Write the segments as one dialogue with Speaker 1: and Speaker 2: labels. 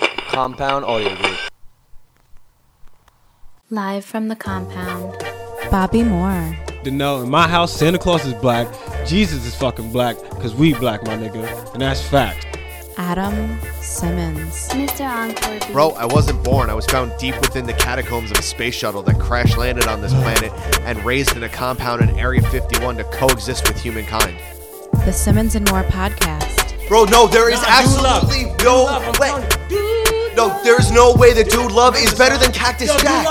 Speaker 1: Compound Audio Group.
Speaker 2: Live from the compound.
Speaker 3: Bobby Moore.
Speaker 4: to know in my house Santa Claus is black, Jesus is fucking black, cause we black, my nigga, and that's fact.
Speaker 3: Adam Simmons.
Speaker 2: Mr. Encore. Beat.
Speaker 5: Bro, I wasn't born. I was found deep within the catacombs of a space shuttle that crash landed on this planet and raised in a compound in Area 51 to coexist with humankind.
Speaker 3: The Simmons and Moore podcast.
Speaker 5: Bro, no, there is absolutely no way. No, there is no way that Dude Love is better than Cactus Jack.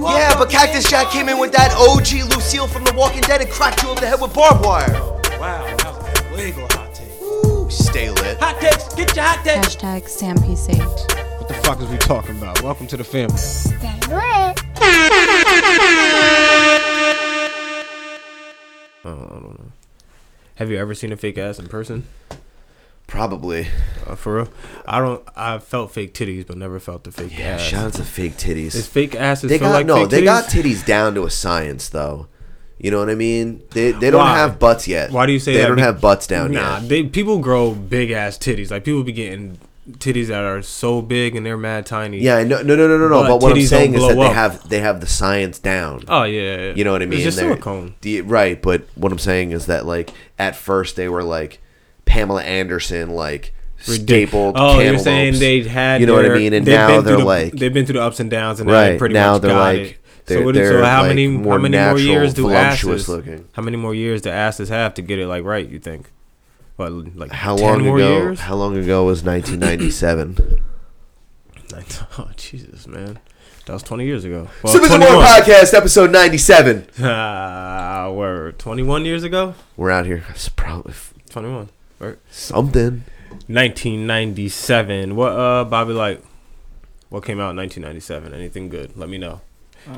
Speaker 5: yeah, but Cactus Jack came in with that OG Lucille from The Walking Dead and cracked you over the head with barbed wire.
Speaker 6: Wow, that was a legal hot take.
Speaker 5: Ooh, stay lit.
Speaker 6: Hot takes, get your hot takes.
Speaker 3: Hashtag Sam PC.
Speaker 4: What the fuck is we talking about? Welcome to the family.
Speaker 7: Have you ever seen a fake ass in person?
Speaker 5: Probably.
Speaker 7: Uh, for real, I don't. I felt fake titties, but never felt the fake
Speaker 5: Yeah,
Speaker 7: ass.
Speaker 5: shout out to fake titties.
Speaker 7: Is fake asses
Speaker 5: They
Speaker 7: feel
Speaker 5: got
Speaker 7: like
Speaker 5: no.
Speaker 7: fake
Speaker 5: They
Speaker 7: titties?
Speaker 5: got titties down to a science, though. You know what I mean? They they don't
Speaker 7: Why?
Speaker 5: have butts yet.
Speaker 7: Why do you say
Speaker 5: they
Speaker 7: that?
Speaker 5: don't
Speaker 7: Be-
Speaker 5: have butts down
Speaker 7: Nah,
Speaker 5: yet?
Speaker 7: they, people grow big ass titties. Like people be getting titties that are so big and they're mad tiny.
Speaker 5: Yeah, I know- no, no, no, no, no.
Speaker 7: But
Speaker 5: But, what I'm
Speaker 7: titties
Speaker 5: saying
Speaker 7: don't
Speaker 5: is that
Speaker 7: blow
Speaker 5: they
Speaker 7: up.
Speaker 5: have they have the science down.
Speaker 7: Oh yeah. yeah.
Speaker 5: you know what I mean?
Speaker 7: It's just
Speaker 5: They're-
Speaker 7: silicone.
Speaker 5: the- right? But what I'm saying is that like at first they were like Pamela Anderson, like stapled.
Speaker 7: Oh, you're
Speaker 5: cantaloupes.
Speaker 7: saying they had.
Speaker 5: You know what I
Speaker 7: their-
Speaker 5: mean? And
Speaker 7: they've
Speaker 5: now
Speaker 7: been through
Speaker 5: they're
Speaker 7: the-
Speaker 5: like
Speaker 7: they've been through the ups and downs, and
Speaker 5: Right,
Speaker 7: they pretty
Speaker 5: now
Speaker 7: much
Speaker 5: they're
Speaker 7: got
Speaker 5: like-
Speaker 7: it.
Speaker 5: they're-
Speaker 7: so, what, so
Speaker 5: they're,
Speaker 7: how
Speaker 5: like,
Speaker 7: many
Speaker 5: more
Speaker 7: how many more
Speaker 5: natural,
Speaker 7: years do
Speaker 5: voluptuous
Speaker 7: asses?
Speaker 5: looking.
Speaker 7: How many more years do asses have to get it like right? You think? What like
Speaker 5: how
Speaker 7: 10
Speaker 5: long
Speaker 7: more
Speaker 5: ago?
Speaker 7: Years?
Speaker 5: How long ago was 1997?
Speaker 7: Like, oh Jesus, man, that was twenty years ago. Well,
Speaker 5: Simmons and More
Speaker 7: 21.
Speaker 5: podcast episode 97.
Speaker 7: Ah, word. Twenty-one years ago.
Speaker 5: We're out here. It's probably f-
Speaker 7: Twenty-one. Word.
Speaker 5: something.
Speaker 7: Nineteen ninety-seven. What? Uh, Bobby like. What came out in 1997? Anything good? Let me know.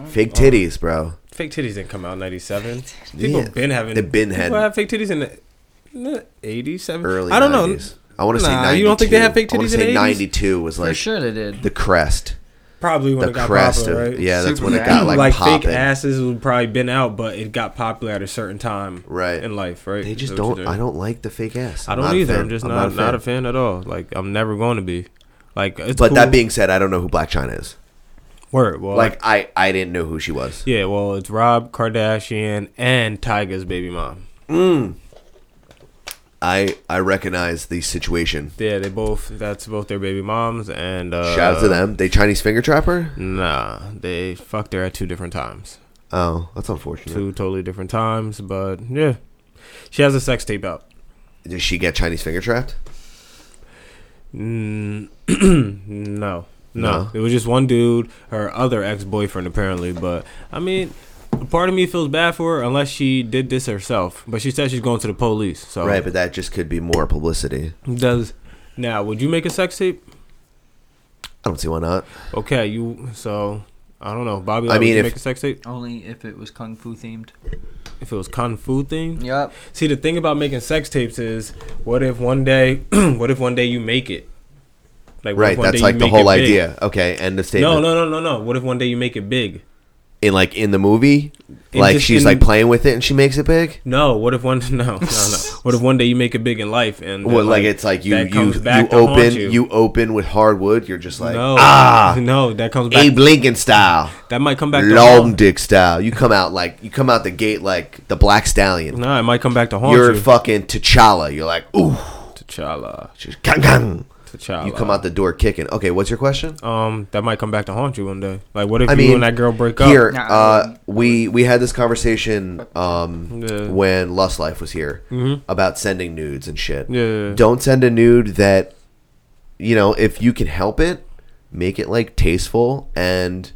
Speaker 5: Fake titties, bro.
Speaker 7: Fake titties didn't come out in 97. People
Speaker 5: Yeah.
Speaker 7: been having.
Speaker 5: They've been
Speaker 7: people
Speaker 5: having-
Speaker 7: have fake titties in the, in the 80s, 70s.
Speaker 5: Early.
Speaker 7: I don't know.
Speaker 5: 90s. I want to say
Speaker 7: Nah,
Speaker 5: 92.
Speaker 7: you don't think they had fake
Speaker 5: I wanna
Speaker 7: titties in
Speaker 5: say
Speaker 7: the 80s?
Speaker 5: 92 was like
Speaker 1: they did.
Speaker 5: the crest.
Speaker 7: Probably when
Speaker 5: The
Speaker 7: it got
Speaker 5: crest
Speaker 7: popular,
Speaker 5: of
Speaker 7: right?
Speaker 5: yeah, that's when it
Speaker 1: Superman.
Speaker 5: got like,
Speaker 7: like fake
Speaker 5: popping.
Speaker 7: asses would probably been out, but it got popular at a certain time,
Speaker 5: Right.
Speaker 7: in life, right?
Speaker 5: They just
Speaker 7: Is that what
Speaker 5: don't.
Speaker 7: you're
Speaker 5: I
Speaker 7: doing?
Speaker 5: don't like the fake ass.
Speaker 7: I
Speaker 5: not
Speaker 7: don't
Speaker 5: a
Speaker 7: either.
Speaker 5: fan.
Speaker 7: I'm just not not a, fan at all. Like I'm never going to be. Like it's
Speaker 5: But that
Speaker 7: cool.
Speaker 5: being said, I don't know who Black China is.
Speaker 7: word, well,
Speaker 5: Like I, I didn't know who she was.
Speaker 7: yeah, well, it's Rob Kardashian and Tyga's baby mom.
Speaker 5: I, I recognize the situation.
Speaker 7: Yeah, they both. That's both their baby moms, and uh,
Speaker 5: Shout out to them. They Chinese finger trapper.
Speaker 7: Nah, they fucked her at two different times.
Speaker 5: Oh, that's unfortunate.
Speaker 7: Two totally different times, but yeah. She has a sex tape out.
Speaker 5: Did she get Chinese finger trapped?
Speaker 7: Mm, no, no.
Speaker 5: No?
Speaker 7: It was just one dude, her other ex boyfriend, apparently. But, I mean, a part of me feels bad for her unless she did this herself. But she said she's going to the police. So,
Speaker 5: Right, but that just could be more publicity.
Speaker 7: does. Now, would you make a sex tape?
Speaker 5: I don't see why not.
Speaker 7: Okay, you. So, I don't know. Bobby,
Speaker 5: I
Speaker 7: like,
Speaker 5: mean,
Speaker 7: would you
Speaker 5: if-
Speaker 7: make a sex tape?
Speaker 1: Only if it was kung fu themed.
Speaker 7: If it was Kung Fu thing?
Speaker 1: Yep.
Speaker 7: See, the thing about making sex tapes is, what if one day, what if one day you make it? Like, what if
Speaker 5: Right,
Speaker 7: one day
Speaker 5: that's
Speaker 7: you
Speaker 5: like the
Speaker 7: make
Speaker 5: whole
Speaker 7: it big?
Speaker 5: idea. Okay, and the statement.
Speaker 7: No, no, no, no, no. What if one day you make it big?
Speaker 5: In like in the movie,
Speaker 7: In
Speaker 5: like
Speaker 7: just-
Speaker 5: she's
Speaker 7: in-
Speaker 5: like playing with it and she makes it big.
Speaker 7: No. What if one? No, no, no. What if one day you make it big in life and uh,
Speaker 5: Well, like, it's like you
Speaker 7: that
Speaker 5: you
Speaker 7: comes back
Speaker 5: you
Speaker 7: to haunt
Speaker 5: open you. open with hardwood. You're just like
Speaker 7: no,
Speaker 5: ah,
Speaker 7: no, that comes back.
Speaker 5: Abe Lincoln style,
Speaker 7: that might come back to
Speaker 5: long
Speaker 7: haunt.
Speaker 5: dick style. You come out like you come out the gate like the black stallion.
Speaker 7: Nah, it might come back to haunt
Speaker 5: You're
Speaker 7: you.
Speaker 5: fucking T'Challa. You're like ooh,
Speaker 7: T'Challa,
Speaker 5: just gang, gang.
Speaker 7: T'Challa.
Speaker 5: You come out the door kicking. Okay, what's your question?
Speaker 7: Um, that might come back to haunt you one day. Like, what if
Speaker 5: I
Speaker 7: you
Speaker 5: mean,
Speaker 7: and that girl break up?
Speaker 5: Here,
Speaker 1: Nah, I
Speaker 5: uh,
Speaker 1: wouldn't.
Speaker 5: we we had this conversation um,
Speaker 7: Yeah. Mm-hmm.
Speaker 5: when Lust Life was here about sending nudes and shit.
Speaker 7: Yeah.
Speaker 5: Don't send a nude that, you know, if you can help it, make it like tasteful and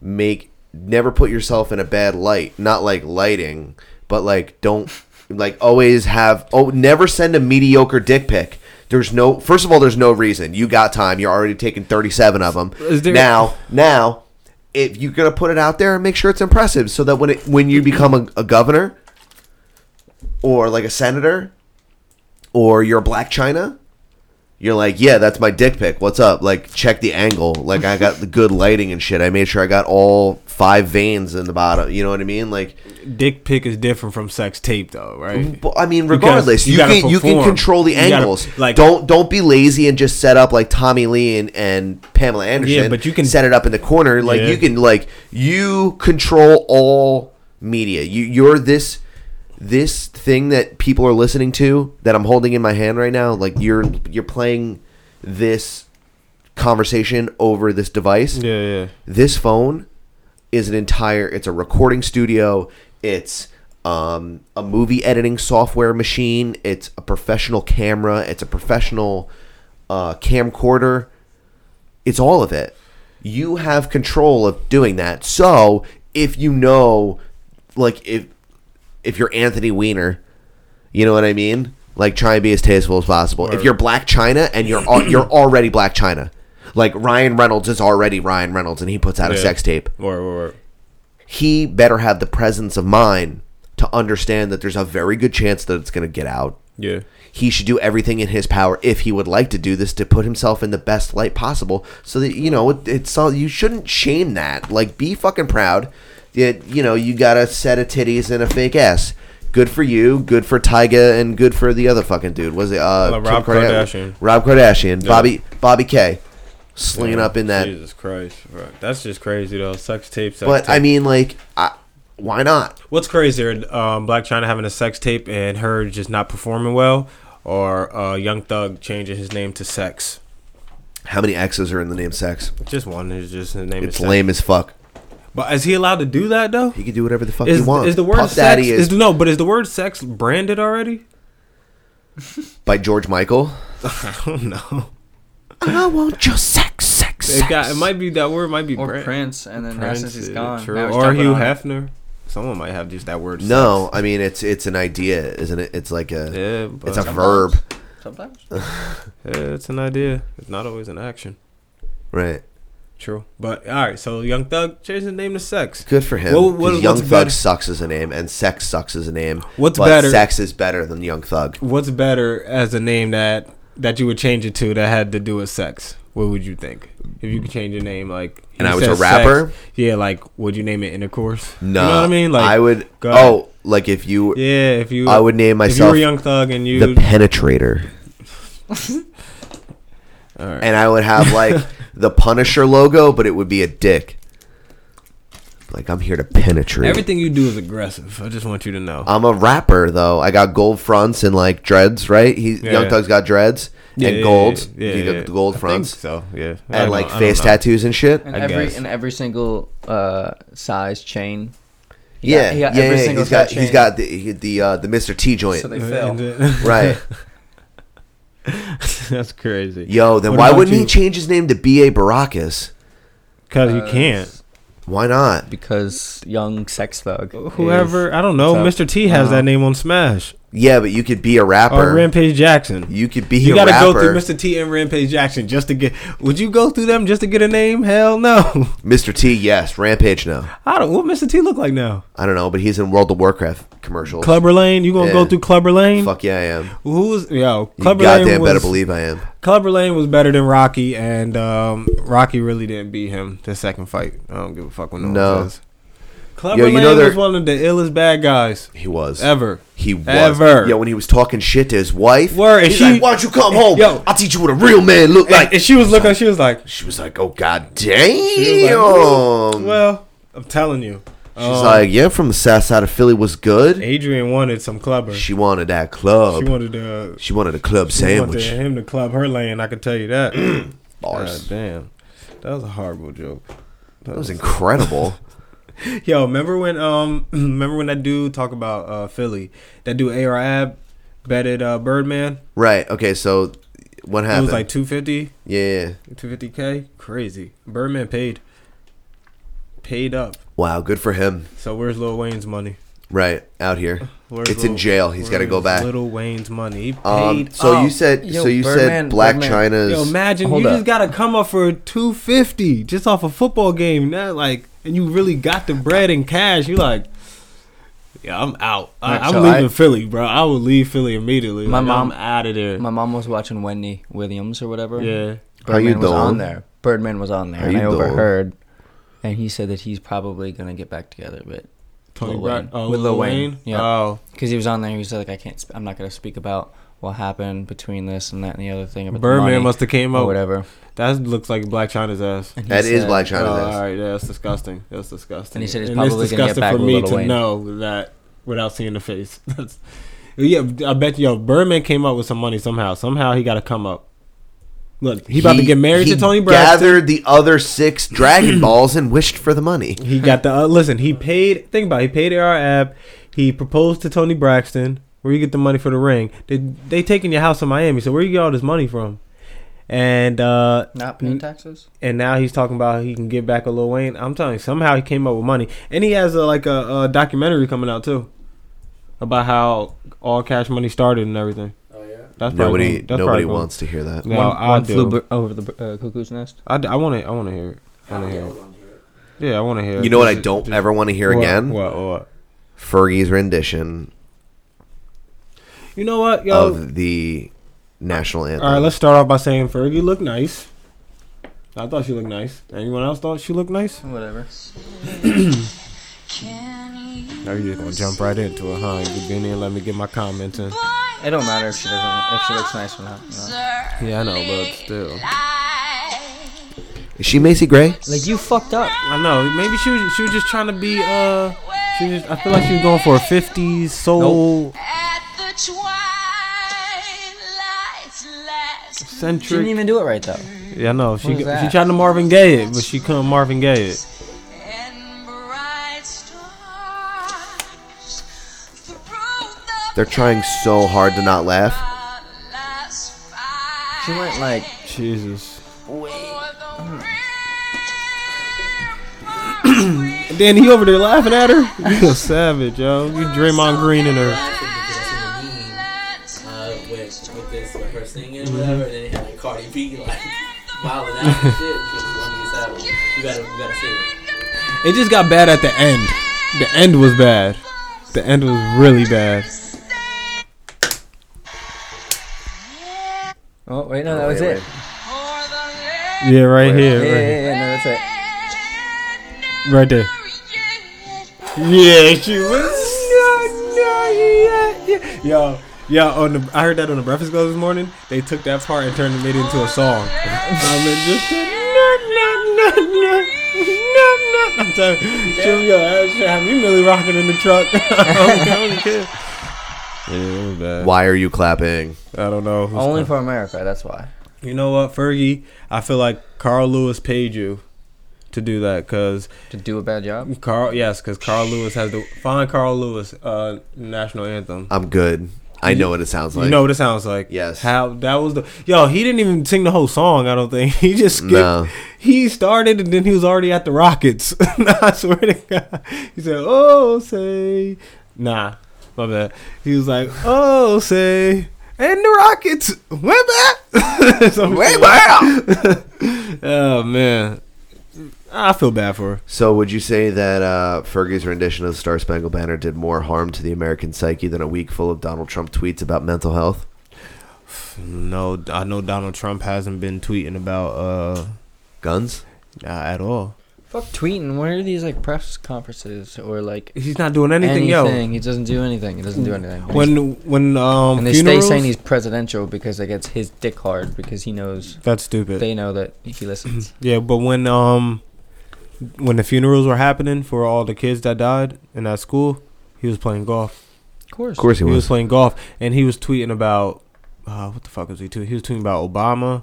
Speaker 5: make never put yourself in a bad light. Not like lighting, but like don't like always have oh never send a mediocre dick pic. There's no first of all there's no reason. You got time. You're already taking 37 of them.
Speaker 7: Is there-
Speaker 5: now, now if you're going to put it out there and make sure it's impressive so that when it when you become a, a governor or like a senator or you're black china you're like, yeah, that's my dick pic. What's up? Like, check the angle. Like, I got the good lighting and shit. I made sure I got all five veins in the bottom. You know what I mean? Like,
Speaker 4: Dick pic is different from sex tape, though, right?
Speaker 5: But, I mean,
Speaker 4: Because
Speaker 5: regardless,
Speaker 4: you
Speaker 5: you,
Speaker 4: gotta
Speaker 5: can you can
Speaker 4: perform.
Speaker 5: control the
Speaker 4: You gotta,
Speaker 5: angles.
Speaker 4: like-
Speaker 5: like, don't don't be lazy and just set up like Tommy Lee and, and Pamela Anderson.
Speaker 4: but you can-
Speaker 5: set it up in the corner. Like
Speaker 4: Yeah.
Speaker 5: you can like you control all media. You you're this this thing that people are listening to that I'm holding in my hand right now. Like you're you're playing this conversation over this device
Speaker 4: Yeah, yeah.
Speaker 5: this phone is an entire it's a recording studio it's um, a movie editing software machine it's a professional camera it's a professional uh, camcorder it's all of it you have control of doing that so if you know like if if you're anthony weiner you know what i mean like try and be as tasteful as possible if you're black china and you're al- you're already black china like ryan reynolds is already ryan reynolds and he puts out a
Speaker 4: Yeah.
Speaker 5: sex tape
Speaker 4: Or, or, or.
Speaker 5: he better have the presence of mind to understand that there's a very good chance that it's going to get out.
Speaker 4: Yeah.
Speaker 5: He should do everything in his power if he would like to do this to put himself in the best light possible so that you know it, it's all you shouldn't shame that. Like be fucking proud. It, you know, you got a set of titties and a fake ass. Good for you, good for Tyga and good for the other fucking dude. Was it uh
Speaker 4: Rob
Speaker 5: Kim Karda-
Speaker 4: Kardashian.
Speaker 5: Rob Kardashian, Bobby Bobby K slinging up in that.
Speaker 4: Jesus Christ, bro. that's just crazy though. Sex tape. Sex
Speaker 5: But
Speaker 4: tape.
Speaker 5: I mean like I, why not?
Speaker 4: What's crazier, um, Black China having a sex tape and her just not performing well, or uh, Young Thug changing his name to Sex?
Speaker 5: How many X's are in the name sex?
Speaker 4: Just one is just his name.
Speaker 5: It's
Speaker 4: is
Speaker 5: lame as fuck.
Speaker 4: Sex. But is he allowed to do that though?
Speaker 5: He can do whatever the fuck
Speaker 4: Is,
Speaker 5: he wants.
Speaker 4: is the word
Speaker 5: Puff
Speaker 4: sex?
Speaker 5: Daddy is,
Speaker 4: is, no, but is the word sex branded already?
Speaker 5: by George Michael.
Speaker 4: I
Speaker 5: Oh,
Speaker 4: don't know.
Speaker 5: I want your sex, sex,
Speaker 4: It got. It might be that word. Might be
Speaker 1: Or
Speaker 4: brand-
Speaker 1: Prince, and then now
Speaker 4: Prince,
Speaker 1: since he's
Speaker 4: uh,
Speaker 1: gone,
Speaker 4: true.
Speaker 1: now he's
Speaker 4: Or
Speaker 1: jumping
Speaker 4: Hugh
Speaker 1: on it.
Speaker 4: Hefner. Someone might have just that word.
Speaker 5: no, I mean it's it's an idea, isn't it? It's like a
Speaker 4: sex. Yeah, but
Speaker 5: it's a
Speaker 1: Sometimes.
Speaker 5: verb,
Speaker 1: Sometimes.
Speaker 4: yeah, it's an idea. It's not always an action.
Speaker 5: right?
Speaker 4: True. But all right, so Young Thug changed his name to Sex.
Speaker 5: Good for him.
Speaker 4: Well, what-
Speaker 5: 'cause Young
Speaker 4: what's
Speaker 5: Thug
Speaker 4: better-
Speaker 5: sucks as a name, and sex sucks as a name.
Speaker 4: What's
Speaker 5: but
Speaker 4: better-
Speaker 5: Sex is better than Young Thug.
Speaker 4: What's better as a name that that you would change it to that had to do with sex? What would you think if you could change your name like? he
Speaker 5: And I was a
Speaker 4: says
Speaker 5: rapper?
Speaker 4: Sex, yeah, like would you name it intercourse?
Speaker 5: No,
Speaker 4: you know what I mean. Like
Speaker 5: I would.
Speaker 4: go ahead.
Speaker 5: Oh, like if you
Speaker 4: yeah, if you
Speaker 5: I would name
Speaker 4: if you
Speaker 5: myself
Speaker 4: were Young Thug and you
Speaker 5: the Penetrator.
Speaker 4: all right.
Speaker 5: and I would have like the Punisher logo, but it would be a dick. Like I'm here to penetrate.
Speaker 4: Everything you do is aggressive. I just want you to know.
Speaker 5: I'm a rapper though. I got gold fronts and like dreads, right? He
Speaker 4: Yeah,
Speaker 5: Young
Speaker 4: yeah.
Speaker 5: Thug's got dreads
Speaker 4: Yeah,
Speaker 5: and
Speaker 4: yeah,
Speaker 5: gold.
Speaker 4: yeah, yeah,
Speaker 5: he got
Speaker 4: yeah.
Speaker 5: the gold
Speaker 4: I think
Speaker 5: fronts
Speaker 4: So yeah, I
Speaker 5: and
Speaker 4: don't-
Speaker 5: like
Speaker 4: I don't
Speaker 5: face
Speaker 4: know.
Speaker 5: tattoos and shit.
Speaker 1: And
Speaker 4: I
Speaker 1: every
Speaker 4: guess.
Speaker 1: and every single uh, size chain. He
Speaker 5: yeah,
Speaker 1: got- he got
Speaker 5: yeah,
Speaker 1: every
Speaker 5: yeah,
Speaker 1: single
Speaker 5: He's got
Speaker 1: size
Speaker 5: he's
Speaker 1: chain.
Speaker 5: got the the uh, the Mr. T joint,
Speaker 1: So they fail.
Speaker 5: right?
Speaker 4: That's crazy.
Speaker 5: Yo, then
Speaker 4: What
Speaker 5: why
Speaker 4: about
Speaker 5: wouldn't
Speaker 4: you?
Speaker 5: he change his name to B. A. Baracus?
Speaker 4: Because
Speaker 5: Uh,
Speaker 4: you can't.
Speaker 5: Why not?
Speaker 1: Because young sex thug.
Speaker 4: Whoever I don't know,
Speaker 1: What's
Speaker 4: Mr. T has
Speaker 1: No.
Speaker 4: that name on Smash
Speaker 5: Yeah, but you could be a
Speaker 4: or
Speaker 5: rapper.
Speaker 4: Rampage Jackson.
Speaker 5: you could be
Speaker 4: Oh, You
Speaker 5: a
Speaker 4: gotta
Speaker 5: rapper.
Speaker 4: go through Mr. T and Rampage Jackson just to get. Would you go through them just to get a name? Hell no.
Speaker 5: Mr. T, yes. Rampage, no.
Speaker 4: I don't. What Mr. T look like now?
Speaker 5: I don't know, but he's in World of Warcraft commercials.
Speaker 4: Clubber Lane. You gonna go
Speaker 5: Oh, Yeah.
Speaker 4: through Clubber Lane?
Speaker 5: Fuck yeah, I am.
Speaker 4: Who's yo?
Speaker 5: You
Speaker 4: Clubber Lane
Speaker 5: goddamn
Speaker 4: was,
Speaker 5: better believe I am.
Speaker 4: Clubber Lane was better than Rocky, and um, Rocky really didn't beat him the second fight. I don't give a fuck what no,
Speaker 5: No.
Speaker 4: one says. Clubber
Speaker 5: Yo, you
Speaker 4: Lane
Speaker 5: know
Speaker 4: was
Speaker 5: they're-
Speaker 4: one of the illest bad guys
Speaker 5: He was.
Speaker 4: ever.
Speaker 5: He was.
Speaker 4: Ever.
Speaker 5: Yeah, when he was talking shit to his wife.
Speaker 4: Word, and
Speaker 5: he's
Speaker 4: she-
Speaker 5: like, why don't you come home?
Speaker 4: Yo.
Speaker 5: I'll teach you what a real man look
Speaker 4: Like
Speaker 5: like.
Speaker 4: and, she was looking. She was like,
Speaker 5: she was like, oh, god
Speaker 4: She was
Speaker 5: damn.
Speaker 4: "Well, um, I'm telling you."
Speaker 5: She's like, yeah, from the south side of Philly was good.
Speaker 4: Adrian wanted some clubber. She,
Speaker 5: She wanted that club. She wanted,
Speaker 4: wanted uh,
Speaker 5: a club
Speaker 4: she
Speaker 5: sandwich.
Speaker 4: wanted him to club her lane. I can tell you that. God
Speaker 5: Bars.
Speaker 4: damn, that was a horrible joke.
Speaker 5: That was incredible.
Speaker 4: Yo, remember when um remember when that dude talk about uh Philly? That dude Arab betted uh Birdman.
Speaker 5: right. Okay, so what
Speaker 4: It
Speaker 5: happened?
Speaker 4: was like 250,
Speaker 5: yeah.
Speaker 4: 250k. Crazy. Birdman paid. Paid up.
Speaker 5: Wow, good for him.
Speaker 4: So where's Lil Wayne's money?
Speaker 5: Right. Out here.
Speaker 4: Where's
Speaker 5: It's in jail. He's gotta go back.
Speaker 4: where's Lil Wayne's money. He paid
Speaker 5: Um, so you
Speaker 4: up.
Speaker 5: said
Speaker 1: Yo,
Speaker 5: so you
Speaker 1: Birdman-
Speaker 5: said Black
Speaker 1: Birdman.
Speaker 5: China's
Speaker 4: Yo, imagine
Speaker 1: Hold
Speaker 4: you
Speaker 1: up.
Speaker 4: just gotta come up for two fifty just off a football game, not like, and you really got the bread and cash. You like, Yeah, I'm out. I,
Speaker 1: Right,
Speaker 4: I'm
Speaker 1: so
Speaker 4: leaving
Speaker 1: I-
Speaker 4: Philly, bro. I will leave Philly immediately.
Speaker 1: My
Speaker 4: Like,
Speaker 1: mom-
Speaker 4: I'm out of there.
Speaker 1: My mom was watching Wendy Williams or whatever.
Speaker 4: yeah.
Speaker 5: How you
Speaker 1: Birdman was on
Speaker 5: doing?
Speaker 1: there. Birdman was on there,
Speaker 5: How
Speaker 1: and
Speaker 5: you
Speaker 1: I
Speaker 5: doing?
Speaker 1: overheard. And he said that he's probably gonna get back together, but
Speaker 4: Tony
Speaker 1: Lil
Speaker 4: Brown.
Speaker 1: Wayne.
Speaker 5: uh,
Speaker 4: Oh,
Speaker 1: With Lil Wayne. Yeah.
Speaker 4: Oh,
Speaker 1: because he was on there, he was like, "I can't, sp- I'm not gonna speak about what happened between this and that and the other thing about the money
Speaker 4: Birdman must have came
Speaker 1: or
Speaker 4: out.
Speaker 1: whatever."
Speaker 4: That looks like Black China's ass.
Speaker 1: And he
Speaker 5: That is
Speaker 1: said-
Speaker 5: Black
Speaker 4: Oh,
Speaker 5: China's ass.
Speaker 4: all right, yeah, that's disgusting. That's disgusting.
Speaker 1: And he said he's probably
Speaker 4: it's
Speaker 1: gonna get
Speaker 4: disgusting
Speaker 1: back
Speaker 4: for
Speaker 1: with
Speaker 4: me
Speaker 1: Lil
Speaker 4: to
Speaker 1: Wayne.
Speaker 4: know that without seeing the face. That's yeah. I bet yo Birdman came up with some money somehow. Somehow he got to come up. Look, he about to get married
Speaker 5: he
Speaker 4: to Tony Braxton.
Speaker 5: Gathered the other six Dragon Balls and wished for the money.
Speaker 4: He got the uh, listen. He paid. Think about. It, he paid AR Ab. He proposed to Tony Braxton. Where you get the money for the ring? They they taking your house in Miami. So where you get all this money from? And uh
Speaker 1: Not paying taxes.
Speaker 4: and now he's talking about he can get back a Lil Wayne. I'm telling you, somehow he came up with money, and he has a, like a, a documentary coming out too about how all Cash Money started and everything. Oh yeah. That's probably
Speaker 5: Nobody,
Speaker 4: gonna- that's
Speaker 5: nobody
Speaker 4: probably gonna-
Speaker 5: wants to hear that.
Speaker 4: No, I do.
Speaker 1: flew b- over the b- uh, cuckoo's nest.
Speaker 4: I, d- I want to. I want to hear it. I want to hear it. Yeah, I want to hear. it.
Speaker 5: You know what I
Speaker 4: Just-
Speaker 5: don't
Speaker 4: just-
Speaker 5: ever want to hear
Speaker 4: What-
Speaker 5: again?
Speaker 4: What? What?
Speaker 5: Fergie's rendition
Speaker 4: You know what, yo?
Speaker 5: of the national anthem.
Speaker 4: Oh. All right, let's start off by saying Fergie looked nice. I thought she looked nice. Anyone else thought she looked nice?
Speaker 1: Whatever.
Speaker 4: No, you're just gonna jump right into it, huh? You been in, let me get my comments in.
Speaker 1: It don't matter if she doesn't, if she looks nice or not. no.
Speaker 4: Yeah, I know, but still.
Speaker 5: Is she Macy Gray?
Speaker 1: Like you fucked up.
Speaker 4: I know. Maybe she was she was just trying to be uh she was just, I feel like she was going for a fifties soul
Speaker 1: She didn't
Speaker 4: centric.
Speaker 1: even do it right though.
Speaker 4: Yeah, I know. She
Speaker 1: What is
Speaker 4: she
Speaker 1: that?
Speaker 4: tried to Marvin Gaye it, but she couldn't Marvin Gaye it.
Speaker 5: They're trying so hard to not laugh.
Speaker 1: She went like
Speaker 4: Jesus. And then he over there laughing at her. You a savage, yo. You Draymond Green in her.
Speaker 8: uh, with, with this with her singing and whatever, and then they had like Cardi B like wilding out and shit. She was funny as hell. You gotta, you gotta sing. it.
Speaker 4: It just got bad at the end. The end was bad. The end was really bad.
Speaker 1: Oh wait, no, that was
Speaker 5: wait,
Speaker 1: it.
Speaker 5: wait.
Speaker 4: Yeah, right
Speaker 1: Yeah, yeah,
Speaker 4: here,
Speaker 1: yeah, yeah, no, that's it.
Speaker 4: right, right there. Yeah, she was. Yeah, yeah, yeah. Yo, yo, on the I heard that on the Breakfast Club this morning. They took that part and turned it made it into a song. I'm just said, no, no, no, no, no, no. I'm telling you, she- yo, that shit had me really rocking in the truck. I don't care. Yeah, it was bad.
Speaker 5: Why are you clapping?
Speaker 4: I don't know. who's
Speaker 1: Only for America. That's why.
Speaker 4: You know what, Fergie? I feel like Carl Lewis paid you to do that because
Speaker 1: To do a bad job.
Speaker 4: Carl, yes, because Carl Lewis has the find Carl Lewis uh, national anthem.
Speaker 5: I'm good. I know what it sounds like.
Speaker 4: you know what it sounds like.
Speaker 5: Yes.
Speaker 4: How that was the yo? He didn't even sing the whole song. I don't think he just skipped.
Speaker 5: No.
Speaker 4: He started and then he was already at the Rockets. I swear to God, he said, "Oh say, nah, my bad." He was like, "Oh say." And the Rockets, way back, So-
Speaker 5: Way back.
Speaker 4: oh man, I feel bad for her.
Speaker 5: So, would you say that uh, Fergie's rendition of the Star Spangled Banner did more harm to the American psyche than a week full of Donald Trump tweets about mental health?
Speaker 4: No, I know Donald Trump hasn't been tweeting about uh,
Speaker 5: Guns?
Speaker 4: uh at all.
Speaker 1: Fuck tweeting. Where are these like press conferences or like
Speaker 4: He's not doing
Speaker 1: anything?
Speaker 4: anything, yo.
Speaker 1: He doesn't do anything. He doesn't do anything.
Speaker 4: When when um
Speaker 1: and they
Speaker 4: funerals,
Speaker 1: stay saying he's presidential because it gets his dick hard because he knows
Speaker 4: that's stupid.
Speaker 1: they know that he listens.
Speaker 4: yeah, but when um when the funerals were happening for all the kids that died in that school, he was playing golf.
Speaker 1: of course.
Speaker 5: Of course he
Speaker 4: He was
Speaker 5: was.
Speaker 4: playing golf, and he was tweeting about uh, what the fuck was he tweeting? He was tweeting about Obama,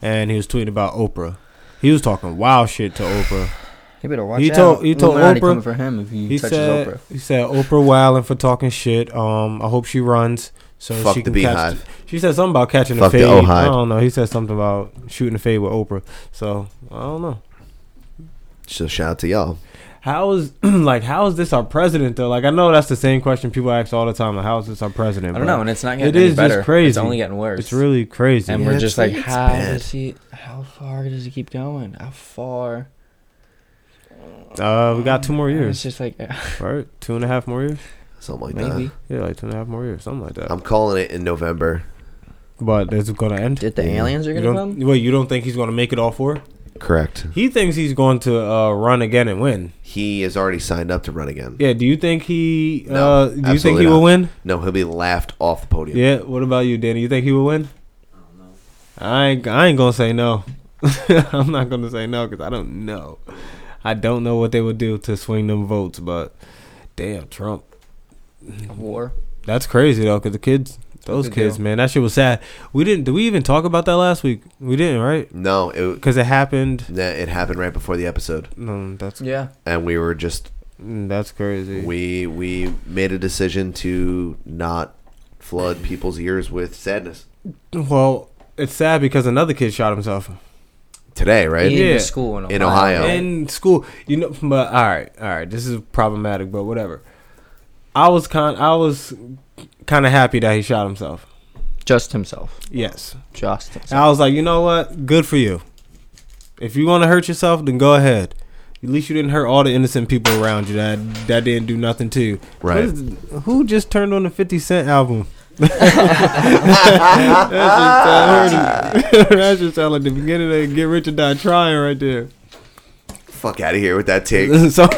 Speaker 4: and he was tweeting about Oprah. He was talking wild shit to Oprah.
Speaker 1: He better watch
Speaker 4: He
Speaker 1: out.
Speaker 4: told- he told
Speaker 1: Illuminati
Speaker 4: Oprah-
Speaker 1: coming for him if he,
Speaker 4: He
Speaker 1: touches
Speaker 4: said,
Speaker 1: Oprah.
Speaker 4: he said Oprah Wilding for talking shit. Um, I hope she runs so
Speaker 5: Fuck
Speaker 4: she
Speaker 5: the
Speaker 4: can catch.
Speaker 5: beehive.
Speaker 4: she said something about catching
Speaker 5: Fuck
Speaker 4: a
Speaker 5: the
Speaker 4: fade. I
Speaker 5: Ohide.
Speaker 4: don't know. He said something about shooting a fade with Oprah. So I don't know.
Speaker 5: So, shout out to y'all.
Speaker 4: How is like how is this our president though? Like I know that's the same question people ask all the time. Like, how is this our president?
Speaker 1: I don't
Speaker 4: bro?
Speaker 1: know, and it's not
Speaker 4: It
Speaker 1: getting any
Speaker 4: is just
Speaker 1: better. It's
Speaker 4: crazy.
Speaker 1: only getting worse.
Speaker 4: It's really crazy.
Speaker 1: and
Speaker 5: Yeah,
Speaker 1: we're
Speaker 5: it's
Speaker 1: just like,
Speaker 5: like- it's
Speaker 1: how
Speaker 5: bad.
Speaker 1: does he? How far does he keep going? How far?
Speaker 4: uh, we got two more
Speaker 1: And
Speaker 4: years,
Speaker 1: It's just like
Speaker 4: right? Two and a half more years.
Speaker 5: something like
Speaker 1: Maybe.
Speaker 5: that.
Speaker 4: Yeah, like two and a half more years, something like that.
Speaker 5: I'm calling it in November.
Speaker 4: but it's gonna end.
Speaker 9: Did the aliens are
Speaker 4: You
Speaker 9: gonna
Speaker 4: don't,
Speaker 9: come?
Speaker 4: wait, you don't think he's gonna make it all four?
Speaker 5: Correct.
Speaker 4: He thinks he's going to uh, run again and win.
Speaker 5: He is already signed up to run again.
Speaker 4: Yeah. Do you think he?
Speaker 5: No,
Speaker 4: uh, do you think
Speaker 5: absolutely
Speaker 4: he will
Speaker 5: not.
Speaker 4: win?
Speaker 5: No, he'll be laughed off the podium.
Speaker 4: Yeah. What about you, Danny? You think he will win? I ain't, I ain't gonna say no. I'm not gonna say no because I don't know. I don't know what they would do to swing them votes, but damn Trump,
Speaker 1: A war.
Speaker 4: that's crazy though. Because the kids, those
Speaker 1: Good
Speaker 4: kids,
Speaker 1: deal.
Speaker 4: man, that shit was sad. We didn't. Did we even talk about that last week? We didn't, right?
Speaker 5: No, it
Speaker 4: Because it happened.
Speaker 5: that it happened right before the episode,
Speaker 4: No, that's
Speaker 1: Yeah.
Speaker 5: and we were just
Speaker 4: mm, that's crazy.
Speaker 5: we we made a decision to not flood people's ears with sadness
Speaker 4: Well, it's sad because another kid shot himself
Speaker 5: today, right?
Speaker 9: In
Speaker 4: Yeah.
Speaker 9: the school in Ohio.
Speaker 5: In Ohio.
Speaker 9: right?
Speaker 4: in school. You know, but all right, all right. This is problematic, but whatever. I was kind, I was kind of happy that he shot himself.
Speaker 9: Just himself.
Speaker 4: Yes,
Speaker 9: Just
Speaker 4: and
Speaker 9: himself.
Speaker 4: I was like, you know what? Good for you. If you want to hurt yourself, then go ahead. At least you didn't hurt all the innocent people around you that that didn't do nothing to you.
Speaker 5: Right.
Speaker 4: Who's- Who just turned on the Fifty Cent album? that just sound, that just sound like the beginning of Get Rich or Die Trying right there.
Speaker 5: Fuck out of here with that take.
Speaker 4: so,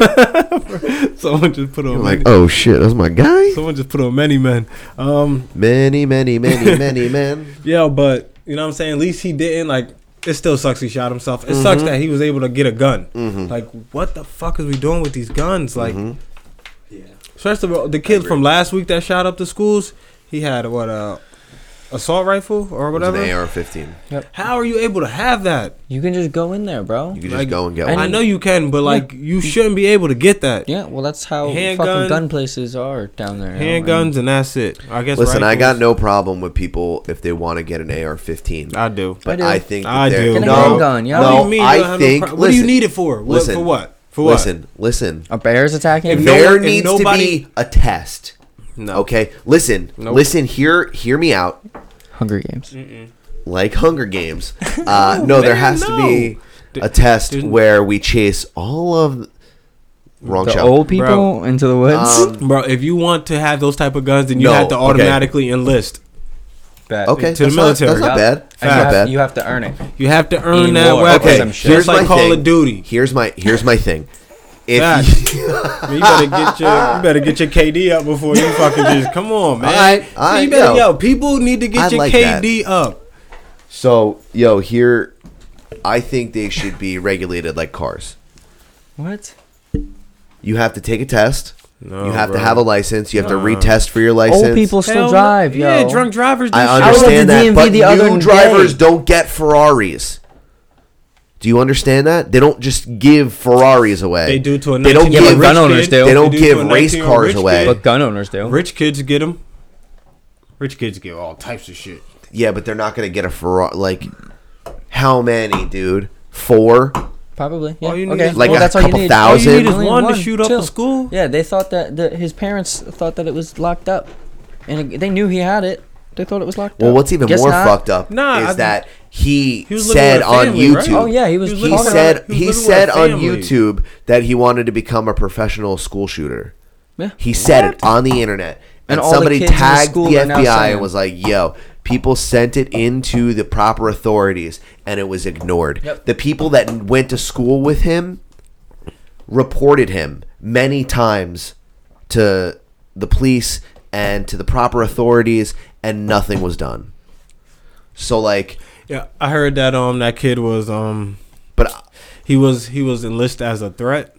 Speaker 4: someone just put on
Speaker 5: like,
Speaker 4: many,
Speaker 5: oh shit, that's my guy.
Speaker 4: someone just put on many men. Um,
Speaker 5: Many, many, many, many men.
Speaker 4: yeah, but you know what I'm saying. At least he didn't like. It still sucks he shot himself. It sucks
Speaker 5: Mm-hmm.
Speaker 4: that he was able to get a gun. Like, what the fuck is we doing with these guns? Like,
Speaker 5: Mm-hmm.
Speaker 4: especially the- the kid from last week that shot up the schools. He had what a assault rifle or
Speaker 5: Whatever. An
Speaker 4: whatever.
Speaker 5: AR-15.
Speaker 4: How are you able to have that?
Speaker 9: You can just go in there, bro.
Speaker 5: You could just
Speaker 4: Like,
Speaker 5: go and get
Speaker 9: I
Speaker 5: one.
Speaker 4: I know you can, but like, you shouldn't be able to get that.
Speaker 9: Yeah, well, that's how
Speaker 4: Handgun.
Speaker 9: fucking gun places are down there. you know, and
Speaker 4: Handguns and that's it. I guess.
Speaker 5: Listen, I got
Speaker 4: rifles-
Speaker 5: no problem with people if they want to get an AR-15,
Speaker 4: I do.
Speaker 5: but
Speaker 9: do.
Speaker 5: I, think that
Speaker 4: I
Speaker 5: they're-
Speaker 4: do. Get a
Speaker 5: No,
Speaker 9: handgun, yeah.
Speaker 5: no,
Speaker 9: What do
Speaker 4: you mean you don't
Speaker 5: I
Speaker 4: have no
Speaker 5: think.
Speaker 4: pro- what do you
Speaker 5: listen,
Speaker 4: need it for? What,
Speaker 5: listen,
Speaker 4: for what? For what?
Speaker 5: Listen, listen.
Speaker 9: A bear's attacking?
Speaker 4: If
Speaker 9: you?
Speaker 4: no
Speaker 5: there
Speaker 4: one- if
Speaker 5: needs
Speaker 4: nobody-
Speaker 5: to be a test.
Speaker 4: No.
Speaker 5: Okay, listen,
Speaker 4: Nope.
Speaker 5: listen. Hear, hear me out.
Speaker 9: Hunger Games.
Speaker 4: Mm.
Speaker 5: like Hunger Games. Uh, no, there
Speaker 4: man,
Speaker 5: has to be a test
Speaker 4: there's-
Speaker 5: where we chase all of wrong
Speaker 9: The
Speaker 5: show.
Speaker 9: old people into the woods?
Speaker 5: Um,
Speaker 4: Bro, if you want to have those type of guns, then you
Speaker 5: No,
Speaker 4: have to
Speaker 5: okay.
Speaker 4: automatically enlist.
Speaker 5: okay,
Speaker 4: to the
Speaker 5: that's
Speaker 4: military.
Speaker 5: Not, that's not bad. That's
Speaker 9: And you,
Speaker 5: not
Speaker 9: have,
Speaker 5: bad.
Speaker 9: you have to earn it.
Speaker 4: You have to earn
Speaker 9: Need
Speaker 4: that
Speaker 9: more or
Speaker 4: weapon.
Speaker 5: okay,
Speaker 9: some
Speaker 5: here's
Speaker 9: shit.
Speaker 4: Just
Speaker 5: my
Speaker 4: like Call
Speaker 5: thing.
Speaker 4: of Duty.
Speaker 5: Here's my here's my thing. If
Speaker 4: God.
Speaker 5: you-
Speaker 4: Man, you better get your you better get your KD up before you fucking just come on, man.
Speaker 5: All right, all
Speaker 4: you
Speaker 5: right,
Speaker 4: better, yo.
Speaker 5: yo.
Speaker 4: people need to get
Speaker 5: I
Speaker 4: your
Speaker 5: like that.
Speaker 4: KD up.
Speaker 5: so, yo, here, I think they should be regulated like cars.
Speaker 9: What?
Speaker 5: You have to take a test.
Speaker 4: No,
Speaker 5: you have
Speaker 4: bro.
Speaker 5: to have a license. You have to retest for your license.
Speaker 9: Old people still
Speaker 4: Hell no.
Speaker 9: drive, yo.
Speaker 4: Yeah, drunk drivers. Do
Speaker 5: I
Speaker 4: shit.
Speaker 9: was at
Speaker 5: understand
Speaker 9: the
Speaker 5: that,
Speaker 9: DMV
Speaker 5: but
Speaker 9: the
Speaker 5: new
Speaker 9: other day.
Speaker 5: drivers don't get Ferraris. Do you understand that? They don't just give Ferraris away.
Speaker 4: They do to a
Speaker 5: They don't
Speaker 4: 19-year-old
Speaker 5: give
Speaker 9: gun
Speaker 4: rich
Speaker 9: owners
Speaker 4: kid.
Speaker 9: do. They
Speaker 5: don't
Speaker 4: to
Speaker 5: give
Speaker 4: a
Speaker 5: race
Speaker 4: 19-year-old
Speaker 5: cars
Speaker 4: rich
Speaker 5: away.
Speaker 4: kid.
Speaker 9: But gun owners do.
Speaker 4: Rich kids get them. Rich kids get all types of shit.
Speaker 5: Yeah, but they're not gonna get a Ferrari. Like, how many, dude? Four.
Speaker 9: Probably. Yeah.
Speaker 4: All you need
Speaker 9: okay.
Speaker 4: is
Speaker 5: Like
Speaker 9: well,
Speaker 5: a
Speaker 9: that's all you
Speaker 5: couple
Speaker 9: need.
Speaker 5: thousand.
Speaker 4: All you need is
Speaker 9: Only
Speaker 4: one to shoot up
Speaker 9: two.
Speaker 4: a school.
Speaker 9: Yeah, they thought that the, his parents thought that it was locked up, and it, they knew he had it. They thought it was locked
Speaker 5: Well,
Speaker 9: up.
Speaker 5: what's even
Speaker 9: Guess
Speaker 5: more
Speaker 9: not.
Speaker 5: fucked up
Speaker 4: Nah,
Speaker 5: is
Speaker 4: I-
Speaker 5: that he,
Speaker 4: He was living
Speaker 5: said
Speaker 4: with a family,
Speaker 5: on
Speaker 4: right?
Speaker 5: YouTube.
Speaker 9: Oh yeah, he was.
Speaker 4: He was
Speaker 5: He
Speaker 4: living
Speaker 9: talking about
Speaker 5: said
Speaker 9: it.
Speaker 5: he
Speaker 4: living with
Speaker 5: said
Speaker 4: a
Speaker 5: on
Speaker 4: family.
Speaker 5: YouTube that he wanted to become a professional school shooter.
Speaker 9: Yeah.
Speaker 5: He said it on the internet, and,
Speaker 9: And all the
Speaker 5: somebody
Speaker 9: kids in the
Speaker 5: tagged the,
Speaker 9: school are now
Speaker 5: FBI and
Speaker 9: saying-
Speaker 5: was like, "Yo, people sent it into the proper authorities, and it was ignored."
Speaker 9: Yep.
Speaker 5: The people that went to school with him reported him many times to the police and to the proper authorities, and nothing was done. So, like,
Speaker 4: Yeah, I heard that um that kid was um
Speaker 5: but
Speaker 4: he was he was enlisted as a threat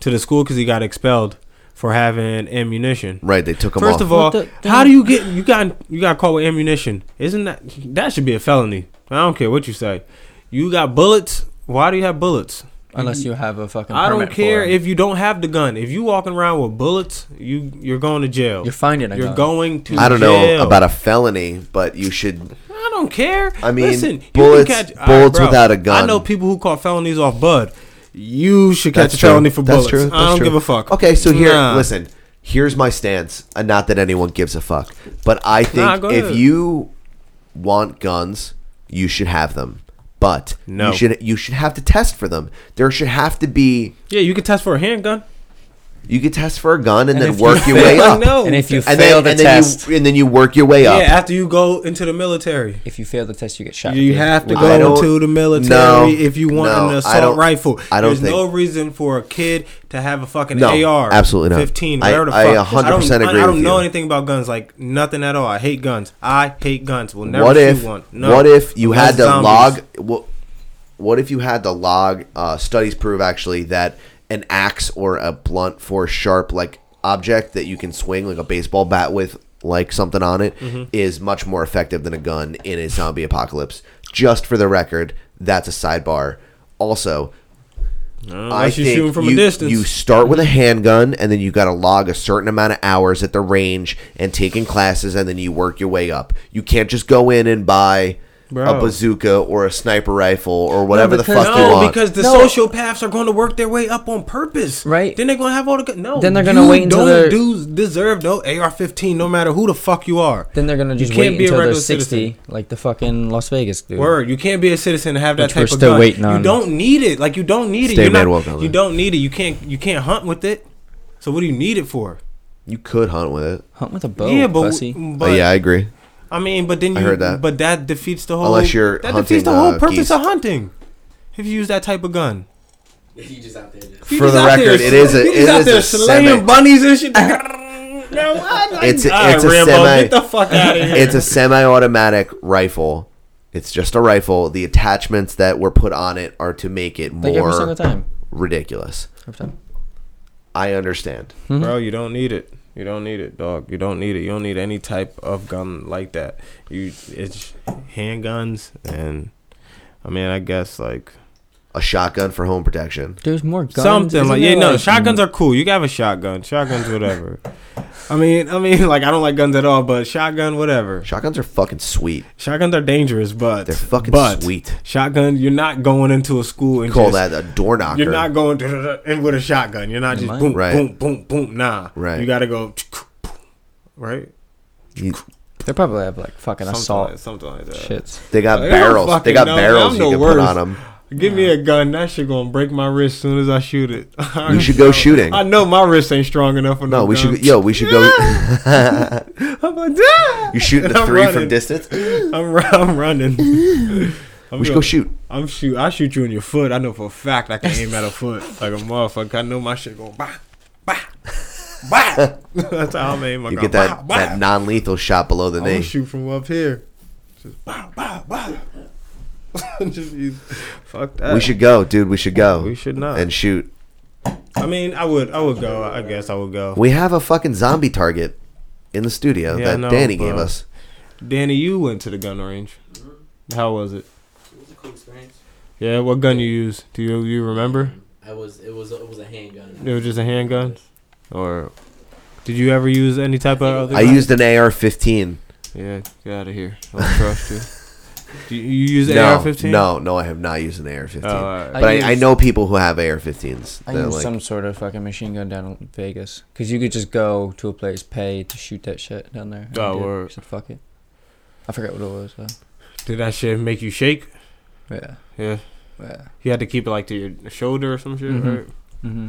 Speaker 4: to the school because he got expelled for having ammunition.
Speaker 5: right, they took him
Speaker 4: First
Speaker 5: off.
Speaker 4: of all,
Speaker 9: What the-
Speaker 4: how do you get you got you got caught with ammunition? Isn't that that should be a felony? I don't care what you say. You got bullets. Why do you have bullets?
Speaker 1: Mm-hmm.
Speaker 9: Unless you have a fucking.
Speaker 4: I don't
Speaker 9: permit
Speaker 4: care
Speaker 9: for it.
Speaker 4: if you don't have the gun. If you walking around with bullets, you you're going to jail.
Speaker 9: you're finding a
Speaker 4: You're
Speaker 9: gun.
Speaker 4: going to.
Speaker 5: I don't
Speaker 4: jail.
Speaker 5: know about a felony, but you should.
Speaker 4: I don't care.
Speaker 5: I mean,
Speaker 4: Listen, you
Speaker 5: bullets-
Speaker 4: can catch,
Speaker 5: bullets
Speaker 4: bro,
Speaker 5: without a gun.
Speaker 4: I know people who caught felonies off bud. You should catch
Speaker 5: That's
Speaker 4: a felony
Speaker 5: true.
Speaker 4: for
Speaker 5: That's
Speaker 4: bullets.
Speaker 5: true.
Speaker 4: I
Speaker 5: That's
Speaker 4: don't
Speaker 5: true.
Speaker 4: give a fuck.
Speaker 5: Okay, so here,
Speaker 4: Nah.
Speaker 5: listen. Here's my stance, and not that anyone gives a fuck, but I think
Speaker 4: Nah, go
Speaker 5: if
Speaker 4: ahead.
Speaker 5: you want guns, you should have them. But
Speaker 4: No.
Speaker 5: you should you should have to test for them. There should have to be
Speaker 4: Yeah, you can test for a handgun.
Speaker 5: You could test for a gun and,
Speaker 1: And
Speaker 5: then
Speaker 1: if
Speaker 5: work
Speaker 1: you
Speaker 5: your way
Speaker 1: fail-
Speaker 5: up.
Speaker 4: No.
Speaker 1: And if you
Speaker 5: And
Speaker 1: fail
Speaker 5: then,
Speaker 1: the
Speaker 5: and then
Speaker 1: test,
Speaker 5: you and then you work your way
Speaker 4: Yeah,
Speaker 5: up.
Speaker 4: after you go into the military.
Speaker 1: if you fail the test, you get shot.
Speaker 4: You
Speaker 1: dude.
Speaker 4: have to
Speaker 5: I
Speaker 4: go
Speaker 5: don't-
Speaker 4: into the military
Speaker 5: no,
Speaker 4: if you want
Speaker 5: no,
Speaker 4: an
Speaker 5: I
Speaker 4: assault
Speaker 5: don't-
Speaker 4: rifle.
Speaker 5: I don't
Speaker 4: There's
Speaker 5: think-
Speaker 4: no reason for a kid to have a fucking
Speaker 5: No,
Speaker 4: AR.
Speaker 5: absolutely not.
Speaker 4: 15,
Speaker 5: I-
Speaker 4: whatever the
Speaker 5: I
Speaker 4: fuck.
Speaker 5: 100%
Speaker 4: I don't,
Speaker 5: agree
Speaker 4: I don't
Speaker 5: with
Speaker 4: know
Speaker 5: you.
Speaker 4: anything about guns, like nothing at all. I hate guns. I hate guns. We'll never
Speaker 5: what
Speaker 4: shoot
Speaker 5: if
Speaker 4: one. No.
Speaker 5: what if you
Speaker 4: Unless
Speaker 5: had to
Speaker 4: zombies.
Speaker 5: log what, what if you had to log uh, studies prove actually that an axe or a blunt force sharp like object that you can swing like a baseball bat with like something on it is
Speaker 4: Mm-hmm.
Speaker 5: much more effective than a gun in a zombie apocalypse just for the record that's a sidebar also I
Speaker 4: Unless you shoot 'em from a
Speaker 5: you-
Speaker 4: distance.
Speaker 5: you start with a handgun and then you got to log a certain amount of hours at the range and taking classes and then you work your way up. You can't just go in and buy
Speaker 4: Bro.
Speaker 5: a bazooka or a sniper rifle or whatever the
Speaker 9: because-
Speaker 5: fuck you
Speaker 4: No,
Speaker 5: want.
Speaker 4: because the
Speaker 9: No.
Speaker 4: sociopaths are going to work their way up on purpose.
Speaker 9: Right.
Speaker 4: Then they're going to have all the gu- no.
Speaker 9: Then they're gonna
Speaker 4: you
Speaker 9: wait until
Speaker 4: don't
Speaker 9: they're-
Speaker 4: do deserve no AR-15, no matter who the fuck you are.
Speaker 9: Then they're gonna
Speaker 4: You
Speaker 9: just
Speaker 4: can't
Speaker 9: wait
Speaker 4: be a
Speaker 9: until they're
Speaker 4: regular
Speaker 9: sixty,
Speaker 4: citizen.
Speaker 9: like the fucking Las Vegas dude.
Speaker 4: Word, you can't be a citizen and have that
Speaker 9: Which
Speaker 4: type
Speaker 9: we're
Speaker 4: of
Speaker 9: still
Speaker 4: gun.
Speaker 9: waiting on.
Speaker 4: You don't need it. Like you don't need it.
Speaker 5: Stay
Speaker 4: You're
Speaker 5: mad
Speaker 4: not-
Speaker 5: woke out
Speaker 4: you
Speaker 5: there.
Speaker 4: don't need it. You can't. You can't hunt with it. So what do you need it for?
Speaker 5: you could hunt with it.
Speaker 9: Hunt with a bow,
Speaker 4: yeah, but,
Speaker 9: Oh, pussy.
Speaker 5: But
Speaker 4: but
Speaker 5: Oh, yeah, I agree.
Speaker 4: I mean, but then you.
Speaker 5: I heard that.
Speaker 4: But that defeats the whole.
Speaker 5: Unless you're
Speaker 4: that
Speaker 5: hunting,
Speaker 4: defeats the whole
Speaker 5: uh,
Speaker 4: purpose
Speaker 5: geese.
Speaker 4: of hunting. If you use that type of gun.
Speaker 8: You just out there. Now.
Speaker 4: You
Speaker 5: For
Speaker 4: just
Speaker 5: the
Speaker 4: out there
Speaker 5: record, it is a-
Speaker 4: sl- you just
Speaker 5: it
Speaker 4: out
Speaker 5: is
Speaker 4: there
Speaker 5: a
Speaker 4: slaying
Speaker 5: semi-
Speaker 4: bunnies and shit. no, I like
Speaker 5: It's a-
Speaker 4: All right,
Speaker 5: it's a
Speaker 4: Rambo,
Speaker 5: semi-
Speaker 4: Get the fuck out of here.
Speaker 5: It's a semi-automatic rifle. It's just a rifle. The attachments that were put on it are to make it
Speaker 9: like every single
Speaker 5: more
Speaker 9: time.
Speaker 5: ridiculous.
Speaker 9: Every time.
Speaker 5: I understand.
Speaker 4: Bro, you don't need it. You don't need it, dog. You don't need it. You don't need any type of gun like that. You it's handguns and I mean, I guess like
Speaker 5: A shotgun for home protection.
Speaker 9: There's more guns.
Speaker 4: something
Speaker 9: isn't
Speaker 4: like
Speaker 9: there,
Speaker 4: yeah, no,
Speaker 9: like-
Speaker 4: shotguns are cool. You can have a shotgun. Shotguns whatever. I mean, I mean like I don't like guns at all, but shotgun whatever.
Speaker 5: Shotguns are fucking sweet.
Speaker 4: Shotguns are dangerous, but
Speaker 5: They're fucking
Speaker 4: but
Speaker 5: sweet.
Speaker 4: Shotgun, you're not going into a school and
Speaker 5: Call
Speaker 4: just-
Speaker 5: that a door knocker.
Speaker 4: You're not going in with a shotgun. You're not just
Speaker 9: might.
Speaker 4: boom,
Speaker 5: Right.
Speaker 4: boom, boom, boom. Nah,
Speaker 5: Right.
Speaker 4: You gotta go, right?
Speaker 5: You-
Speaker 9: They probably have like fucking
Speaker 4: Something like-
Speaker 9: assault
Speaker 4: something like that.
Speaker 9: shits.
Speaker 5: They got
Speaker 4: They don't
Speaker 5: barrels. They
Speaker 4: fucking
Speaker 5: got
Speaker 4: know.
Speaker 5: barrels
Speaker 4: I'm
Speaker 5: you
Speaker 4: the
Speaker 5: can put
Speaker 4: worst.
Speaker 5: on them.
Speaker 4: Give me a gun. That shit gonna break my wrist soon as I shoot it.
Speaker 5: You should go shooting.
Speaker 4: I know my wrist ain't strong enough for no.
Speaker 5: No, we
Speaker 4: gun.
Speaker 5: should. Yo, we should go.
Speaker 4: I'm like, "Ah!"
Speaker 5: You shooting
Speaker 4: And
Speaker 5: the
Speaker 4: I'm
Speaker 5: three
Speaker 4: running.
Speaker 5: from distance? We
Speaker 4: I'm, ru- I'm running. I'm
Speaker 5: should
Speaker 4: gonna-
Speaker 5: go shoot.
Speaker 4: I'm shoot. I shoot you in your foot. I know for a fact I can aim at a foot like a motherfucker. I know my shit go bah, bah, bah. That's how I'm aim. my
Speaker 5: You
Speaker 4: gun.
Speaker 5: get
Speaker 4: Bah,
Speaker 5: that
Speaker 4: bah.
Speaker 5: that non-lethal shot below the
Speaker 4: I'm gonna
Speaker 5: knee.
Speaker 4: shoot from up here. Just bow, bow, bow. Just use, fuck that.
Speaker 5: We should go, dude. We should go.
Speaker 4: We should not.
Speaker 5: and shoot.
Speaker 4: I mean, I would. I would go. I guess I would go.
Speaker 5: We have a fucking zombie target in the studio
Speaker 4: Yeah, I
Speaker 5: that
Speaker 4: know,
Speaker 5: Danny
Speaker 4: bro.
Speaker 5: gave us.
Speaker 4: Danny, you went to the gun range. How was it?
Speaker 8: It was a cool experience.
Speaker 4: Yeah, what gun you used? Do you you remember?
Speaker 8: I was. It was. It was a handgun.
Speaker 4: It was just a handgun, or did you ever use any type of other?
Speaker 5: I used an AR-15.
Speaker 4: Yeah, get out of here. I don't trust you. Do you, you use
Speaker 5: No,
Speaker 4: AR-15?
Speaker 5: no, no. I have not used an
Speaker 4: Oh,
Speaker 5: AR-15.
Speaker 4: all right.
Speaker 5: But I,
Speaker 9: I
Speaker 5: I,
Speaker 9: used-
Speaker 5: know people who have AR-15s.
Speaker 1: I
Speaker 5: They're
Speaker 1: used
Speaker 5: like-
Speaker 1: some sort of fucking machine gun down in Vegas because you could just go to a place, pay to shoot that shit down there. and I
Speaker 4: Oh,
Speaker 1: did.
Speaker 4: word.
Speaker 1: So fuck it. I forgot what it was. Though.
Speaker 4: Did that shit make you shake?
Speaker 1: Yeah,
Speaker 4: Yeah.
Speaker 1: yeah.
Speaker 4: You had to keep it like to your shoulder or some shit,
Speaker 1: Mhm.
Speaker 4: right?
Speaker 1: hmm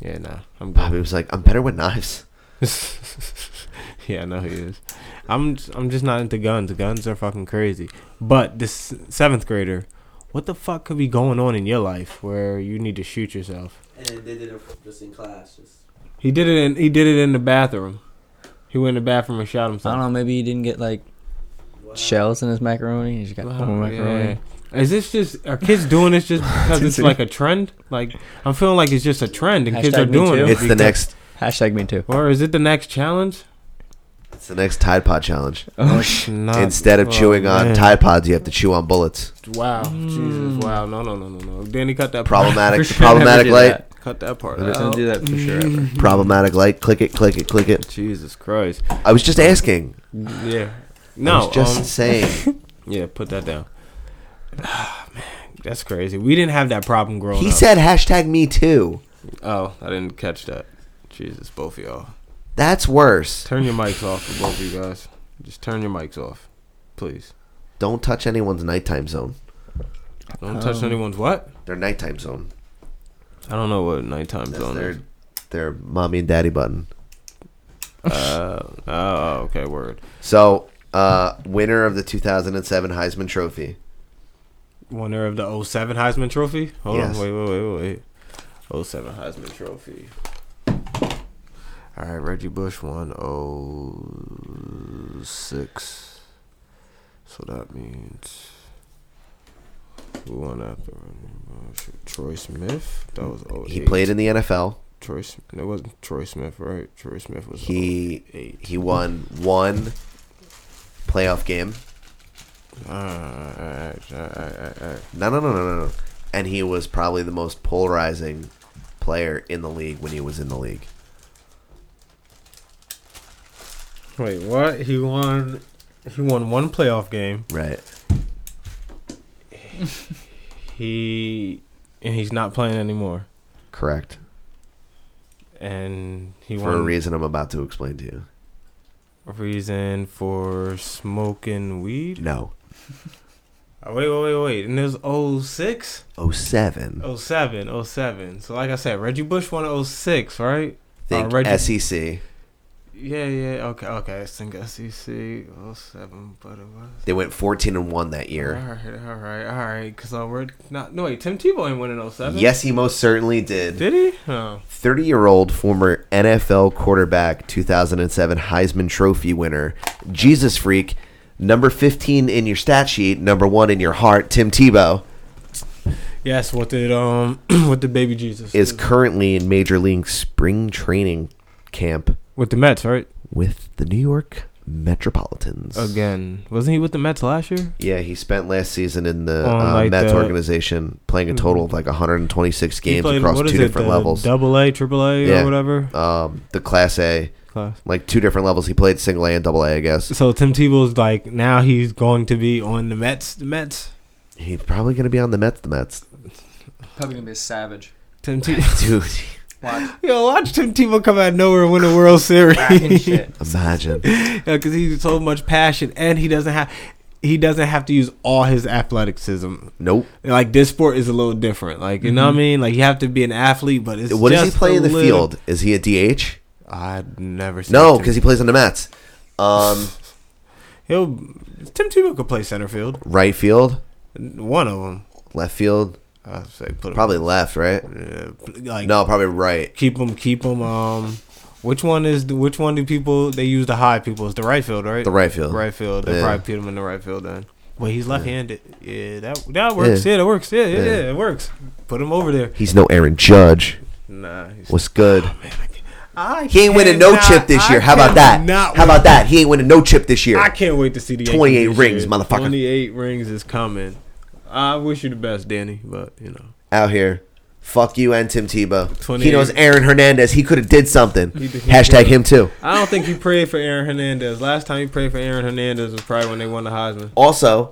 Speaker 4: Yeah, nah. I'm
Speaker 5: Bobby
Speaker 4: good.
Speaker 5: was like, "I'm better with knives."
Speaker 4: yeah, I know he is. I'm I'm just not into guns. Guns are fucking crazy. But this seventh grader, what the fuck could be going on in your life where you need to shoot yourself?
Speaker 8: And then they did it just in class. Just
Speaker 4: He did it. In, he did it in the bathroom. He went in the bathroom and shot
Speaker 1: I
Speaker 4: himself.
Speaker 1: don't know. Maybe he didn't get like
Speaker 8: wow.
Speaker 1: shells in his macaroni. He just got normal
Speaker 4: Wow,
Speaker 1: macaroni.
Speaker 4: yeah. Is this just are kids doing this just because it's like a trend? Like I'm feeling like it's just a trend and kids
Speaker 1: Hashtag
Speaker 4: are
Speaker 1: me
Speaker 4: doing
Speaker 1: too.
Speaker 4: it.
Speaker 5: It's the
Speaker 4: because-
Speaker 5: next.
Speaker 1: Hashtag me too.
Speaker 4: Or is it the next challenge?
Speaker 5: It's the next Tide Pod challenge.
Speaker 1: Oh
Speaker 4: Not-
Speaker 5: Instead of
Speaker 4: oh,
Speaker 5: chewing on
Speaker 4: man.
Speaker 5: Tide Pods, you have to chew on bullets.
Speaker 4: Wow, Jesus, wow, no, no, no, no, no. Danny cut that
Speaker 5: Problematic,
Speaker 4: Part.
Speaker 5: problematic
Speaker 1: did
Speaker 5: light,
Speaker 4: Cut that part.
Speaker 5: Let it-
Speaker 4: out.
Speaker 1: do that for sure. Ever.
Speaker 4: Mm.
Speaker 5: problematic light. Click it, click it, click it.
Speaker 4: Jesus Christ.
Speaker 5: I was just asking.
Speaker 4: Yeah.
Speaker 5: I
Speaker 4: No.
Speaker 5: was just
Speaker 4: um,
Speaker 5: saying.
Speaker 4: yeah. Put that down. Ah, man, that's crazy. We didn't have that problem growing
Speaker 5: he
Speaker 4: up.
Speaker 5: said hashtag me too.
Speaker 4: "Oh, I didn't catch that." Jesus, both of y'all.
Speaker 5: That's worse.
Speaker 4: Turn your mics off for both of you guys. Just turn your mics off, please.
Speaker 5: Don't touch anyone's nighttime zone.
Speaker 4: Don't touch anyone's what?
Speaker 5: Their nighttime zone.
Speaker 4: Um, I don't know what nighttime
Speaker 5: That's
Speaker 4: zone
Speaker 5: their
Speaker 4: is.
Speaker 5: their mommy and daddy button.
Speaker 4: Uh, oh, okay, word.
Speaker 5: So, uh, winner of the 2007 Heisman Trophy.
Speaker 4: Winner of the 07 Heisman Trophy. Hold
Speaker 5: Yes.
Speaker 4: on, wait, wait, wait, wait. 07 Heisman Trophy. All right, Reggie Bush won 06. So that means who won after Reggie Bush? Troy Smith. That was 08.
Speaker 5: He played in the NFL.
Speaker 4: Troy. Sm- It wasn't Troy Smith, right? Troy Smith was
Speaker 5: He
Speaker 4: 08.
Speaker 5: he won one playoff game.
Speaker 4: oh, Alright, alright, alright, alright.
Speaker 5: No, no, no, no, no, no. And he was probably the most polarizing player in the league when he was in the league.
Speaker 4: Wait, what? He won. He won one playoff game.
Speaker 5: Right.
Speaker 4: He and he's not playing anymore.
Speaker 5: Correct.
Speaker 4: And he
Speaker 5: For
Speaker 4: won
Speaker 5: a reason I'm about to explain to you.
Speaker 4: a reason for smoking weed.
Speaker 5: No.
Speaker 4: Oh, wait, wait, wait, wait. And it was 06?
Speaker 5: 07.
Speaker 4: Oh, 07, 07. So like I said, Reggie Bush won 06, right?
Speaker 5: Think E
Speaker 4: uh, Reggie-
Speaker 5: SEC.
Speaker 4: Yeah, yeah. Okay, okay. I think E SEC 07, but it was.
Speaker 5: They went 14 and 1 that
Speaker 4: All
Speaker 5: year.
Speaker 4: right, all right, all right. Because uh, we're not. No, wait. Tim Tebow ain't winning 07.
Speaker 5: Yes, he most certainly did.
Speaker 4: Did he? Oh.
Speaker 5: 30 year old former NFL quarterback, 2007 Heisman Trophy winner, Jesus Freak, number 15 in your stat sheet, number one in your heart, Tim Tebow,
Speaker 4: Yes, what did um what did baby Jesus
Speaker 5: is
Speaker 4: do?
Speaker 5: currently in Major League Spring Training Camp
Speaker 4: with the Mets, right?
Speaker 5: with the New York Metropolitans.
Speaker 4: Again. Wasn't he with the Mets last year?
Speaker 5: Yeah, he spent last season in the
Speaker 4: On,
Speaker 5: uh,
Speaker 4: like,
Speaker 5: Mets
Speaker 4: the-
Speaker 5: organization, playing a total of like 126
Speaker 4: He
Speaker 5: games
Speaker 4: played-
Speaker 5: across
Speaker 4: what is
Speaker 5: two
Speaker 4: it,
Speaker 5: different
Speaker 4: the
Speaker 5: levels.
Speaker 4: Double A, triple A
Speaker 5: Yeah.
Speaker 4: or whatever.
Speaker 5: um, the Class A,
Speaker 4: Class.
Speaker 5: like two different levels. He played single A and double A, I guess.
Speaker 4: So Tim Tebow's like now he's going to be on the Mets the Mets.
Speaker 5: He's probably going to be on the Mets. The Mets,
Speaker 9: Probably gonna be a savage.
Speaker 4: Tim Tebow
Speaker 5: dude.
Speaker 9: Watch
Speaker 4: Yo, watch Tim Tebow come out of nowhere and win the World Series.
Speaker 9: and shit.
Speaker 5: Imagine.
Speaker 4: because he's so much passion and he doesn't have he doesn't have to use all his athleticism.
Speaker 5: Nope.
Speaker 4: Like this sport is a little different. Like you know what I mean? Like you have to be an athlete, but it's
Speaker 5: Mm-hmm. What does
Speaker 4: just
Speaker 5: he play
Speaker 4: a
Speaker 5: in the
Speaker 4: little-
Speaker 5: field? Is he a DH?
Speaker 4: I've never seen
Speaker 5: No,
Speaker 4: Tim-
Speaker 5: because he plays on the Mets. Um,
Speaker 4: He'll Tim Tebow could play center field.
Speaker 5: right field,
Speaker 4: One of them,
Speaker 5: left field,
Speaker 4: I'd say put him-
Speaker 5: probably left, right?
Speaker 4: Yeah, like
Speaker 5: No, probably right.
Speaker 4: keep him, keep him. Um, which one is the, which one do people they use to hide people? It's the right field, right?
Speaker 5: The right field.
Speaker 4: right field. They
Speaker 5: Yeah.
Speaker 4: probably put him in the right field then. Wait, he's left-handed. Yeah, that that works.
Speaker 5: Yeah.
Speaker 4: Yeah, that works. Yeah, yeah,
Speaker 5: Yeah.
Speaker 4: yeah, it works. Put him over there.
Speaker 5: He's no Aaron Judge.
Speaker 4: Nah, he's,
Speaker 5: What's good?
Speaker 4: Oh, I
Speaker 5: He ain't winning no
Speaker 4: cannot-
Speaker 5: chip this
Speaker 4: I
Speaker 5: year. How about that?
Speaker 4: cannot
Speaker 5: How about that? He ain't winning no chip this year.
Speaker 4: I can't wait to see the Yankees
Speaker 5: 28
Speaker 4: this
Speaker 5: rings,
Speaker 4: year.
Speaker 5: motherfucker.
Speaker 4: 28 rings is coming. I wish you the best, Danny, but you know.
Speaker 5: Out here. Fuck you and Tim Tebow. He
Speaker 4: 28.
Speaker 5: knows Aaron Hernandez. He could have did something.
Speaker 4: He did- he
Speaker 5: Hashtag
Speaker 4: could've.
Speaker 5: him too.
Speaker 4: I don't think he prayed for Aaron Hernandez. Last time he prayed for Aaron Hernandez was probably when they won the Heisman.
Speaker 5: Also,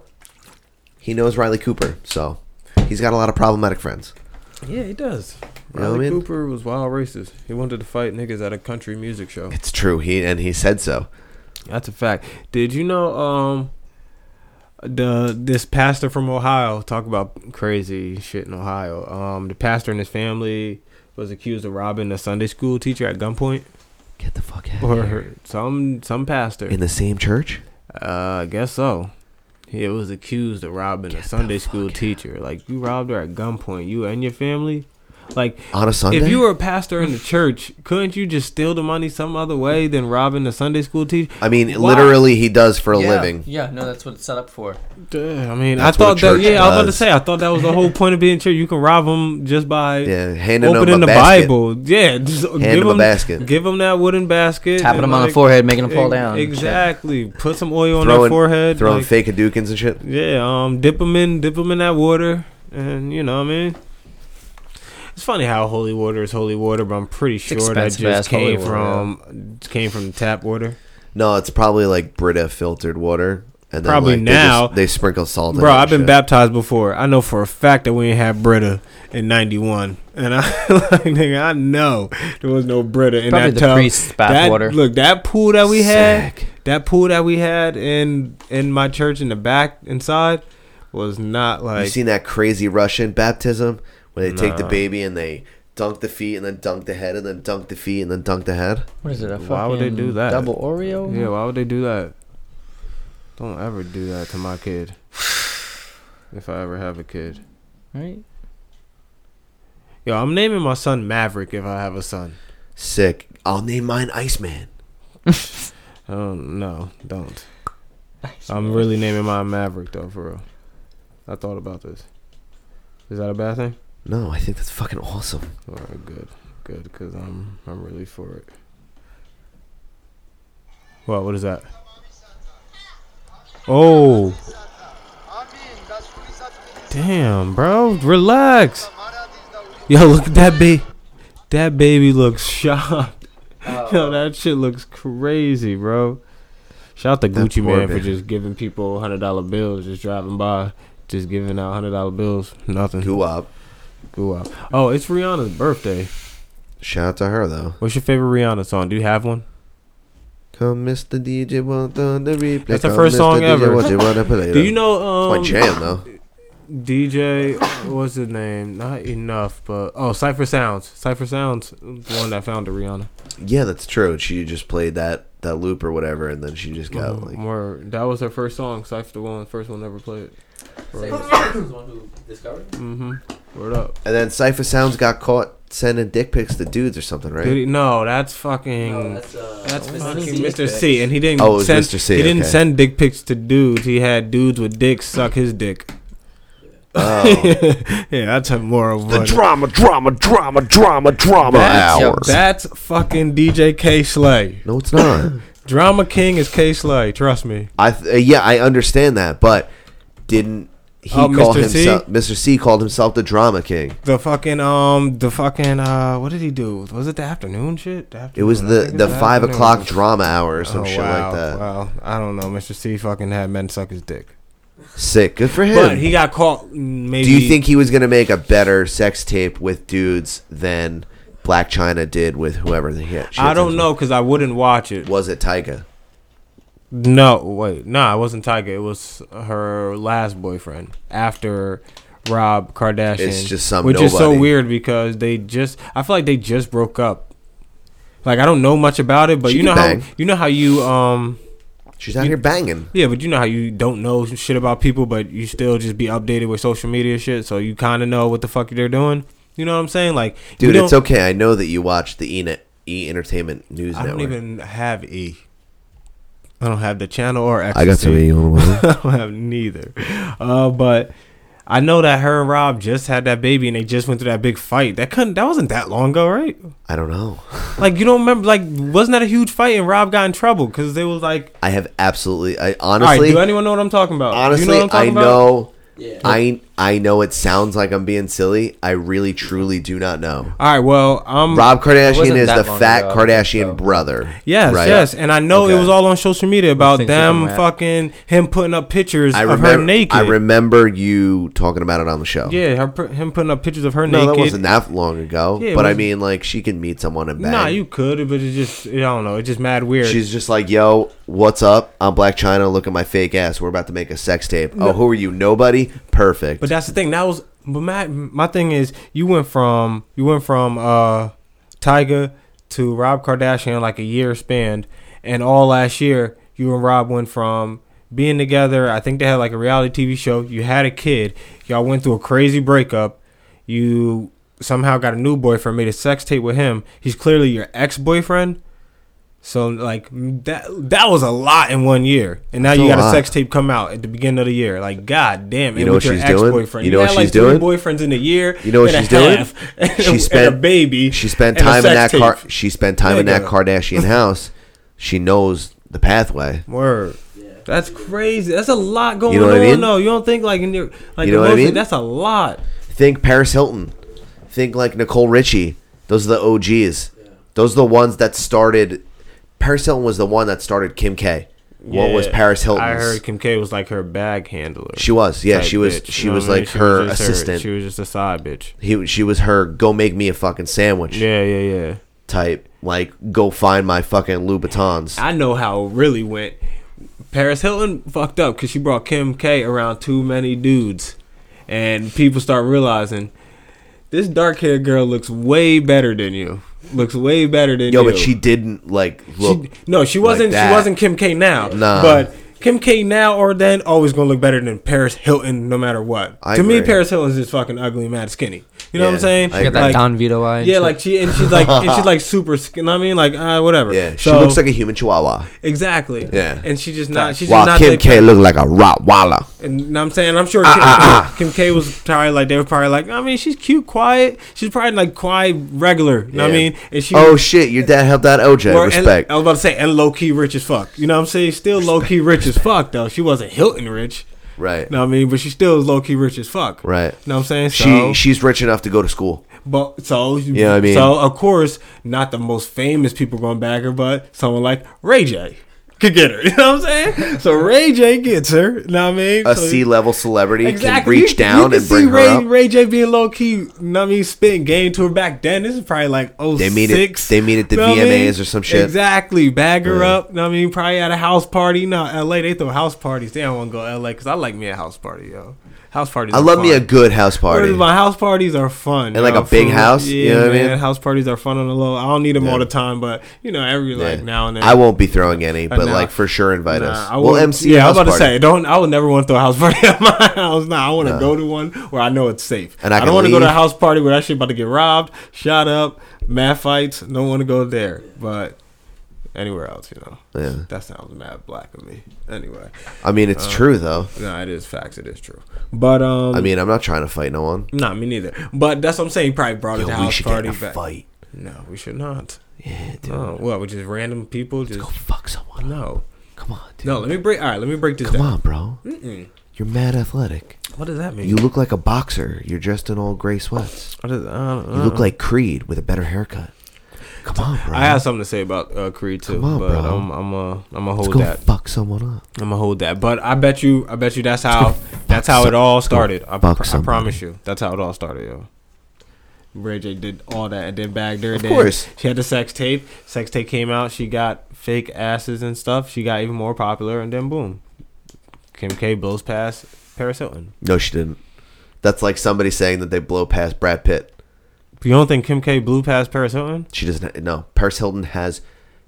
Speaker 5: he knows Riley Cooper, so he's got a lot of problematic friends.
Speaker 4: Yeah, he does.
Speaker 5: You know
Speaker 4: Riley
Speaker 5: what I mean?
Speaker 4: Cooper was wild racist. He wanted to fight niggas at a country music show.
Speaker 5: It's true. He and he said so.
Speaker 4: That's a fact. Did you know um the this pastor from Ohio talk about crazy shit in Ohio. Um the pastor and his family was accused of robbing a Sunday school teacher at gunpoint
Speaker 5: Get the fuck out. of here.
Speaker 4: or some some pastor.
Speaker 5: In the same church?
Speaker 4: Uh, I guess so. He was accused of robbing a Sunday school teacher. Like you robbed her at gunpoint. You and your family. Like
Speaker 5: On a Sunday?
Speaker 4: if you were a pastor in the church, couldn't you just steal the money some other way than robbing the Sunday school teacher?
Speaker 5: I mean,
Speaker 9: Why?
Speaker 5: literally, he does for a
Speaker 9: yeah.
Speaker 5: living.
Speaker 9: Yeah, no, that's what it's set up for.
Speaker 4: Duh, I mean,
Speaker 5: That's
Speaker 4: I thought
Speaker 5: what a
Speaker 4: that.
Speaker 5: church
Speaker 4: Yeah, I was about to
Speaker 5: does.
Speaker 4: say. I thought that was the whole point of being church. You can rob them just by
Speaker 5: Yeah, handing him a
Speaker 4: opening the
Speaker 5: basket.
Speaker 4: Bible. Yeah, just
Speaker 5: Hand
Speaker 4: give
Speaker 5: him a
Speaker 4: them
Speaker 5: basket.
Speaker 4: Give them that wooden basket.
Speaker 9: Tapping
Speaker 4: and,
Speaker 9: them on the
Speaker 4: like,
Speaker 9: forehead, making them fall
Speaker 4: ex-
Speaker 9: down.
Speaker 4: Exactly. Put some oil on
Speaker 5: Throwing-
Speaker 4: their forehead.
Speaker 5: Throwing
Speaker 4: like-
Speaker 5: fake Hadoukens and shit.
Speaker 4: Yeah, um, dip them in, dip them in that water, and you know what I mean. It's funny how holy water is holy water, but I'm pretty sure that
Speaker 9: expensive ass
Speaker 4: just
Speaker 9: holy
Speaker 4: came
Speaker 9: water,
Speaker 4: from came from tap water.
Speaker 5: No, it's probably like Brita filtered water. And then
Speaker 4: Probably
Speaker 5: like,
Speaker 4: now.
Speaker 5: They, just, they sprinkle salt in
Speaker 4: Bro,
Speaker 5: it and
Speaker 4: I've been
Speaker 5: shit.
Speaker 4: baptized before. I know for a fact that we ain't had Brita in '91, and I like nigga, I know there was no Brita in
Speaker 9: Probably
Speaker 4: that
Speaker 9: the
Speaker 4: tub.
Speaker 9: priest's bath
Speaker 4: that,
Speaker 9: water.
Speaker 4: Look, that pool that we had,
Speaker 5: Sick.
Speaker 4: that pool that we had in in my church in the back inside was not
Speaker 5: you
Speaker 4: like
Speaker 5: seen that crazy Russian baptism where they take the
Speaker 4: Nah.
Speaker 5: baby and they dunk the feet and then dunk the head and then dunk the feet and then dunk the head.
Speaker 9: What is it? A
Speaker 4: Why would they do
Speaker 9: fucking
Speaker 4: that?
Speaker 9: Double Oreo.
Speaker 4: Yeah, why would they do that? Don't ever do that to my kid. If I ever have a kid.
Speaker 9: Right.
Speaker 4: Yo, I'm naming my son Maverick if I have a son.
Speaker 5: Sick. I'll name mine Iceman.
Speaker 4: Oh no, don't. I'm really naming mine Maverick though, for real. I thought about this. Is that a bad thing?
Speaker 5: No, I think that's fucking awesome.
Speaker 4: All right, good, good, because I'm I'm really for it. What? What is that? Oh. Damn, bro, relax. Yo, look at that baby. That baby looks shocked. Yo, that shit looks crazy, bro. Shout out to
Speaker 5: That
Speaker 4: Gucci
Speaker 5: poor
Speaker 4: man for
Speaker 5: baby.
Speaker 4: just giving people hundred dollar bills, just driving by, just giving out hundred dollar bills. Nothing.
Speaker 5: Goo up.
Speaker 4: Ooh, wow. Oh, it's Rihanna's birthday.
Speaker 5: Shout out to her though.
Speaker 4: What's your favorite Rihanna song? Do you have one?
Speaker 5: Come, Mr. DJ, want on the replay.
Speaker 4: That's the
Speaker 5: Come,
Speaker 4: first
Speaker 5: Mr.
Speaker 4: song
Speaker 5: DJ,
Speaker 4: ever.
Speaker 5: want you wanna play
Speaker 4: Do
Speaker 5: it?
Speaker 4: you know um
Speaker 5: It's my jam though.
Speaker 4: DJ what's his name? Not enough, but oh Cypher Sounds. Cypher Sounds the one that founded Rihanna.
Speaker 5: Yeah, that's true. And she just played that that loop or whatever, and then she just got
Speaker 4: Um,
Speaker 5: like
Speaker 4: where- that was her first song, Cypher the one first one ever played.
Speaker 8: Same as the one who discovered it.
Speaker 4: Mm-hmm. Word up.
Speaker 5: And then Cypher Sounds got caught sending dick pics to dudes or something, right?
Speaker 4: Did he- no, that's fucking
Speaker 9: Oh,
Speaker 8: No,
Speaker 4: that's,
Speaker 8: that's, uh,
Speaker 4: fucking Mr. C, and he didn't.
Speaker 5: Oh, it was
Speaker 4: send,
Speaker 5: Mr. C,
Speaker 4: He didn't
Speaker 5: okay.
Speaker 4: send dick pics to dudes. He had dudes with dicks suck his dick.
Speaker 5: Oh,
Speaker 4: yeah, that's a more of the
Speaker 5: drama, drama, drama, drama, drama
Speaker 4: That's,
Speaker 5: hours.
Speaker 4: that's fucking DJ K Slay.
Speaker 5: no, it's not.
Speaker 4: Drama King is K Slay. Trust me.
Speaker 5: I th- uh, yeah, I understand that, but didn't he
Speaker 4: Oh,
Speaker 5: call
Speaker 4: Mr. C?
Speaker 5: himself Mr. C called himself the drama king?
Speaker 4: The fucking um, the fucking uh, what did he do? Was it the afternoon shit? The
Speaker 5: It was
Speaker 4: afternoon, I
Speaker 5: the
Speaker 4: think
Speaker 5: the
Speaker 4: was
Speaker 5: five
Speaker 4: afternoon.
Speaker 5: o'clock drama hour or some
Speaker 4: Oh,
Speaker 5: shit
Speaker 4: wow,
Speaker 5: like that.
Speaker 4: Wow, I don't know. Mr. C fucking had men suck his dick,
Speaker 5: Sick, good for him.
Speaker 4: but he got caught. Maybe.
Speaker 5: Do you think he was gonna make a better sex tape with dudes than Black China did with whoever the hit?
Speaker 4: I don't know because I wouldn't watch it.
Speaker 5: Was it Tyga?
Speaker 4: No, wait, nah, it wasn't Tiger. It was her last boyfriend after Rob Kardashian.
Speaker 5: It's just some
Speaker 4: which is so
Speaker 5: nobody.
Speaker 4: weird because they just. I feel like they just broke up. Like I don't know much about it, but
Speaker 5: She
Speaker 4: you
Speaker 5: can
Speaker 4: know
Speaker 5: bang.
Speaker 4: how you know how you um
Speaker 5: She's out here banging.
Speaker 4: yeah, but you know how you don't know shit about people, but you still just be updated with social media shit, so you kind of know what the fuck they're doing. You know what I'm saying? Like, you
Speaker 5: Dude, it's
Speaker 4: don't-
Speaker 5: okay. I know that you watch the E Net E Entertainment News
Speaker 4: I don't
Speaker 5: Network.
Speaker 4: even have e. I don't have the channel or ecstasy.
Speaker 5: I got some E on the way.
Speaker 4: I don't have neither. Uh, but I know that her and Rob just had that baby, and they just went through that big fight. That couldn't. That wasn't that long ago, right?
Speaker 5: I don't know.
Speaker 4: Like you don't remember? Like wasn't that a huge fight? And Rob got in trouble because they was like,
Speaker 5: I have absolutely. I
Speaker 4: "All right,
Speaker 5: honestly,
Speaker 4: do anyone know what I'm talking about?
Speaker 5: honestly,
Speaker 4: do you know what
Speaker 5: I know.
Speaker 8: Yeah.
Speaker 5: I I know it sounds like I'm being silly. I really truly do not know.
Speaker 4: All right, well, um, I'm
Speaker 5: Rob Kardashian
Speaker 1: wasn't
Speaker 5: is
Speaker 1: that
Speaker 5: the
Speaker 1: long
Speaker 5: fat
Speaker 1: ago,
Speaker 5: Kardashian
Speaker 1: so-
Speaker 5: brother.
Speaker 4: Oh. Yes, yes, and I know it
Speaker 5: Okay.
Speaker 4: was all on social media about
Speaker 1: things are
Speaker 4: them
Speaker 1: going on.
Speaker 4: fucking him putting up pictures
Speaker 5: I
Speaker 4: of her
Speaker 5: remember.
Speaker 4: naked.
Speaker 5: I remember you talking about it on the show.
Speaker 4: yeah, her, pu- him putting up pictures of her
Speaker 5: No,
Speaker 4: naked.
Speaker 5: that wasn't that long ago.
Speaker 4: Yeah, it
Speaker 5: but I
Speaker 4: wasn't-
Speaker 5: mean, like, she can meet someone and bang.
Speaker 4: Nah, you could, but it's just I don't know. It's just mad weird.
Speaker 5: She's just like, yo, what's up? I'm Black China. Look at my fake ass. We're about to make a sex tape. Oh, who are you? Nobody. Perfect.
Speaker 4: But that's the thing. That was but my my thing is you went from you went from uh Tyga to Rob Kardashian in like a year span, and all last year you and Rob went from being together. I think they had like a reality TV show. You had a kid. Y'all went through a crazy breakup. You somehow got a new boyfriend. Made a sex tape with him. He's clearly your ex boyfriend. So like that that was a lot in one year, and now
Speaker 5: That's
Speaker 4: you
Speaker 5: a
Speaker 4: got a
Speaker 5: lot.
Speaker 4: sex tape come out at the beginning of the year. Like god damn,
Speaker 5: You
Speaker 4: and
Speaker 5: know
Speaker 4: with
Speaker 5: what
Speaker 4: your
Speaker 5: she's doing?
Speaker 4: ex-boyfriend.
Speaker 5: You know what
Speaker 4: had,
Speaker 5: she's doing?
Speaker 4: Three boyfriends in a year.
Speaker 5: You know what
Speaker 4: and a
Speaker 5: she's doing?
Speaker 4: half,
Speaker 5: She
Speaker 4: and a
Speaker 5: spent-
Speaker 4: baby.
Speaker 5: she spent
Speaker 4: and a
Speaker 5: time in that
Speaker 4: sex
Speaker 5: car.
Speaker 4: tape.
Speaker 5: She spent time in
Speaker 4: There
Speaker 5: that
Speaker 4: you
Speaker 5: Kardashian house. She knows the pathway.
Speaker 4: Word. That's crazy. That's a lot going
Speaker 5: know what
Speaker 4: on.
Speaker 5: I mean?
Speaker 4: No, you don't think like in your like
Speaker 5: You know what I
Speaker 4: emotionally,
Speaker 5: mean?
Speaker 4: That's a lot.
Speaker 5: Think Paris Hilton. Think like Nicole Richie. Those are the OGs. Those are the ones that started. Paris Hilton was the one that started Kim K. What was
Speaker 4: Yeah.
Speaker 5: Paris Hilton's?
Speaker 4: I heard Kim K was like her bag handler.
Speaker 5: She was, yeah,
Speaker 4: type
Speaker 5: she was,
Speaker 4: bitch, you
Speaker 5: she
Speaker 4: know
Speaker 5: was
Speaker 4: what I mean?
Speaker 5: like
Speaker 4: She
Speaker 5: her
Speaker 4: just
Speaker 5: assistant.
Speaker 4: She was just a side bitch.
Speaker 5: he, she was her go make me a fucking sandwich
Speaker 4: Yeah, yeah, yeah.
Speaker 5: type, like go find my fucking Louboutins.
Speaker 4: I know how it really went. Paris Hilton fucked up because she brought Kim K around too many dudes, and people start realizing This dark haired girl looks way better than you. Looks way better than
Speaker 5: Yo,
Speaker 4: you.
Speaker 5: but she didn't like look.
Speaker 4: She, no, she wasn't.
Speaker 5: that.
Speaker 4: she wasn't Kim K now.
Speaker 5: Nah.
Speaker 4: But Kim K now or then always gonna look better than Paris Hilton, no matter what.
Speaker 5: I
Speaker 4: to me,
Speaker 5: agree.
Speaker 4: Paris Hilton's just fucking ugly, and mad, skinny. You know what
Speaker 5: Yeah,
Speaker 4: I'm saying?
Speaker 5: I
Speaker 1: Got that
Speaker 5: agree.
Speaker 4: Like,
Speaker 1: Don Vito eye. and
Speaker 4: yeah,
Speaker 1: shit.
Speaker 4: like she and she's like and she's like super skinny. I mean, like uh, whatever.
Speaker 5: yeah, she
Speaker 4: So-
Speaker 5: looks like a human chihuahua.
Speaker 4: exactly.
Speaker 5: Yeah.
Speaker 4: and she just not. She's just
Speaker 5: While
Speaker 4: not
Speaker 5: Kim
Speaker 4: that-
Speaker 5: K looked like a Rottweiler.
Speaker 4: And you know what I'm saying, I'm sure
Speaker 5: Ah,
Speaker 4: Kim,
Speaker 5: ah,
Speaker 4: Kim K was probably like they were probably like. I mean, she's cute, quiet. She's probably like quiet, regular. You know what I
Speaker 5: Yeah.
Speaker 4: mean? And she
Speaker 5: Oh shit, your dad helped out OJ.
Speaker 4: Or- and-
Speaker 5: Respect.
Speaker 4: I was about to say, and low key rich as fuck. You know what I'm saying? Still low key rich as fuck though. She wasn't Hilton rich.
Speaker 5: right.
Speaker 4: You know what I mean? But she still was low key rich as fuck.
Speaker 5: Right.
Speaker 4: You know what I'm saying?
Speaker 5: She
Speaker 4: So,
Speaker 5: she's rich enough to go to school.
Speaker 4: but so you
Speaker 5: know what I mean?
Speaker 4: So of course, not the most famous people going back her, but someone like Ray J could get her. You know what I'm saying? So Ray J gets her. You know what I mean?
Speaker 5: A
Speaker 4: So-
Speaker 5: C level celebrity
Speaker 4: Exactly.
Speaker 5: can
Speaker 4: You
Speaker 5: reach
Speaker 4: can- you
Speaker 5: down
Speaker 4: can
Speaker 5: and bring
Speaker 4: see
Speaker 5: her
Speaker 4: Ray,
Speaker 5: up.
Speaker 4: Ray J being low key, you know what I mean, spitting game to her back then. This is probably like oh
Speaker 5: They
Speaker 4: six.
Speaker 5: meet at- they meet at the
Speaker 4: you know what I
Speaker 5: VMAs
Speaker 4: mean?
Speaker 5: or some shit.
Speaker 4: Exactly. Bag her
Speaker 5: Yeah.
Speaker 4: up. You know what I mean, probably at a house party. No, L.A. They throw house parties. They don't want to go L.A. because I like me a house party, yo. House parties.
Speaker 5: I
Speaker 4: are
Speaker 5: love me a
Speaker 4: fun.
Speaker 5: good house party.
Speaker 4: Whereas My house parties are fun.
Speaker 5: And like a big
Speaker 4: for-
Speaker 5: house,
Speaker 4: Yeah,
Speaker 5: you know what I
Speaker 4: man.
Speaker 5: mean?
Speaker 4: House parties are fun on the low. I don't need them all the time, but you know, every
Speaker 5: Yeah.
Speaker 4: like now and then.
Speaker 5: I won't be throwing any, but
Speaker 4: nah.
Speaker 5: like for sure invite
Speaker 4: Nah,
Speaker 5: us.
Speaker 4: I
Speaker 5: We'll
Speaker 4: wouldn't-
Speaker 5: MC.
Speaker 4: Yeah,
Speaker 5: a
Speaker 4: I was
Speaker 5: house
Speaker 4: about to
Speaker 5: party.
Speaker 4: say, don't. I would never want to throw a house party at my house. Nah, I want to go to one where I know it's safe.
Speaker 5: And
Speaker 4: And
Speaker 5: I
Speaker 4: I,
Speaker 5: can
Speaker 4: don't want to go to a
Speaker 5: leave.
Speaker 4: house party where that shit about to get robbed, shot up, mad fights. Don't want to go there. But anywhere else, you know,
Speaker 5: Yeah.
Speaker 4: that sounds mad black of me. Anyway,
Speaker 5: I mean,
Speaker 4: uh,
Speaker 5: it's true though.
Speaker 4: no, it is facts. It is true. But um,
Speaker 5: I mean, I'm not trying to fight no one.
Speaker 4: nah, me neither. But that's what I'm saying. He probably brought it to
Speaker 5: Yo, we
Speaker 4: house
Speaker 5: should get
Speaker 4: party
Speaker 5: in a
Speaker 4: back.
Speaker 5: fight.
Speaker 4: No, we should not. Yeah, dude. Oh, what? With just random people? Just
Speaker 5: Go fuck someone. up.
Speaker 4: no,
Speaker 5: Come on, dude.
Speaker 4: no. Let me break. All right, let me break this
Speaker 5: Come
Speaker 4: down.
Speaker 5: on, bro.
Speaker 4: Hmm?
Speaker 5: You're mad athletic.
Speaker 4: What does that mean?
Speaker 5: You look like a boxer. You're dressed in all gray sweats.
Speaker 4: What is- I don't- I
Speaker 5: You
Speaker 4: don't-
Speaker 5: look like Creed with a better haircut. Come on, bro.
Speaker 4: Uh-huh. I have something to say about uh, Creed too,
Speaker 5: Come on,
Speaker 4: but
Speaker 5: bro.
Speaker 4: I'm I'm uh, I'm gonna
Speaker 5: Let's
Speaker 4: hold
Speaker 5: go
Speaker 4: that.
Speaker 5: fuck someone up.
Speaker 4: I'm gonna hold that. But I bet you, I bet you that's
Speaker 5: go
Speaker 4: how that's
Speaker 5: fuck
Speaker 4: how it
Speaker 5: some-
Speaker 4: all
Speaker 5: let's go
Speaker 4: started. I,
Speaker 5: fuck
Speaker 4: pr- I
Speaker 5: somebody.
Speaker 4: promise you, that's how it all started, yo. Ray J did all that and then bagged her.
Speaker 5: Of
Speaker 4: then
Speaker 5: course.
Speaker 4: she had the sex tape. Sex tape came out. She got fake asses and stuff. She got even more popular, and then boom, Kim K blows past Paris Hilton.
Speaker 5: No, she didn't. That's like somebody saying that they blow past Brad Pitt.
Speaker 4: You don't think Kim K blew past Paris Hilton?
Speaker 5: She doesn't. ha- No, Paris Hilton has.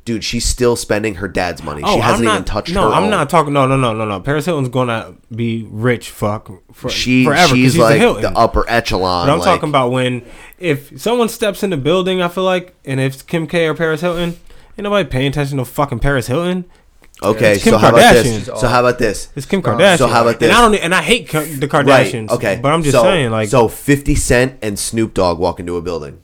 Speaker 5: Dude, she's still spending her dad's money.
Speaker 4: Oh,
Speaker 5: she hasn't
Speaker 4: I'm not,
Speaker 5: even touched
Speaker 4: No,
Speaker 5: her
Speaker 4: I'm
Speaker 5: own.
Speaker 4: not talking. No, no, no, no, no. Paris Hilton's gonna be rich, fuck, for,
Speaker 5: She
Speaker 4: forever. 'cause
Speaker 5: she's
Speaker 4: a
Speaker 5: like
Speaker 4: Hilton.
Speaker 5: the upper echelon.
Speaker 4: But I'm
Speaker 5: like-
Speaker 4: talking about when if someone steps in the building, I feel like, and if Kim K or Paris Hilton, ain't nobody paying attention to fucking Paris Hilton.
Speaker 5: Okay,
Speaker 4: It's Kim
Speaker 5: so how about this?
Speaker 4: Kardashian.
Speaker 5: So how about this?
Speaker 4: It's Kim Kardashian.
Speaker 5: So how about this?
Speaker 4: And I don't. e, And I hate Ka- the
Speaker 5: Right.
Speaker 4: Kardashians.
Speaker 5: Okay.
Speaker 4: But I'm just
Speaker 5: So-
Speaker 4: saying, like,
Speaker 5: so 50 Cent and Snoop Dogg walk into a building.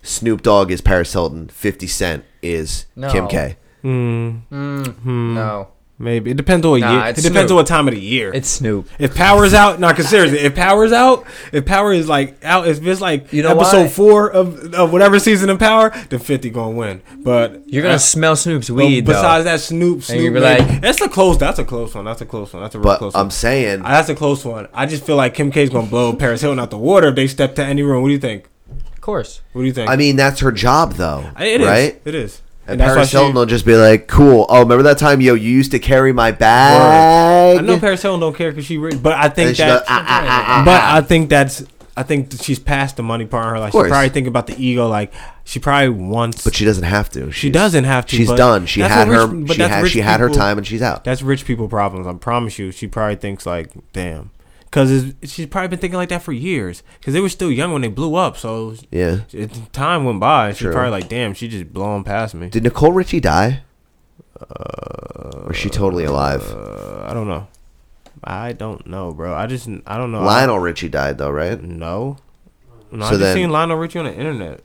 Speaker 5: Snoop Dogg is Paris Hilton. 50 Cent is
Speaker 1: No.
Speaker 5: Kim K.
Speaker 4: mm,
Speaker 1: no,
Speaker 4: maybe it depends on what
Speaker 1: Nah,
Speaker 4: year. It
Speaker 1: it's
Speaker 4: depends
Speaker 1: Snoop.
Speaker 4: on what time of the year.
Speaker 1: it's Snoop.
Speaker 4: if power's out, no, cause seriously, if power's out, if power is like out, if it's like
Speaker 1: You know
Speaker 4: episode
Speaker 1: why?
Speaker 4: four of, of whatever season of power, then fifty gonna win. But
Speaker 1: You're gonna
Speaker 4: Uh,
Speaker 1: smell Snoop's
Speaker 4: But
Speaker 1: weed.
Speaker 4: besides that, Snoop, Snoop,
Speaker 1: And you'd be
Speaker 4: Dogg-
Speaker 1: like-
Speaker 4: that's a close. That's a close one. That's a close one. That's a real
Speaker 5: But
Speaker 4: close
Speaker 5: I'm
Speaker 4: one.
Speaker 5: saying
Speaker 4: I- that's a close one. I just feel like Kim K's gonna blow Paris Hilton out the water if they step to any room. What do you think?
Speaker 1: though. of course.
Speaker 4: What do you think?
Speaker 5: I mean, that's her job, though,
Speaker 4: I- it is.
Speaker 5: right?
Speaker 4: It is.
Speaker 5: And,
Speaker 4: that's why
Speaker 5: Paris
Speaker 4: she-
Speaker 5: Hilton will just be like, "Cool. Oh, remember that time, yo? You used to carry my bag.
Speaker 4: I know Paris Hilton don't care because she rich, but I
Speaker 5: And
Speaker 4: think
Speaker 5: she
Speaker 4: that.
Speaker 5: goes, ah, ah, ah, ah,
Speaker 4: but
Speaker 5: ah.
Speaker 4: I think that's. I think that she's past the money part of her life. She's
Speaker 5: course.
Speaker 4: probably thinking about the ego. Like she probably wants.
Speaker 5: but she doesn't have to.
Speaker 4: she
Speaker 5: She's-
Speaker 4: doesn't have to.
Speaker 5: She's
Speaker 4: but
Speaker 5: done. She
Speaker 4: that's
Speaker 5: had
Speaker 4: what
Speaker 5: her.
Speaker 4: rich-
Speaker 5: she
Speaker 4: that's
Speaker 5: had.
Speaker 4: rich
Speaker 5: She had her
Speaker 4: people-
Speaker 5: time, and she's out.
Speaker 4: That's rich people problems. I promise you. She probably thinks like, damn, because she's probably been thinking like that for years. Because they were still young when they blew up. So
Speaker 5: yeah.
Speaker 4: it, time went by. She's
Speaker 5: True.
Speaker 4: probably like, damn, she just blown past me.
Speaker 5: Did Nicole Richie die? or is she totally alive?
Speaker 4: Uh, I don't know. I don't know, bro. I just I don't know.
Speaker 5: Lionel Richie died though, right?
Speaker 4: I, no. No,
Speaker 5: So
Speaker 4: I just
Speaker 5: then-
Speaker 4: seen Lionel Richie on the internet.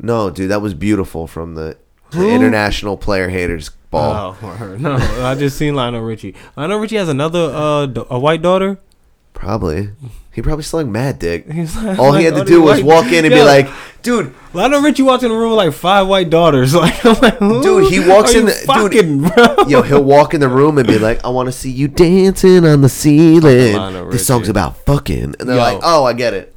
Speaker 5: No, dude, that was beautiful from the, the international player haters ball.
Speaker 4: Oh, word. no, I just seen Lionel Richie. Lionel Richie has another uh d- a white daughter.
Speaker 5: Probably. He probably slung mad dick.
Speaker 4: He's like-
Speaker 5: All he had to do was
Speaker 4: white-
Speaker 5: walk in and be
Speaker 4: Yo,
Speaker 5: like,
Speaker 4: dude, Lionel Richie walks in the room with like five white daughters. Like, I'm like who
Speaker 5: Dude, he walks
Speaker 4: are
Speaker 5: in
Speaker 4: you
Speaker 5: the-
Speaker 4: fucking,
Speaker 5: dude,
Speaker 4: bro.
Speaker 5: yo, he'll walk in the room and be like, I want to see you dancing on the
Speaker 4: Lionel
Speaker 5: ceiling. This
Speaker 4: Richie.
Speaker 5: song's about fucking. And they're
Speaker 4: Yo.
Speaker 5: like, oh, I get it.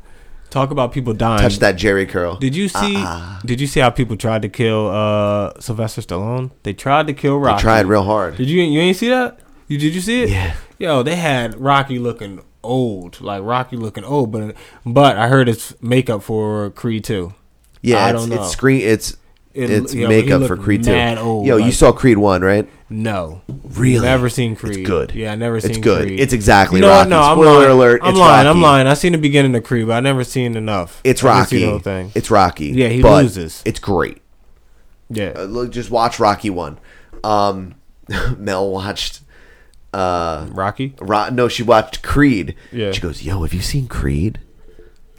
Speaker 4: Talk about people dying.
Speaker 5: Touch that Ah. Jerry curl.
Speaker 4: Did you see? Did you see how people tried to kill uh, Sylvester Stallone? They tried to kill
Speaker 5: I
Speaker 4: Rocky.
Speaker 5: tried real hard.
Speaker 4: Did you you ain't see that? You did you see it?
Speaker 5: Yeah.
Speaker 4: Yo, they had Rocky looking old, like Rocky looking old. But but I heard it's makeup for Creed two.
Speaker 5: Yeah,
Speaker 4: I
Speaker 5: it's,
Speaker 4: don't know.
Speaker 5: it's screen. It's
Speaker 4: It-
Speaker 5: it's
Speaker 4: yeah, but he
Speaker 5: makeup for
Speaker 4: looked
Speaker 5: Creed Two.
Speaker 4: mad old,
Speaker 5: Yo, you
Speaker 4: like-
Speaker 5: saw Creed One, right?
Speaker 4: No,
Speaker 5: Really?
Speaker 4: never seen Creed.
Speaker 5: It's good.
Speaker 4: Yeah, I never seen.
Speaker 5: It's good.
Speaker 4: Creed.
Speaker 5: It's exactly
Speaker 4: no,
Speaker 5: Rocky.
Speaker 4: no. I'm
Speaker 5: Spoiler
Speaker 4: lying.
Speaker 5: alert.
Speaker 4: I'm
Speaker 5: it's
Speaker 4: lying. I'm
Speaker 5: Rocky.
Speaker 4: lying. I seen the beginning of Creed, but I never seen enough.
Speaker 5: It's
Speaker 4: I didn't see
Speaker 5: Rocky.
Speaker 4: the whole thing.
Speaker 5: It's Rocky.
Speaker 4: Yeah, he
Speaker 5: but
Speaker 4: loses.
Speaker 5: It's great.
Speaker 4: yeah.
Speaker 5: Uh, look, just watch Rocky One. Um, Mel watched. Uh,
Speaker 4: Rocky.
Speaker 5: Ro- no, she watched Creed.
Speaker 4: Yeah.
Speaker 5: She goes, "Yo, have you seen Creed?"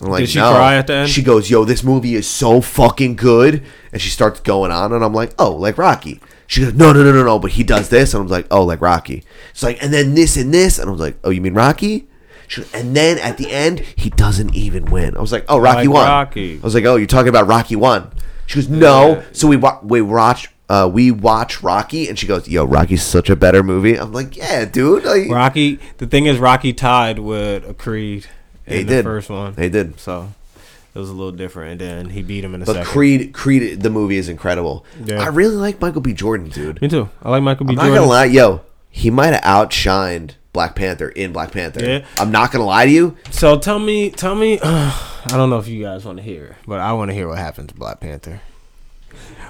Speaker 5: I'm like,
Speaker 4: Did she cry at the end?
Speaker 5: She goes, "Yo, this movie is so fucking good," and she starts going on, and I'm like, "Oh, like Rocky." She goes, "No, no, no, no, no," but he does this, and I'm like, "Oh, like Rocky." It's like, and then this and this, and I was like, "Oh, you mean Rocky?" She goes, and then at the end, he doesn't even win. I was like, "Oh, Rocky
Speaker 4: Like
Speaker 5: won."
Speaker 4: Rocky.
Speaker 5: I was like, "Oh, you're talking about Rocky one?" She goes, "No." So we wa- we watch. Uh, we watch Rocky, and she goes, "Yo, Rocky's such a better movie." I'm like, "Yeah, dude." Like,
Speaker 4: Rocky. The thing is, Rocky tied with a Creed in
Speaker 5: They
Speaker 4: the
Speaker 5: did.
Speaker 4: first one.
Speaker 5: They did.
Speaker 4: So it was a little different, and then he beat him in the
Speaker 5: But
Speaker 4: second.
Speaker 5: Creed, Creed, the movie is incredible.
Speaker 4: Yeah.
Speaker 5: I really like Michael B. Jordan, dude.
Speaker 4: Me too. I like Michael B.
Speaker 5: I'm not
Speaker 4: Jordan.
Speaker 5: gonna lie, yo, he might have outshined Black Panther in Black Panther.
Speaker 4: Yeah.
Speaker 5: I'm not gonna lie to you.
Speaker 4: So tell me, tell me. I don't know if you guys want to hear, but I want to hear what happened to Black Panther.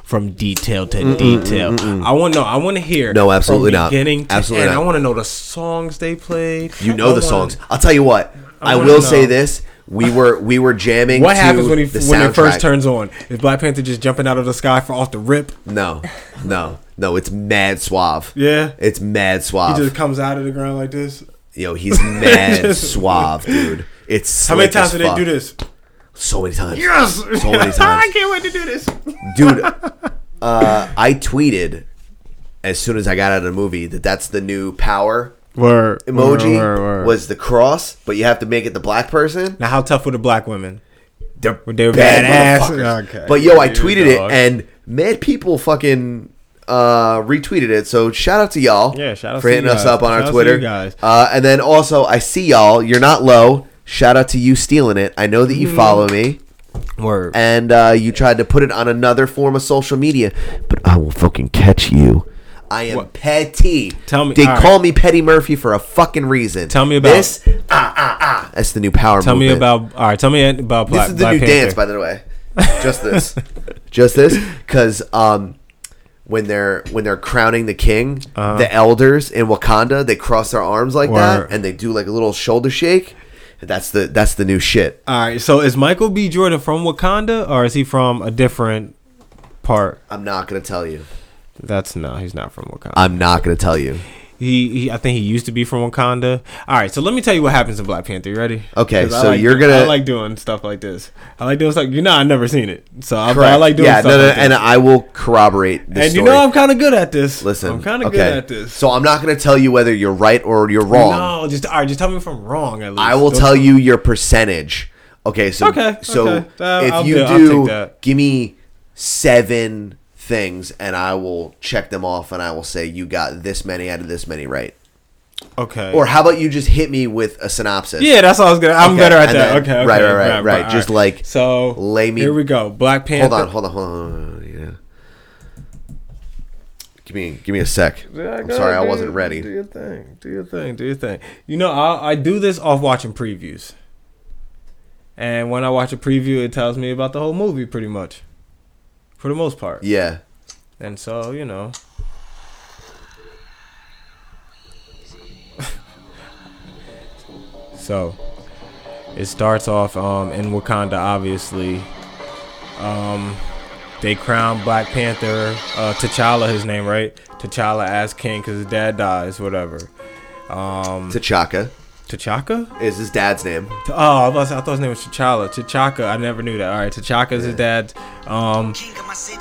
Speaker 4: From detail to detail, I want to know. I want to hear.
Speaker 5: No, absolutely
Speaker 4: from
Speaker 5: not.
Speaker 4: Beginning to
Speaker 5: Absolutely
Speaker 4: end.
Speaker 5: not.
Speaker 4: I want to know the songs they played.
Speaker 5: You
Speaker 4: I
Speaker 5: know the
Speaker 4: wanna-
Speaker 5: songs. I'll tell you what. I,
Speaker 4: I
Speaker 5: will
Speaker 4: wanna
Speaker 5: say
Speaker 4: know.
Speaker 5: this: we were we were jamming.
Speaker 4: What
Speaker 5: to
Speaker 4: happens when he
Speaker 5: the
Speaker 4: when it first
Speaker 5: soundtrack.
Speaker 4: turns on? Is Black Panther just jumping out of the sky for off the rip?
Speaker 5: No, no, no. It's mad suave.
Speaker 4: Yeah.
Speaker 5: It's mad
Speaker 4: He
Speaker 5: suave.
Speaker 4: just comes out of the ground like this.
Speaker 5: yo, he's mad
Speaker 4: Just-
Speaker 5: suave, dude. It's
Speaker 4: How many
Speaker 5: slick as
Speaker 4: times did they
Speaker 5: fuck.
Speaker 4: do this?
Speaker 5: So many times.
Speaker 4: Yes,
Speaker 5: So many times.
Speaker 4: I can't wait to do this.
Speaker 5: dude. Uh, I tweeted as soon as I got out of the movie that that's the new power
Speaker 4: Word
Speaker 5: emoji was the cross, but you have to make it the black person.
Speaker 4: now. How tough were the black women?
Speaker 5: They're,
Speaker 4: They were
Speaker 5: bad
Speaker 4: badass.
Speaker 5: motherfuckers.
Speaker 4: Okay.
Speaker 5: But yo, I
Speaker 4: You
Speaker 5: tweeted it
Speaker 4: dog.
Speaker 5: and mad people fucking uh retweeted it so shout out to y'all
Speaker 4: Yeah, shout out
Speaker 5: for
Speaker 4: to
Speaker 5: hitting
Speaker 4: you
Speaker 5: us
Speaker 4: guys.
Speaker 5: up on
Speaker 4: Shout out
Speaker 5: our
Speaker 4: to
Speaker 5: twitter
Speaker 4: you guys.
Speaker 5: uh and then also i see y'all you're not low shout out to you stealing it i know that
Speaker 4: Mm-hmm.
Speaker 5: you follow me
Speaker 4: Word.
Speaker 5: and uh, you tried to put it on another form of social media, but I will fucking catch you. I am
Speaker 4: What?
Speaker 5: petty.
Speaker 4: Tell me-
Speaker 5: They
Speaker 4: all
Speaker 5: call me Petty Murphy for a fucking reason.
Speaker 4: Tell me about-
Speaker 5: this. Ah ah ah. That's the new power.
Speaker 4: Tell me
Speaker 5: movement.
Speaker 4: about all right. Tell me about
Speaker 5: This
Speaker 4: Black,
Speaker 5: is the
Speaker 4: Black
Speaker 5: new
Speaker 4: Panther.
Speaker 5: dance, by the way. Just this, just this, because um, when they're when they're crowning the king, the elders in Wakanda they cross their arms like
Speaker 4: Uh-huh. Word.
Speaker 5: that, and they do like a little shoulder shake. That's the that's the new shit.
Speaker 4: all right. So is Michael B. Jordan from Wakanda or is he from a different part?
Speaker 5: I'm not gonna tell you.
Speaker 4: That's no. He's not from Wakanda.
Speaker 5: I'm not gonna tell you.
Speaker 4: he, he. I think he used to be from Wakanda. All right. So let me tell you what happens in Black Panther. You ready?
Speaker 5: Okay,
Speaker 4: 'Cause I
Speaker 5: so
Speaker 4: like-
Speaker 5: you're gonna-
Speaker 4: I like doing stuff like this. I like doing stuff. You know, I never seen it, so I, but
Speaker 5: Correct.
Speaker 4: I like doing
Speaker 5: yeah,
Speaker 4: stuff.
Speaker 5: no, no,
Speaker 4: like this.
Speaker 5: and I will corroborate this.
Speaker 4: and you
Speaker 5: story.
Speaker 4: know I'm kind of good at this.
Speaker 5: listen.
Speaker 4: I'm kind of
Speaker 5: okay.
Speaker 4: good at this.
Speaker 5: So I'm not going to tell you whether you're right or you're wrong.
Speaker 4: No, just all right. Just tell me if I'm wrong. At least
Speaker 5: I will
Speaker 4: Don't-
Speaker 5: tell you your percentage. Okay, so
Speaker 4: Okay,
Speaker 5: so
Speaker 4: okay. Uh,
Speaker 5: if
Speaker 4: I'll
Speaker 5: you
Speaker 4: do- I'll take
Speaker 5: do,
Speaker 4: that.
Speaker 5: give me seven things, and I will check them off, and I will say you got this many out of this many right.
Speaker 4: Okay.
Speaker 5: Or how about you just hit me with a synopsis?
Speaker 4: yeah, that's what I was gonna. I'm
Speaker 5: Okay,
Speaker 4: better at
Speaker 5: and
Speaker 4: that.
Speaker 5: then-
Speaker 4: okay, okay.
Speaker 5: right, right, right, right.
Speaker 4: all
Speaker 5: Just like,
Speaker 4: so.
Speaker 5: lay me-
Speaker 4: Here we go. Black Panther.
Speaker 5: Hold on, hold on, hold on, hold on. Yeah. Give me, give me a sec. I'm sorry, I wasn't
Speaker 4: Do
Speaker 5: ready.
Speaker 4: your thing. Do your thing. Do your thing. You know, I, I do this off watching previews. And when I watch a preview, it tells me about the whole movie pretty much, for the most part.
Speaker 5: Yeah.
Speaker 4: And so you know. so it starts off um, in Wakanda, obviously. Um, they crown Black Panther, uh, T'Challa, his name, right? T'Challa as king because his dad dies, whatever.
Speaker 5: T'Chaka
Speaker 4: T'Chaka?
Speaker 5: is his dad's name.
Speaker 4: Oh, I, was, I thought his name was T'Challa. T'Chaka, I never knew that. All right, T'Chaka is his dad. Um,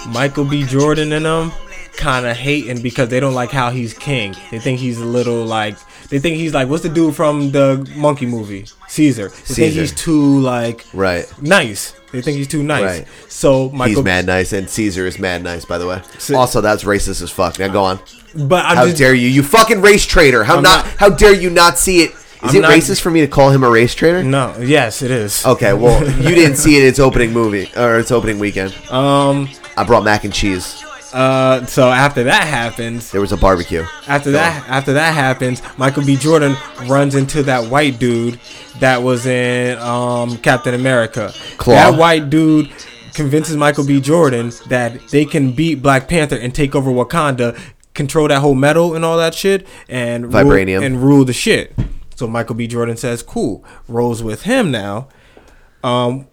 Speaker 4: Michael B. Jordan and them kind of hating because they don't like how he's king. They think he's a little like they think he's like what's the dude from the monkey movie Caesar. They think
Speaker 5: Caesar.
Speaker 4: he's too like
Speaker 5: Right.
Speaker 4: nice. They think he's too nice.
Speaker 5: Right.
Speaker 4: So Michael,
Speaker 5: He's mad nice, and Caesar is mad nice, by the way.
Speaker 4: So-
Speaker 5: also, that's racist as fuck. Now go on.
Speaker 4: but I'm
Speaker 5: How
Speaker 4: just
Speaker 5: dare you? You fucking race traitor. How
Speaker 4: I'm
Speaker 5: not,
Speaker 4: not-
Speaker 5: How dare you not see it? Is
Speaker 4: I'm
Speaker 5: it
Speaker 4: not-
Speaker 5: racist for me to call him a race traitor?
Speaker 4: no. Yes, it is.
Speaker 5: Okay. Well, you didn't see it. in Its opening movie or its opening weekend.
Speaker 4: Um,
Speaker 5: I brought mac and cheese.
Speaker 4: Uh, so after that happens,
Speaker 5: There was a barbecue.
Speaker 4: after that after that happens, Michael B. Jordan runs into that white dude that was in um, Captain America.
Speaker 5: Claw.
Speaker 4: That white dude convinces Michael B. Jordan that they can beat Black Panther and take over Wakanda, control that whole metal and all that shit, and rule-
Speaker 5: Vibranium.
Speaker 4: and rule the shit. So Michael B. Jordan says, "Cool." Rolls with him now. Um,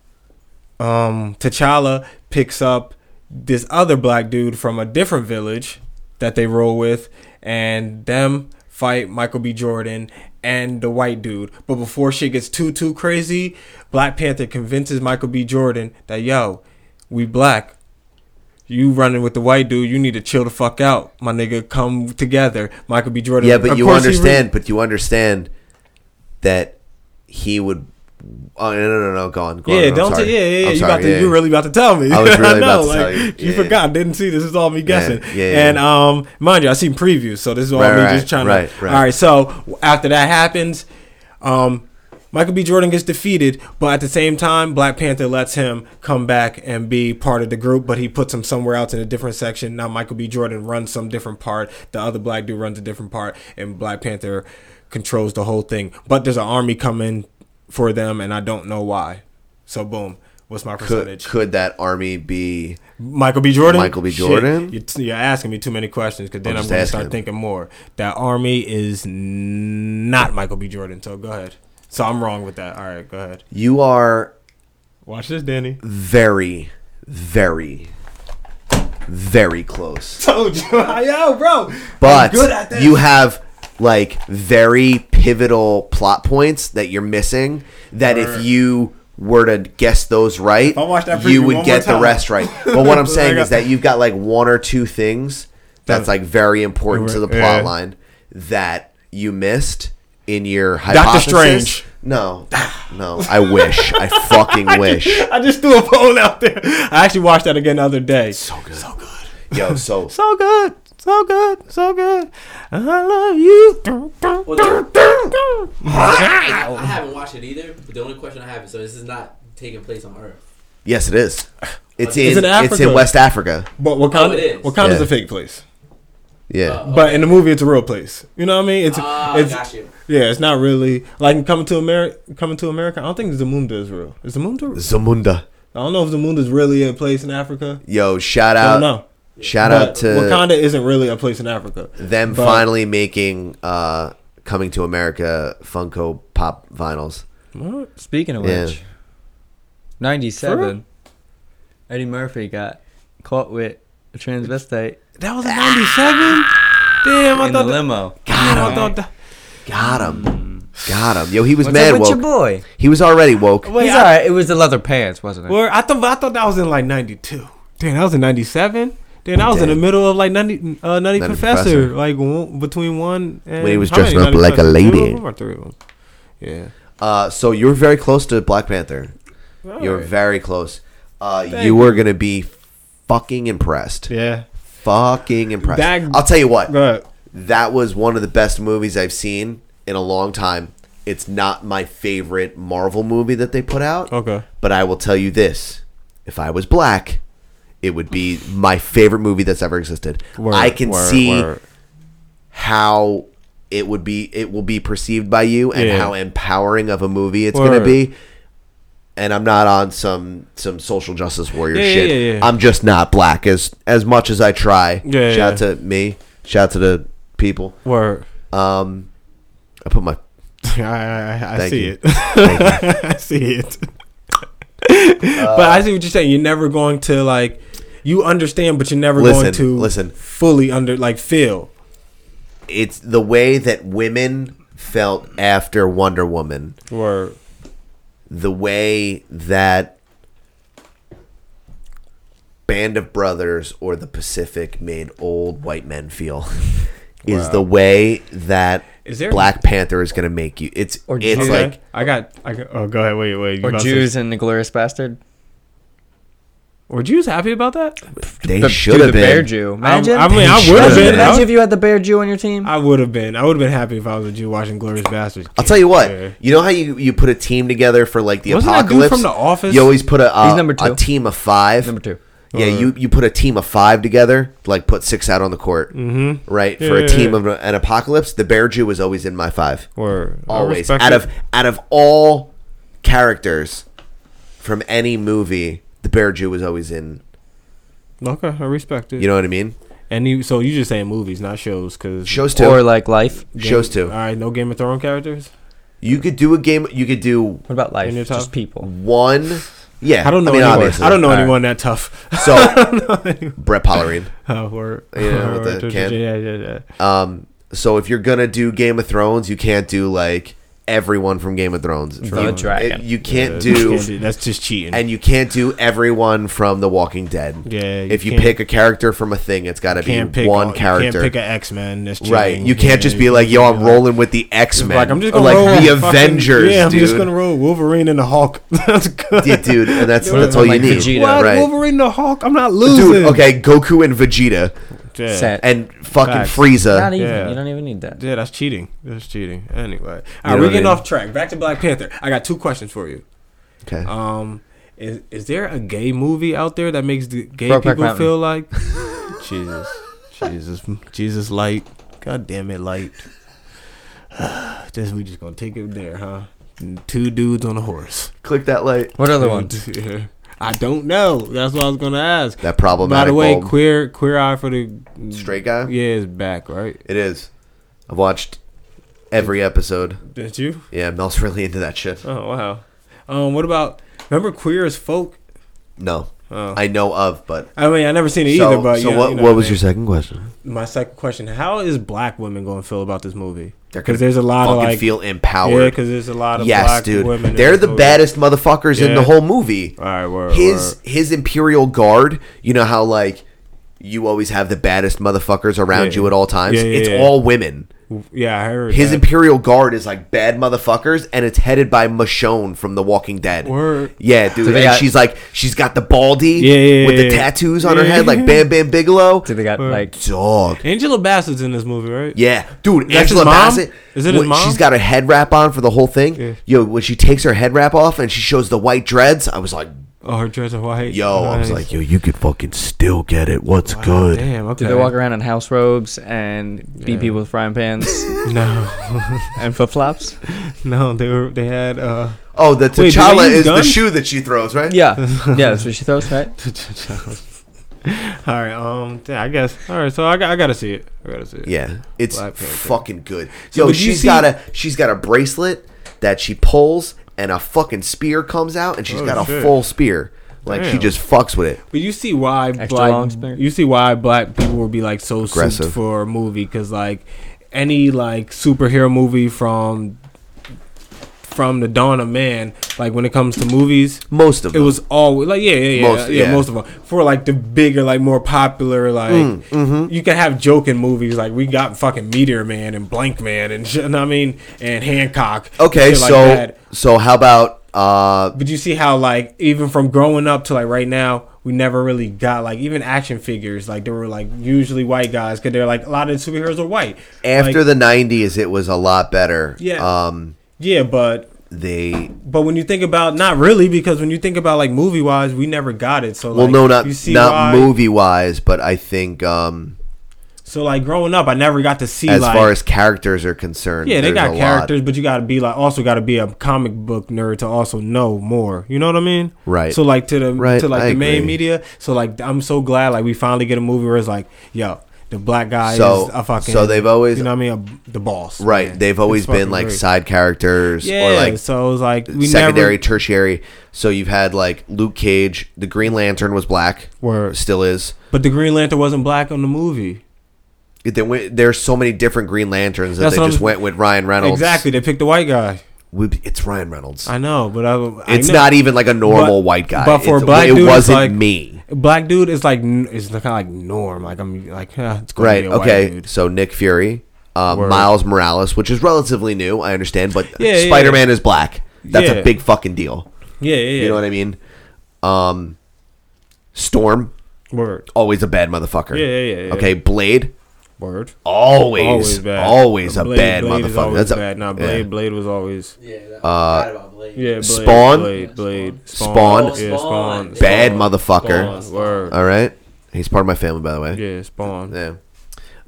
Speaker 4: um, T'Challa picks up this other black dude from a different village that they roll with, and them fight Michael B. Jordan and the white dude. But before shit gets too too crazy, Black Panther convinces Michael B. Jordan that yo, we black. You running with the white dude, you need to chill the fuck out, my nigga. Come together, Michael B. Jordan.
Speaker 5: Yeah, but
Speaker 4: Of
Speaker 5: you
Speaker 4: course he re-
Speaker 5: understand. but you understand that he would. Oh no no no! no go on. Go on,
Speaker 4: Yeah,
Speaker 5: I'm
Speaker 4: don't
Speaker 5: sorry.
Speaker 4: t- yeah, yeah,
Speaker 5: I'm
Speaker 4: yeah. You
Speaker 5: sorry,
Speaker 4: about to,
Speaker 5: yeah,
Speaker 4: you
Speaker 5: yeah.
Speaker 4: really about to tell me.
Speaker 5: I was really about to
Speaker 4: know,
Speaker 5: tell you.
Speaker 4: You
Speaker 5: Yeah.
Speaker 4: forgot, didn't see this is all me guessing.
Speaker 5: yeah, yeah.
Speaker 4: And um mind you, I seen previews, so this is all
Speaker 5: Right,
Speaker 4: me
Speaker 5: right,
Speaker 4: just trying
Speaker 5: right,
Speaker 4: to
Speaker 5: right.
Speaker 4: All right, so after that happens, um Michael B. Jordan gets defeated, but at the same time, Black Panther lets him come back and be part of the group, but he puts him somewhere else in a different section. Now Michael B. Jordan runs some different part, the other black dude runs a different part, and Black Panther controls the whole thing. But there's an army coming for them, and I don't know why. So boom, what's my
Speaker 5: Could,
Speaker 4: percentage?
Speaker 5: could that army be?
Speaker 4: Michael B. Jordan.
Speaker 5: Michael B.
Speaker 4: Shit,
Speaker 5: Jordan?
Speaker 4: you're, you're asking me too many questions because then
Speaker 5: I'm
Speaker 4: I'm,
Speaker 5: just
Speaker 4: going to start
Speaker 5: asking.
Speaker 4: thinking more. That army is n- not Michael B. Jordan. So go ahead. So I'm wrong with that. All right, go ahead.
Speaker 5: You are
Speaker 4: Watch this, Danny.
Speaker 5: very, very, very close.
Speaker 4: Told you, yo, bro.
Speaker 5: but
Speaker 4: good at this.
Speaker 5: you have like very pivotal plot points that you're missing that if you were to guess those right
Speaker 4: I watch that
Speaker 5: you
Speaker 4: preview
Speaker 5: would
Speaker 4: one
Speaker 5: get
Speaker 4: more
Speaker 5: the
Speaker 4: time.
Speaker 5: rest right but what i'm saying
Speaker 4: Like,
Speaker 5: is that you've got like one or two things that's like very important to the plot
Speaker 4: Yeah.
Speaker 5: line that you missed in your
Speaker 4: Doctor
Speaker 5: hypothesis
Speaker 4: Strange.
Speaker 5: no no i wish i fucking wish
Speaker 4: I just threw a poll out there. I actually watched that again the other day. So good. So good.
Speaker 5: yo so
Speaker 4: So good. So good. So good. I love you.
Speaker 8: I, I haven't watched it either. But the only question I have is: so this is not taking place on Earth.
Speaker 5: yes it is it's
Speaker 8: It's
Speaker 5: in
Speaker 4: in
Speaker 5: it's in
Speaker 4: Africa.
Speaker 5: west africa
Speaker 4: But Wakanda,
Speaker 8: Oh, it is.
Speaker 4: Wakanda's
Speaker 5: Yeah.
Speaker 4: a fake place.
Speaker 5: yeah
Speaker 4: But in the movie, it's a real place. You know what I mean? It's
Speaker 8: Ah,
Speaker 4: it's
Speaker 8: got you.
Speaker 4: yeah, it's not really like in coming to America. Coming to America, I don't think Zamunda is real. Is Zamunda?
Speaker 5: zamunda
Speaker 4: I don't know if Zamunda is really a place in Africa.
Speaker 5: Yo, shout
Speaker 4: I
Speaker 5: out,
Speaker 4: don't know.
Speaker 5: shout
Speaker 4: But
Speaker 5: out to
Speaker 4: Wakanda isn't really a place in Africa.
Speaker 5: them
Speaker 4: but-
Speaker 5: finally making uh, "Coming to America" Funko Pop vinyls.
Speaker 9: Speaking of
Speaker 5: Yeah.
Speaker 9: which, 97, Eddie Murphy got caught with a transvestite
Speaker 4: That was in '97. Damn, I
Speaker 9: in the
Speaker 4: thought. That,
Speaker 9: limo.
Speaker 4: God, I thought that.
Speaker 5: Got him, got him. Yo, he was
Speaker 9: What's
Speaker 5: mad
Speaker 9: up with your
Speaker 5: woke.
Speaker 9: boy?
Speaker 5: He was already woke.
Speaker 9: He's
Speaker 4: I-
Speaker 9: alright. It was the leather pants, wasn't it?
Speaker 4: Well, I thought I thought that was in like '92. Damn, that was in '97. Damn, I was in the
Speaker 5: Damn.
Speaker 4: middle of like Nutty, uh, Nutty
Speaker 5: Nutty
Speaker 4: Professor,
Speaker 5: Professor.
Speaker 4: like one, between one and
Speaker 5: he was
Speaker 4: how many
Speaker 5: dressing up
Speaker 4: Nutty
Speaker 5: like a
Speaker 4: Professors? Two
Speaker 5: lady.
Speaker 4: of 'em or three of 'em? Yeah.
Speaker 5: Uh, so you were very close to Black Panther. you were very close. Uh, you were gonna be fucking impressed.
Speaker 4: Yeah.
Speaker 5: Fucking impressed.
Speaker 4: That-
Speaker 5: I'll tell you what.
Speaker 4: Go ahead.
Speaker 5: that was one of the best movies I've seen in a long time. It's not my favorite Marvel movie that they put out.
Speaker 4: Okay.
Speaker 5: But I will tell you this if I was black, it would be my favorite movie that's ever existed. I can see how it would be it will be perceived by you and
Speaker 4: Yeah.
Speaker 5: how empowering of a movie it's going to
Speaker 4: Word.
Speaker 5: be. And I'm not on some some social justice warrior
Speaker 4: Yeah, yeah,
Speaker 5: shit.
Speaker 4: yeah, yeah.
Speaker 5: I'm just not black as as much as I try.
Speaker 4: Yeah,
Speaker 5: shout
Speaker 4: yeah,
Speaker 5: out to me. Shout out to the people.
Speaker 4: Word.
Speaker 5: Um, I put my
Speaker 4: I, I, I
Speaker 5: Thank
Speaker 4: see
Speaker 5: you.
Speaker 4: it. I see it.
Speaker 5: Uh,
Speaker 4: but I see what you're saying. You're never going to like. You understand, but you're never
Speaker 5: listen.
Speaker 4: going to
Speaker 5: Listen,
Speaker 4: fully under like feel.
Speaker 5: it's the way that women felt after Wonder Woman.
Speaker 4: Word.
Speaker 5: The way that Band of Brothers or the Pacific made old white men feel is the way that
Speaker 4: Is there-
Speaker 5: Black Panther is going to make you. It's
Speaker 9: Or
Speaker 5: it's
Speaker 9: Jews.
Speaker 4: Okay.
Speaker 5: like
Speaker 4: I got. I got. Oh, go ahead. Wait, wait. you
Speaker 9: or
Speaker 4: about to-
Speaker 9: Jews and the Glorious Bastard.
Speaker 4: Were Jews happy about that?
Speaker 5: they
Speaker 9: The-
Speaker 5: should
Speaker 9: dude,
Speaker 5: have
Speaker 9: the bear
Speaker 5: been.
Speaker 9: Jew. Imagine.
Speaker 4: I mean, I
Speaker 5: They
Speaker 4: would have
Speaker 5: should've
Speaker 9: imagine,
Speaker 4: been.
Speaker 5: been.
Speaker 9: imagine if you had the bear Jew on your team.
Speaker 4: I would have been. I would have been happy if I was a Jew watching Glorious Bastards.
Speaker 5: I'll tell you what.
Speaker 4: Yeah.
Speaker 5: You know how you, you put a team together for like the
Speaker 4: Wasn't that dude
Speaker 5: apocalypse.
Speaker 4: from The Office?
Speaker 5: You always put a a,
Speaker 9: He's number
Speaker 5: a
Speaker 9: two.
Speaker 5: team of five.
Speaker 9: Number two.
Speaker 5: Yeah,
Speaker 4: Uh-huh.
Speaker 5: you, you put a team of five together, like put six out on the court,
Speaker 4: Mm-hmm.
Speaker 5: right?
Speaker 7: Yeah,
Speaker 5: For
Speaker 7: yeah,
Speaker 5: a team
Speaker 7: yeah.
Speaker 5: of an apocalypse, the Bear Jew was always in my five,
Speaker 7: Or
Speaker 5: always out of out of all characters from any movie, the Bear Jew was always in.
Speaker 4: Okay, I respect it.
Speaker 5: You know what I mean?
Speaker 4: and you, so you just saying movies, not shows, because
Speaker 5: Shows two,
Speaker 9: Or like life.
Speaker 5: shows two.
Speaker 4: All right, no Game of Thrones characters.
Speaker 5: You could do a game. You could do
Speaker 9: What about life?
Speaker 4: In your top-
Speaker 9: Just people.
Speaker 5: one. Yeah,
Speaker 4: I don't know.
Speaker 5: I mean,
Speaker 4: anyone.
Speaker 5: obviously.
Speaker 4: I don't know
Speaker 9: All right.
Speaker 4: anyone that tough.
Speaker 5: So Brett Pollarine.
Speaker 4: Uh, or,
Speaker 5: Yeah, with the
Speaker 4: or-
Speaker 5: can.
Speaker 4: yeah, yeah, yeah.
Speaker 5: Um, so if you're gonna do Game of Thrones, you can't do like everyone from Game of Thrones.
Speaker 9: The
Speaker 5: you,
Speaker 9: dragon.
Speaker 5: it- you can't
Speaker 4: Yeah,
Speaker 5: do,
Speaker 4: that's Uh, just cheating.
Speaker 5: and you can't do everyone from The Walking Dead.
Speaker 4: Yeah, you
Speaker 5: if you
Speaker 4: can't-
Speaker 5: pick a character from a thing, it's got to be
Speaker 4: can't pick
Speaker 5: one
Speaker 4: all- You
Speaker 5: character.
Speaker 4: can't pick an X Men.
Speaker 5: Right, you can't just be like, "Yo, I'm rolling with the X Men,"
Speaker 4: Like I'm just
Speaker 5: or
Speaker 4: gonna
Speaker 5: like
Speaker 4: roll
Speaker 5: the
Speaker 4: fucking-
Speaker 5: Avengers,
Speaker 4: Yeah, I'm
Speaker 5: dude.
Speaker 4: just gonna roll Wolverine and the Hulk. that's good.
Speaker 5: yeah, dude, and that's
Speaker 4: Yo,
Speaker 5: that's all
Speaker 9: like
Speaker 5: you need,
Speaker 9: Vegeta.
Speaker 4: What?
Speaker 5: right?
Speaker 4: Wolverine and the Hulk? I'm not losing.
Speaker 5: Dude, okay, Goku and Vegeta
Speaker 4: Yeah.
Speaker 9: Set.
Speaker 5: and uh, fucking
Speaker 4: Facts.
Speaker 9: Uh, Not
Speaker 5: Frieza.
Speaker 9: even.
Speaker 4: Yeah.
Speaker 9: You don't even need that.
Speaker 4: Yeah, that's cheating. That's cheating. Anyway,
Speaker 5: know
Speaker 4: all right,
Speaker 5: what
Speaker 4: we're
Speaker 5: I
Speaker 4: getting
Speaker 5: mean?
Speaker 4: off track. Back to Black Panther. I got two questions for you.
Speaker 5: Okay,
Speaker 4: Um, is is there a gay movie out there that makes the gay
Speaker 9: Brokeback
Speaker 4: people
Speaker 9: Mountain.
Speaker 4: feel like Jesus, Jesus, Jesus light? God damn it, light. just we just gonna take it there, huh? Two dudes on a horse.
Speaker 5: click that light.
Speaker 9: What other one?
Speaker 4: Yeah. I don't know. That's what I was gonna ask.
Speaker 5: That
Speaker 4: By
Speaker 5: problematic.
Speaker 4: the way,
Speaker 5: bulb.
Speaker 4: queer queer eye for the
Speaker 5: straight guy.
Speaker 4: Yeah, is back right.
Speaker 5: It is. I've watched every episode.
Speaker 4: Did you?
Speaker 5: Yeah, Mel's really into that shit.
Speaker 4: Oh wow. Um, what about remember queer as folk?
Speaker 5: No,
Speaker 4: Oh.
Speaker 5: I know of, but
Speaker 4: I mean, I never seen it
Speaker 5: so,
Speaker 4: either. But
Speaker 5: so
Speaker 4: you know-
Speaker 5: what?
Speaker 4: you know
Speaker 5: what
Speaker 4: I
Speaker 5: was
Speaker 4: mean.
Speaker 5: your second question?
Speaker 4: my second question how is black women going to feel about this movie
Speaker 5: They're gonna
Speaker 4: because there's a lot of
Speaker 5: Fucking
Speaker 4: like
Speaker 5: feel
Speaker 4: yeah
Speaker 5: empowered.
Speaker 4: because there's a lot of
Speaker 5: yes,
Speaker 4: black
Speaker 5: dude.
Speaker 4: women
Speaker 5: They're
Speaker 4: in
Speaker 5: the
Speaker 4: movie.
Speaker 5: baddest motherfuckers in the
Speaker 4: Yeah.
Speaker 5: whole movie.
Speaker 4: all right word,
Speaker 5: his
Speaker 4: word.
Speaker 5: his imperial guard. You know how like you always have the baddest motherfuckers around
Speaker 4: Yeah.
Speaker 5: you at all times.
Speaker 4: Yeah, yeah,
Speaker 5: it's
Speaker 4: yeah.
Speaker 5: all women.
Speaker 4: yeah i heard
Speaker 5: His
Speaker 4: that.
Speaker 5: imperial guard is like bad motherfuckers, and it's headed by Michonne from The Walking Dead.
Speaker 4: Word.
Speaker 5: Yeah, dude.
Speaker 9: So they
Speaker 5: and
Speaker 9: got-
Speaker 5: she's like, she's got the baldy
Speaker 4: Yeah, yeah,
Speaker 5: with the
Speaker 4: yeah.
Speaker 5: tattoos on her
Speaker 4: Yeah.
Speaker 5: head, like Bam Bam Bigelow.
Speaker 9: Do they got like?
Speaker 5: Dog.
Speaker 4: angela bassett's in this movie right
Speaker 5: Yeah, dude.
Speaker 4: That's his
Speaker 5: Angela
Speaker 4: mom?
Speaker 5: Bassett.
Speaker 4: Is it his
Speaker 5: when- She's
Speaker 4: mom?
Speaker 5: got her head wrap on for the whole thing.
Speaker 4: Yeah.
Speaker 5: Yo, when she takes her head wrap off and she shows the white dreads, I was like,
Speaker 4: oh her dress is white
Speaker 5: yo, I was
Speaker 4: Nice.
Speaker 5: like, yo, you could fucking still get it. What's
Speaker 4: Wow,
Speaker 5: good?
Speaker 4: damn okay
Speaker 9: Do they walk around in house robes and beat people with frying pans
Speaker 4: no
Speaker 9: and flip flops?
Speaker 4: no they were they had uh
Speaker 5: Oh, the
Speaker 4: Wait, do they
Speaker 5: T'Challa
Speaker 4: use
Speaker 5: is the
Speaker 4: guns?
Speaker 5: shoe that she throws, right?
Speaker 9: Yeah, yeah, that's what she throws, right?
Speaker 4: all right um yeah, i guess all right so i, got, I gotta see it i gotta see it
Speaker 5: Yeah, it's
Speaker 4: Black Panther.
Speaker 5: fucking good. Yo,
Speaker 4: but you
Speaker 5: she's
Speaker 4: see-
Speaker 5: got a she's got a bracelet that she pulls, and a fucking spear comes out, and she's
Speaker 4: Oh,
Speaker 5: got a
Speaker 4: shit.
Speaker 5: full spear. Like she
Speaker 4: Damn.
Speaker 5: just fucks with it.
Speaker 4: But you see why
Speaker 9: long
Speaker 4: black
Speaker 9: spear?
Speaker 4: you see why black people will be like so
Speaker 5: Aggressive.
Speaker 4: suited for a movie because like any like superhero movie from from the dawn of man like when it comes to movies
Speaker 5: Most of
Speaker 4: it
Speaker 5: them.
Speaker 4: was always like yeah yeah yeah
Speaker 5: Most-
Speaker 4: yeah,
Speaker 5: yeah.
Speaker 4: most of them for like the bigger like more popular like
Speaker 5: Mm, mm-hmm.
Speaker 4: you can have joking movies like we got fucking Meteor Man and Blank Man and shit, you know what I mean and Hancock and
Speaker 5: okay.
Speaker 4: shit like
Speaker 5: So
Speaker 4: that.
Speaker 5: so how about uh
Speaker 4: But you see how like even from growing up to like right now, we never really got like even action figures. Like they were like usually white guys because they're like a lot of the superheroes are white.
Speaker 5: after
Speaker 4: Like,
Speaker 5: the '90s, it was a lot better.
Speaker 4: Yeah.
Speaker 5: Um,
Speaker 4: yeah, but
Speaker 5: they
Speaker 4: but when you think about not really because when you think about like movie wise, we never got it. So
Speaker 5: well,
Speaker 4: like,
Speaker 5: no, not
Speaker 4: you see
Speaker 5: not
Speaker 4: why-
Speaker 5: movie wise, but I think um
Speaker 4: So like growing up, I never got to see
Speaker 5: as
Speaker 4: like
Speaker 5: far as characters are concerned,
Speaker 4: yeah, they
Speaker 5: there's a
Speaker 4: got
Speaker 5: lot.
Speaker 4: characters, but you got to be like also got to be a comic book nerd to also know more. You know what I mean?
Speaker 5: Right.
Speaker 4: So like to the
Speaker 5: Right,
Speaker 4: to like
Speaker 5: I
Speaker 4: the main
Speaker 5: agree.
Speaker 4: media. So like I'm so glad like we finally get a movie where it's like yo the black guy
Speaker 5: So-
Speaker 4: is a fucking
Speaker 5: so they've always-
Speaker 4: you know what I mean a, the boss
Speaker 5: Right.
Speaker 4: Yeah.
Speaker 5: They've always
Speaker 4: It's
Speaker 5: been
Speaker 4: fucking
Speaker 5: like
Speaker 4: great.
Speaker 5: side characters
Speaker 4: yeah.
Speaker 5: or like
Speaker 4: so it was like we
Speaker 5: secondary,
Speaker 4: never
Speaker 5: tertiary. So you've had like Luke Cage, the Green Lantern was black,
Speaker 4: were
Speaker 5: still is.
Speaker 4: but the Green Lantern wasn't black on the movie.
Speaker 5: They went, there's so many different Green Lanterns that
Speaker 4: That's
Speaker 5: they
Speaker 4: what
Speaker 5: just
Speaker 4: I'm-
Speaker 5: went with Ryan Reynolds.
Speaker 4: Exactly, they picked the white guy.
Speaker 5: Would- It's Ryan Reynolds.
Speaker 4: I know, but I, I
Speaker 5: it's
Speaker 4: know.
Speaker 5: not even like a normal
Speaker 4: But-
Speaker 5: white guy.
Speaker 4: but for a
Speaker 5: It's-
Speaker 4: black
Speaker 5: it
Speaker 4: dude, it's
Speaker 5: wasn't
Speaker 4: like-
Speaker 5: me.
Speaker 4: black dude is like n- it's kind of like norm. Like I'm like huh, it's gonna
Speaker 5: Right.
Speaker 4: be a white
Speaker 5: Okay.
Speaker 4: dude.
Speaker 5: So Nick Fury, uh,
Speaker 4: Word.
Speaker 5: Miles Morales, which is relatively new, I understand, but
Speaker 4: Yeah, yeah,
Speaker 5: Spider Man is black. That's a
Speaker 4: Yeah.
Speaker 5: big fucking deal.
Speaker 4: Yeah, yeah, yeah.
Speaker 5: You know what I mean? Um, Storm,
Speaker 4: Word.
Speaker 5: always a bad motherfucker.
Speaker 4: Yeah, yeah, yeah, yeah.
Speaker 5: Okay, Blade,
Speaker 4: Word.
Speaker 5: Always, always,
Speaker 4: Always bad.
Speaker 5: a
Speaker 4: Blade-
Speaker 5: bad
Speaker 4: Blade is
Speaker 5: motherfucker.
Speaker 4: always
Speaker 5: That's a
Speaker 4: bad. Nah,
Speaker 5: yeah.
Speaker 4: Blade. Blade was always.
Speaker 8: Yeah, that,
Speaker 5: Uh,
Speaker 8: I forgot about Blade.
Speaker 4: Yeah, Blade,
Speaker 5: Spawn?
Speaker 4: Blade, Blade,
Speaker 5: Spawn?
Speaker 4: yeah, Spawn,
Speaker 5: bad
Speaker 4: Spawn,
Speaker 5: motherfucker.
Speaker 4: Spawn, word,
Speaker 5: All right, he's part of my family, by the way.
Speaker 4: yeah, Spawn.
Speaker 5: Yeah.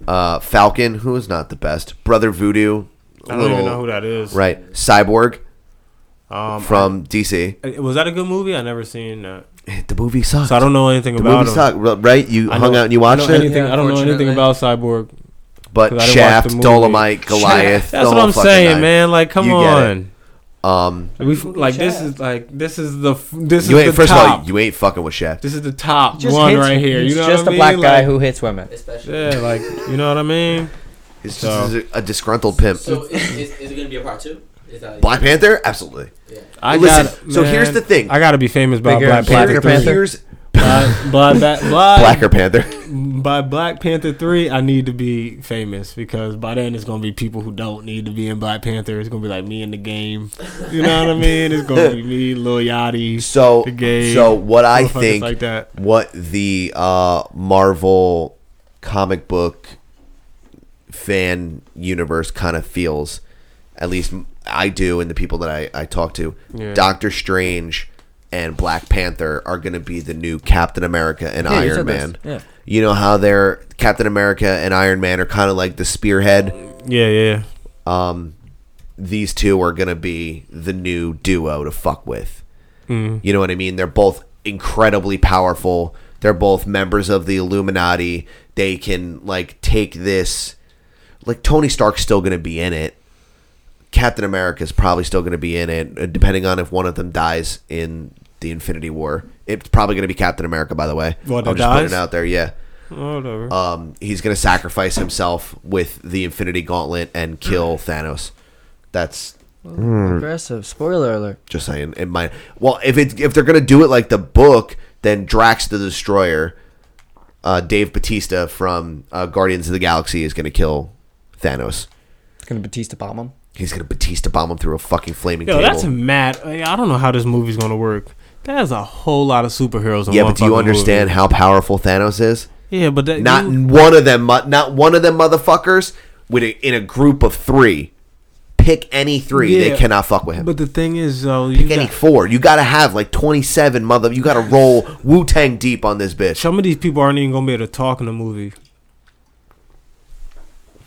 Speaker 5: Uh, Falcon, who is not the best. Brother Voodoo.
Speaker 4: I don't even know who that is.
Speaker 5: Right. Cyborg
Speaker 4: Um,
Speaker 5: from DC.
Speaker 4: I- was that a good movie? I never seen that,
Speaker 5: Eh, The movie sucks.
Speaker 4: so I don't know anything
Speaker 5: the
Speaker 4: about
Speaker 5: movie
Speaker 4: him.
Speaker 5: sucked, r- right? You
Speaker 4: I
Speaker 5: hung
Speaker 4: know-
Speaker 5: out and you
Speaker 4: I
Speaker 5: watched
Speaker 4: don't,
Speaker 5: it,
Speaker 4: anything, I don't know anything
Speaker 8: Unfortunately.
Speaker 4: about Cyborg.
Speaker 5: but
Speaker 4: 'cause I didn't watch the
Speaker 5: Shaft,
Speaker 4: movie.
Speaker 5: Dolomite, Goliath.
Speaker 4: That's
Speaker 5: the
Speaker 4: what
Speaker 5: whole
Speaker 4: I'm
Speaker 5: fucking
Speaker 4: saying,
Speaker 5: nine.
Speaker 4: man. Like, come
Speaker 5: You get it.
Speaker 4: on.
Speaker 5: Um,
Speaker 4: Like, we f- like this is like this is the f- this
Speaker 5: you
Speaker 4: is
Speaker 5: ain't.
Speaker 4: the
Speaker 5: First
Speaker 4: top.
Speaker 5: of all, you ain't fucking with Shaft.
Speaker 4: this is the top
Speaker 9: Just
Speaker 4: one
Speaker 9: hits-
Speaker 4: right here.
Speaker 9: he's
Speaker 4: You know,
Speaker 9: just
Speaker 4: what I
Speaker 9: a
Speaker 4: mean?
Speaker 9: black guy
Speaker 4: Like,
Speaker 9: who hits women.
Speaker 8: Especially.
Speaker 4: Yeah, like you know what I mean.
Speaker 5: It's
Speaker 4: So-
Speaker 5: just a, a disgruntled pimp.
Speaker 8: So is, is, is it gonna be a part two? Is that
Speaker 5: Black Panther, absolutely.
Speaker 4: I
Speaker 5: Listen,
Speaker 4: gotta-
Speaker 5: so here's
Speaker 4: man,
Speaker 5: the thing.
Speaker 4: I gotta be famous by
Speaker 9: Bigger
Speaker 4: Black
Speaker 9: and blacker
Speaker 4: Panther.
Speaker 9: Panther.
Speaker 5: Here's
Speaker 4: Black, Black, Black, Black,
Speaker 5: Blacker Panther.
Speaker 4: by Black Panther three, I need to be famous because by then it's gonna be people who don't need to be in Black Panther. It's gonna be like me in the game. You know what I mean? It's gonna be me, Lil Yachty.
Speaker 5: So,
Speaker 4: The game,
Speaker 5: so what I
Speaker 4: motherfuckers
Speaker 5: think,
Speaker 4: like that.
Speaker 5: what the uh, Marvel comic book fan universe kind of feels, at least I do, and the people that I, I talk to,
Speaker 4: Yeah.
Speaker 5: Doctor Strange and Black Panther are going to be the new Captain America and
Speaker 9: you
Speaker 5: Iron
Speaker 9: said this.
Speaker 5: Man.
Speaker 9: Yeah.
Speaker 5: You know how they're Captain America and Iron Man are kind of like the spearhead.
Speaker 4: Yeah, yeah.
Speaker 5: Um, these two are going to be the new duo to fuck with.
Speaker 4: Mm.
Speaker 5: You know what I mean? They're both incredibly powerful. They're both members of the Illuminati. They can like take this like Tony Stark's still going to be in it. Captain America's probably still going to be in it uh, depending on if one of them dies in the Infinity War. It's probably going to be Captain America by the way.
Speaker 4: One
Speaker 5: I'm
Speaker 4: that
Speaker 5: just putting
Speaker 4: dies?
Speaker 5: it out there, yeah.
Speaker 4: Oh, whatever.
Speaker 5: Um he's going to sacrifice himself with the Infinity Gauntlet and kill Thanos. That's
Speaker 9: Aggressive. Spoiler alert.
Speaker 5: just saying, it might. Well, if it if they're gonna do it like the book, then Drax the Destroyer, uh, Dave Batista from uh, Guardians of the Galaxy is gonna kill Thanos.
Speaker 9: It's gonna Batista bomb him.
Speaker 5: He's gonna Batista bomb him through a fucking flaming
Speaker 4: Yo,
Speaker 5: table.
Speaker 4: that's mad. I I don't know how this movie's gonna work. That's a whole lot of superheroes. In
Speaker 5: yeah,
Speaker 4: one
Speaker 5: but do you
Speaker 4: fucking
Speaker 5: understand
Speaker 4: movie.
Speaker 5: how powerful Thanos is?
Speaker 4: Yeah, but that,
Speaker 5: Not
Speaker 4: you-
Speaker 5: one of them. mu- Not one of them motherfuckers. With a, in a group of three, pick any three. They
Speaker 4: Yeah.
Speaker 5: cannot fuck with him.
Speaker 4: But the thing is, though, you
Speaker 5: pick any
Speaker 4: got,
Speaker 5: four. You gotta have like twenty seven mother. You gotta roll Wu Tang deep on this bitch.
Speaker 4: some of these people aren't even gonna be able to talk in the movie.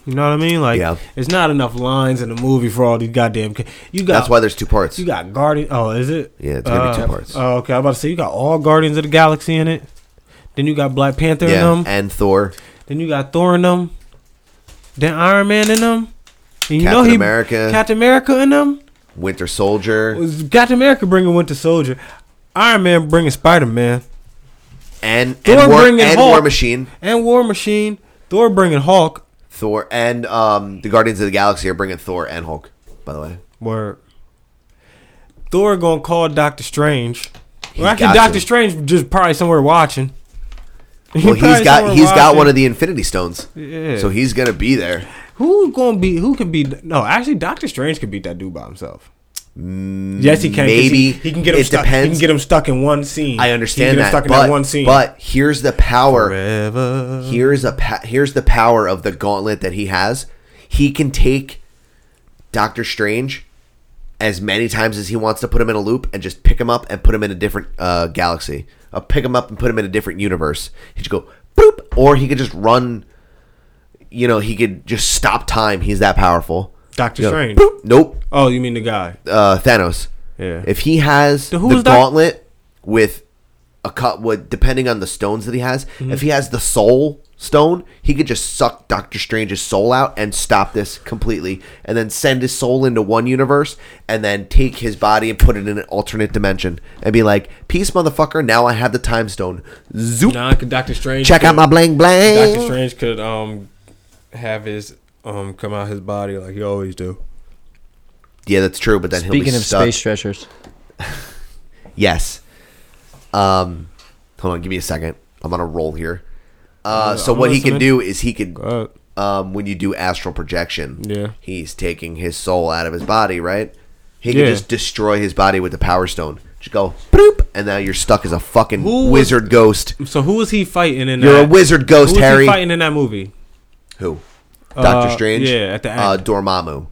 Speaker 4: You know what I mean? Like,
Speaker 5: Yeah.
Speaker 4: it's not enough lines in the movie for all these goddamn. Ca- you got
Speaker 5: That's why there's two parts.
Speaker 4: you got Guardian. Oh, is it?
Speaker 5: Yeah, it's gonna be
Speaker 4: Uh,
Speaker 5: two parts.
Speaker 4: Oh, okay. I'm about to say you got all Guardians of the Galaxy in it. Then you got Black Panther
Speaker 5: yeah,
Speaker 4: in them.
Speaker 5: and Thor,
Speaker 4: Then you got Thor in them. Then Iron Man in them. And you know
Speaker 5: Captain
Speaker 4: he
Speaker 5: America.
Speaker 4: Captain America in them.
Speaker 5: Winter Soldier,
Speaker 4: Was Captain America bringing Winter Soldier. Iron Man bringing Spider Man
Speaker 5: and
Speaker 4: Thor
Speaker 5: and, War,
Speaker 4: bringing
Speaker 5: and
Speaker 4: Hulk.
Speaker 5: War Machine.
Speaker 4: and War Machine. Thor bringing Hulk.
Speaker 5: Thor and um, the Guardians of the Galaxy are bringing Thor and Hulk. By the way,
Speaker 4: Word. Thor gonna call Doctor Strange.
Speaker 5: He's
Speaker 4: Well,
Speaker 5: got
Speaker 4: actually, Doctor
Speaker 5: to.
Speaker 4: Strange just probably somewhere watching.
Speaker 5: well, he's got he's got one of the Infinity Stones,
Speaker 4: Yeah.
Speaker 5: so he's gonna be there.
Speaker 4: Who gonna be? Who can be? No, actually, Doctor Strange could beat that dude by himself. Yes, he can. 'cause
Speaker 5: Mm, maybe.
Speaker 4: he, he can get him.
Speaker 5: It
Speaker 4: stuck, He
Speaker 5: depends.
Speaker 4: can get him stuck in one scene.
Speaker 5: I
Speaker 4: he
Speaker 5: understand
Speaker 4: can
Speaker 5: that,
Speaker 4: get him stuck
Speaker 5: but,
Speaker 4: in that one scene.
Speaker 5: but here's the power.
Speaker 4: Forever.
Speaker 5: Here's a pa- here's the power of the gauntlet that he has. He can take Doctor Strange as many times as he wants to put him in a loop and just pick him up and put him in a different uh, galaxy. Uh, pick him up and put him in a different universe. He should go boop, or he could just run. You know, he could just stop time. He's that powerful.
Speaker 4: Doctor
Speaker 5: You know,
Speaker 4: Strange.
Speaker 5: boop, nope.
Speaker 4: Oh, you mean the guy?
Speaker 5: Uh, Thanos.
Speaker 4: Yeah.
Speaker 5: If he has
Speaker 4: So who
Speaker 5: the
Speaker 4: was that-
Speaker 5: gauntlet with a cut, what depending on the stones that he has,
Speaker 4: Mm-hmm.
Speaker 5: if he has the soul stone, he could just suck Doctor Strange's soul out and stop this completely, and then send his soul into one universe, and then take his body and put it in an alternate dimension, and be like, "Peace, motherfucker! Now I have the time stone. Zoop!
Speaker 4: Nah, 'cause Doctor Strange.
Speaker 5: Check
Speaker 4: could,
Speaker 5: out my bling bling."
Speaker 4: Doctor Strange could um have his um come out his body like he always do.
Speaker 5: Yeah, that's true, but then he'll
Speaker 9: Speaking
Speaker 5: be
Speaker 9: of
Speaker 5: stuck.
Speaker 9: space stretchers,
Speaker 5: Yes. Um, hold on, give me a second. I'm on a roll here. Uh,
Speaker 4: Yeah,
Speaker 5: so
Speaker 4: I'm
Speaker 5: what he can
Speaker 4: listening.
Speaker 5: do is he could
Speaker 4: Uh,
Speaker 5: um, when you do astral projection,
Speaker 4: Yeah.
Speaker 5: he's taking his soul out of his body, right? He
Speaker 4: Yeah.
Speaker 5: can just destroy his body with the power stone. Just go bloop, and now you're stuck as a fucking
Speaker 4: Who was-
Speaker 5: wizard ghost.
Speaker 4: so who was he fighting in?
Speaker 5: You're a
Speaker 4: that?
Speaker 5: wizard
Speaker 4: Who
Speaker 5: ghost,
Speaker 4: was he
Speaker 5: Harry.
Speaker 4: fighting in that movie?
Speaker 5: Who? Doctor
Speaker 4: Uh,
Speaker 5: Strange.
Speaker 4: yeah, at the end.
Speaker 5: Uh, Dormammu.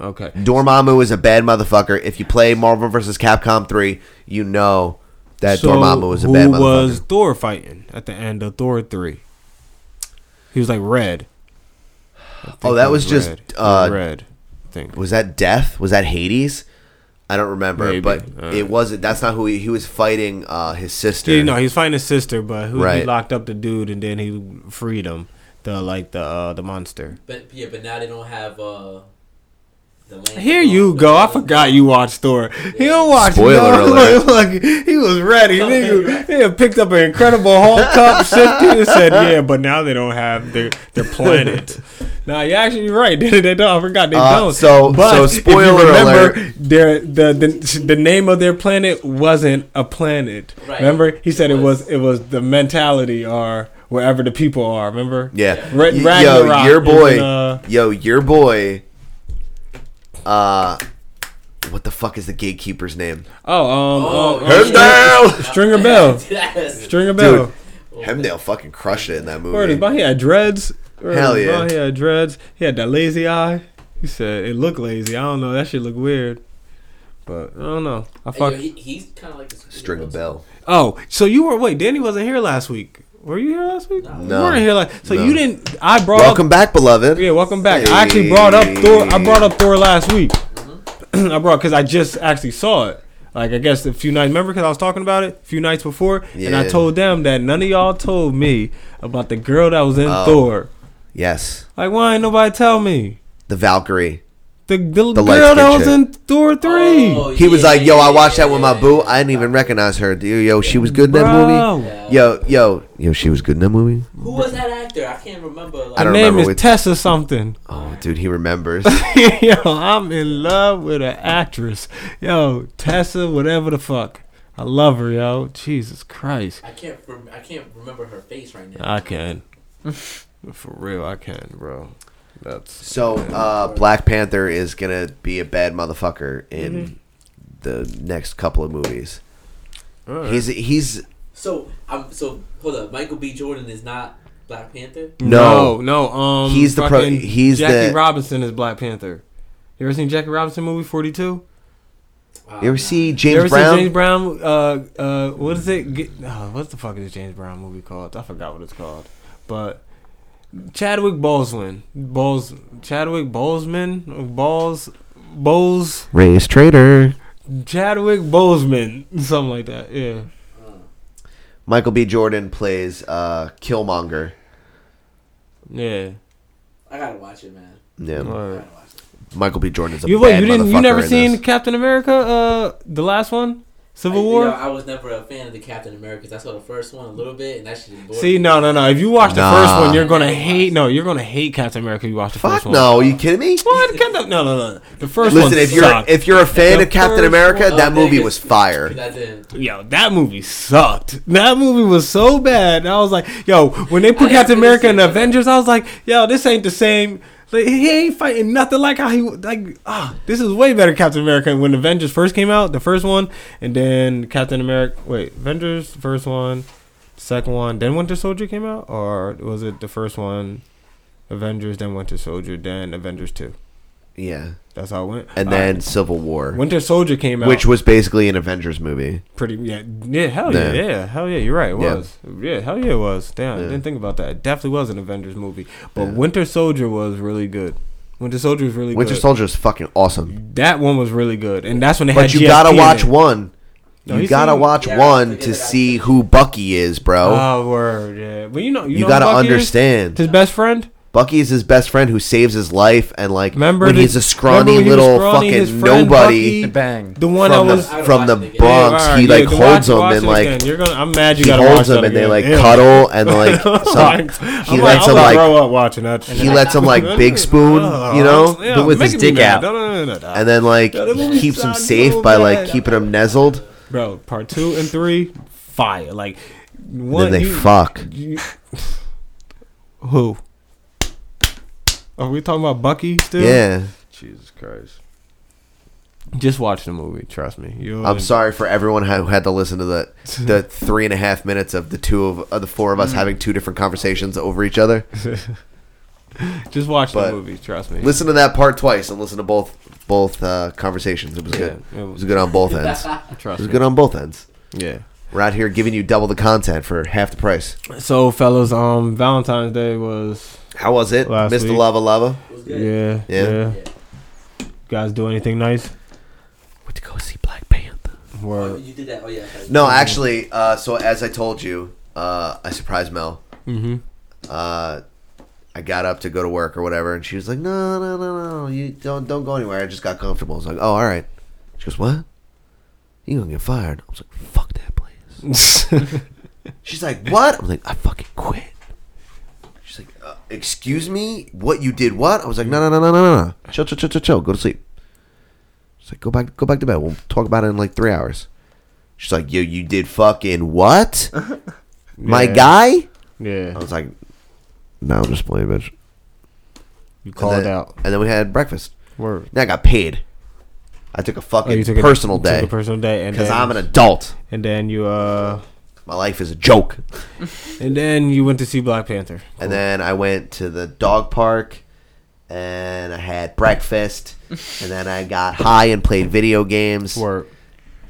Speaker 4: Okay.
Speaker 5: Dormammu is a bad motherfucker. If you play Marvel vs. Capcom three, you know that Dormammu is a bad
Speaker 4: who
Speaker 5: motherfucker.
Speaker 4: was Thor fighting at the end of Thor three? He was like red. I think
Speaker 5: Oh, that
Speaker 4: he
Speaker 5: was just,
Speaker 4: red. He
Speaker 5: uh,
Speaker 4: was red. I think.
Speaker 5: was that death? Was that Hades? I don't remember,
Speaker 4: Maybe.
Speaker 5: but
Speaker 4: Alright.
Speaker 5: it wasn't. That's not who he, he was fighting. Uh, his sister.
Speaker 4: Yeah, no, he was fighting his sister, but who he
Speaker 5: Right.
Speaker 4: locked up the dude, and then he freed him. The like the uh, the monster.
Speaker 8: But yeah, but now they don't have uh. The land
Speaker 4: Here you go. I forgot you watched Thor. He don't watch.
Speaker 5: Spoiler
Speaker 4: no,
Speaker 5: alert.
Speaker 4: Look, look, he was ready. Nigga, he had picked up an incredible Hulk cup, shifted, and said, "Yeah, but now they don't have their their planet." nah, you're actually right. They don't. I forgot they
Speaker 5: Uh,
Speaker 4: don't.
Speaker 5: so- so
Speaker 4: if you
Speaker 5: spoiler alert.
Speaker 4: Their the, the the name of their planet wasn't a planet.
Speaker 8: Right.
Speaker 4: Remember, he said
Speaker 8: It
Speaker 4: it
Speaker 8: was-
Speaker 4: was it was the mentality or wherever the people are. Remember?
Speaker 5: Yeah.
Speaker 4: Ra-
Speaker 5: Y-
Speaker 4: Ragnarok
Speaker 5: yo, your
Speaker 4: is
Speaker 5: boy.
Speaker 4: in, uh,
Speaker 5: yo, your boy. Uh, what the fuck is the gatekeeper's name?
Speaker 4: Oh, um,
Speaker 8: Oh,
Speaker 4: um,
Speaker 8: yeah.
Speaker 4: um,
Speaker 5: Hemdale.
Speaker 4: Stringer Bell.
Speaker 8: Yes.
Speaker 4: Stringer Bell.
Speaker 5: Hemdale fucking crushed it in that
Speaker 4: Word
Speaker 5: movie.
Speaker 4: is, but he had dreads. Word
Speaker 5: Hell
Speaker 4: is,
Speaker 5: yeah.
Speaker 4: bro, He had dreads. He had that lazy eye. He said it looked lazy. I don't know. That shit look weird. But I don't know. I
Speaker 8: Hey, yo,
Speaker 4: fuck.
Speaker 8: he, he's kind of like a
Speaker 5: Stringer Bell.
Speaker 4: Oh, so you were wait? Danny wasn't here last week. Were you here last week?
Speaker 5: No.
Speaker 4: You weren't here last. So
Speaker 5: No.
Speaker 4: you didn't. I brought.
Speaker 5: Welcome back, beloved.
Speaker 4: Up, Oh. yeah, welcome back. I actually brought up Thor. I brought up Thor last week.
Speaker 8: Mm-hmm.
Speaker 4: I brought because I just actually saw it. Like I guess a few nights. Remember because I was talking about it a few nights before, and I
Speaker 5: Yeah.
Speaker 4: told them that none of y'all told me about the girl that was in
Speaker 5: Oh.
Speaker 4: Thor.
Speaker 5: Yes,
Speaker 4: Like, why ain't nobody tell me?
Speaker 5: the Valkyrie.
Speaker 4: The, the,
Speaker 5: light
Speaker 4: girl that
Speaker 5: skin
Speaker 4: was
Speaker 5: chick.
Speaker 4: in Thor 3.
Speaker 5: He was like, "Yo, I watched that with my boo.
Speaker 8: boo.
Speaker 5: I didn't even recognize her. Yo, yo, she was good in that
Speaker 4: Bro.
Speaker 5: movie. Yo, yo, yo, she was good in that movie.
Speaker 8: Who was that actor? I can't remember. Like,
Speaker 5: I
Speaker 4: Her
Speaker 5: don't
Speaker 4: name
Speaker 5: remember
Speaker 4: is
Speaker 5: which-
Speaker 4: Tessa something.
Speaker 5: Oh, dude, he remembers.
Speaker 4: Yo, I'm in love with an actress. Yo, oh, Tessa, whatever the fuck. I love her, yo. Jesus Christ.
Speaker 8: I can't. Rem- I can't remember her face right now.
Speaker 4: I can. For real, I can, bro. That's
Speaker 5: So, uh, Black Panther is gonna be a bad motherfucker in
Speaker 4: Mm-hmm.
Speaker 5: the next couple of movies. He's he's
Speaker 8: So I'm. So hold up. Michael B. Jordan is not Black Panther.
Speaker 5: no,
Speaker 4: no, no. Um,
Speaker 5: He's the pro-
Speaker 4: fucking
Speaker 5: he's
Speaker 4: Jackie
Speaker 5: the-
Speaker 4: Robinson is Black Panther. You ever seen Jackie Robinson movie Forty Two?
Speaker 8: Wow,
Speaker 5: You ever
Speaker 8: nah.
Speaker 5: see
Speaker 4: Uh, You ever
Speaker 5: James
Speaker 4: seen
Speaker 5: Brown?
Speaker 4: James Brown? Uh, uh, what is it? Get, oh, what's the fuck is the James Brown movie called? I forgot what it's called. But Chadwick Boseman, Bos, Chadwick Boseman, Balls, Bose,
Speaker 5: Raise traitor.
Speaker 4: Chadwick Boseman, something like that. Yeah.
Speaker 5: Michael B. Jordan plays uh, Killmonger.
Speaker 4: Yeah,
Speaker 8: I gotta watch it, man.
Speaker 5: Yeah,
Speaker 8: I
Speaker 4: Alright.
Speaker 8: gotta watch it.
Speaker 5: Michael B. Jordan is a
Speaker 4: you
Speaker 5: bad
Speaker 4: wait, you didn't, you
Speaker 5: motherfucker
Speaker 4: never
Speaker 5: in
Speaker 4: seen
Speaker 5: this.
Speaker 4: Captain America, uh, the last one,
Speaker 8: I-
Speaker 4: Civil
Speaker 8: you
Speaker 4: War?
Speaker 8: know, I was never a fan of the Captain Americas. I saw the first one a little bit, and that shit just bored
Speaker 4: See,
Speaker 8: me.
Speaker 4: no, no, no. If you watch the
Speaker 5: Nah.
Speaker 4: first one, you're gonna hate. No, you're gonna hate Captain America. If you watch the
Speaker 5: Fuck
Speaker 4: first one.
Speaker 5: no, you kidding me?
Speaker 4: What? Kind of- No, no, no. The first one.
Speaker 5: Listen, if you're
Speaker 4: sucked.
Speaker 5: if you're a fan
Speaker 4: The
Speaker 5: of Captain
Speaker 4: first
Speaker 5: America,
Speaker 8: one-
Speaker 5: that
Speaker 8: oh,
Speaker 5: movie
Speaker 8: nigga.
Speaker 5: was fire.
Speaker 8: That didn't.
Speaker 4: Yo, that movie sucked. That movie was so bad. I was like, yo, when they put Captain America in Avengers, I was like, yo, this ain't the same. Like, he ain't fighting nothing like how he like. Ah, this is way better Captain America when Avengers first came out, the first one, and then Captain America. Wait, Avengers first one, second one, then Winter Soldier came out, or was it the first one, Avengers, then Winter Soldier, then Avengers two?
Speaker 5: Yeah,
Speaker 4: That's how it went.
Speaker 5: and
Speaker 4: All
Speaker 5: then
Speaker 4: right.
Speaker 5: Civil War,
Speaker 4: Winter Soldier came out,
Speaker 5: which was basically an Avengers movie.
Speaker 4: pretty yeah yeah hell yeah
Speaker 5: Yeah.
Speaker 4: yeah, hell yeah you're right it
Speaker 5: Yeah.
Speaker 4: was yeah hell yeah it was damn
Speaker 5: Yeah.
Speaker 4: I didn't think about that it definitely was an Avengers movie but
Speaker 5: Yeah.
Speaker 4: Winter Soldier was really good Winter Soldier was really
Speaker 5: Winter
Speaker 4: good
Speaker 5: Soldier is fucking awesome,
Speaker 4: that one was really good and that's when they had
Speaker 5: but you
Speaker 4: GSP
Speaker 5: gotta
Speaker 4: in
Speaker 5: watch
Speaker 4: it.
Speaker 5: one.
Speaker 4: No,
Speaker 5: you
Speaker 4: he's
Speaker 5: gotta
Speaker 4: seen-
Speaker 5: watch
Speaker 8: Yeah,
Speaker 5: one
Speaker 8: forget
Speaker 5: to
Speaker 8: that.
Speaker 5: see who Bucky is, bro.
Speaker 4: oh word yeah but you know you,
Speaker 5: you
Speaker 4: know
Speaker 5: gotta
Speaker 4: Bucky is?
Speaker 5: understand.
Speaker 4: his best friend
Speaker 5: Bucky is his best friend who saves his life, and like
Speaker 4: Remember
Speaker 5: when
Speaker 4: the-
Speaker 5: he's a scrawny
Speaker 4: remember when he was
Speaker 5: little
Speaker 4: scrawny, his
Speaker 5: fucking
Speaker 4: friend
Speaker 5: nobody
Speaker 4: Bucky?
Speaker 1: The bang.
Speaker 4: the one
Speaker 5: from
Speaker 4: that
Speaker 5: the
Speaker 4: was
Speaker 5: from the
Speaker 8: Yeah,
Speaker 5: Bronx,
Speaker 4: alright,
Speaker 5: he like
Speaker 4: yeah,
Speaker 5: holds
Speaker 4: watch-
Speaker 5: him
Speaker 4: watch
Speaker 5: and
Speaker 4: it
Speaker 5: like
Speaker 4: again. you're gonna I'm mad you
Speaker 5: he
Speaker 4: gotta
Speaker 5: holds
Speaker 4: watch that
Speaker 5: him and they
Speaker 4: again.
Speaker 5: like
Speaker 4: Ew.
Speaker 5: cuddle and like some, he
Speaker 4: I'm
Speaker 5: lets
Speaker 4: I'm
Speaker 5: him
Speaker 4: gonna
Speaker 5: like
Speaker 4: grow up watching that shit.
Speaker 5: he lets him like big spoon,
Speaker 4: Ugh,
Speaker 5: you know,
Speaker 4: yeah,
Speaker 9: but with
Speaker 4: make
Speaker 9: his
Speaker 4: me
Speaker 9: dick
Speaker 4: mad.
Speaker 9: out.
Speaker 4: No, no, no, no, no.
Speaker 5: and then like
Speaker 4: Yo, that
Speaker 5: he
Speaker 4: movie
Speaker 5: keeps him
Speaker 4: sounds
Speaker 5: safe
Speaker 4: so
Speaker 5: by like
Speaker 4: bad.
Speaker 5: keeping him nestled.
Speaker 4: bro. Part two and three, fire. Like one,
Speaker 5: Then they
Speaker 4: you-
Speaker 5: fuck.
Speaker 4: you- who? Are we talking about Bucky still?
Speaker 5: Yeah,
Speaker 4: Jesus Christ. Just watch the movie. Trust me. You'll
Speaker 5: I'm sorry for everyone who had to listen to the the three and
Speaker 4: Mm.
Speaker 5: a half minutes of the two of, of the four of us having two different conversations over each other.
Speaker 7: Just watch
Speaker 5: But-
Speaker 7: the movie. Trust me.
Speaker 5: Listen to that part twice and listen to both both uh, conversations. It was good.
Speaker 7: Yeah, it
Speaker 5: It
Speaker 7: was-
Speaker 5: was good on both ends. It
Speaker 7: Trust
Speaker 5: was
Speaker 7: me.
Speaker 5: good on both ends.
Speaker 7: yeah.
Speaker 5: We're out here giving you double the content for half the price.
Speaker 7: So, fellas, um, Valentine's Day was
Speaker 5: How was it,
Speaker 7: Last
Speaker 5: Mr.
Speaker 7: week.
Speaker 5: Lava Lava?
Speaker 10: It was
Speaker 7: yeah,
Speaker 10: good.
Speaker 7: yeah.
Speaker 5: Yeah.
Speaker 7: You guys, do anything nice?
Speaker 5: Went to go see Black Panther.
Speaker 10: Oh,
Speaker 7: Word.
Speaker 10: you did that. Oh yeah. okay.
Speaker 5: No, actually, uh, so as I told you, uh, I surprised Mel.
Speaker 7: Mm-hmm.
Speaker 5: uh, I got up to go to work or whatever, and she was like, "No, no, no, no, you don't don't go anywhere." I just got comfortable. I was like, "Oh, all right." She goes, "What? You gonna get fired?" I was like, "Fuck that place." She's like, "What?" I'm like, "I fucking quit." She's like, uh, "Excuse me, what you did? What?" I was like, "No, no, no, no, no, no, chill, chill, chill, chill, chill. Go to sleep." She's like, "Go back, go back to bed. We'll talk about it in like three hours." She's like, "Yo, you did fucking what, my
Speaker 7: Yeah.
Speaker 5: guy?" I
Speaker 7: Yeah.
Speaker 5: was like, no, I'm just playing, bitch.
Speaker 7: You called
Speaker 5: and then,
Speaker 7: out.
Speaker 5: And then we had breakfast.
Speaker 7: Word.
Speaker 5: Then I got paid. I took a fucking
Speaker 7: Oh, you took a-
Speaker 5: personal
Speaker 7: you took
Speaker 5: day
Speaker 7: a personal day, and
Speaker 5: because
Speaker 7: then,
Speaker 5: I'm an adult.
Speaker 7: and then you uh,
Speaker 5: My life is a joke.
Speaker 7: and then you went to see Black Panther.
Speaker 5: And then I went to the dog park and I had breakfast. and then I got high and played video games.
Speaker 7: Word.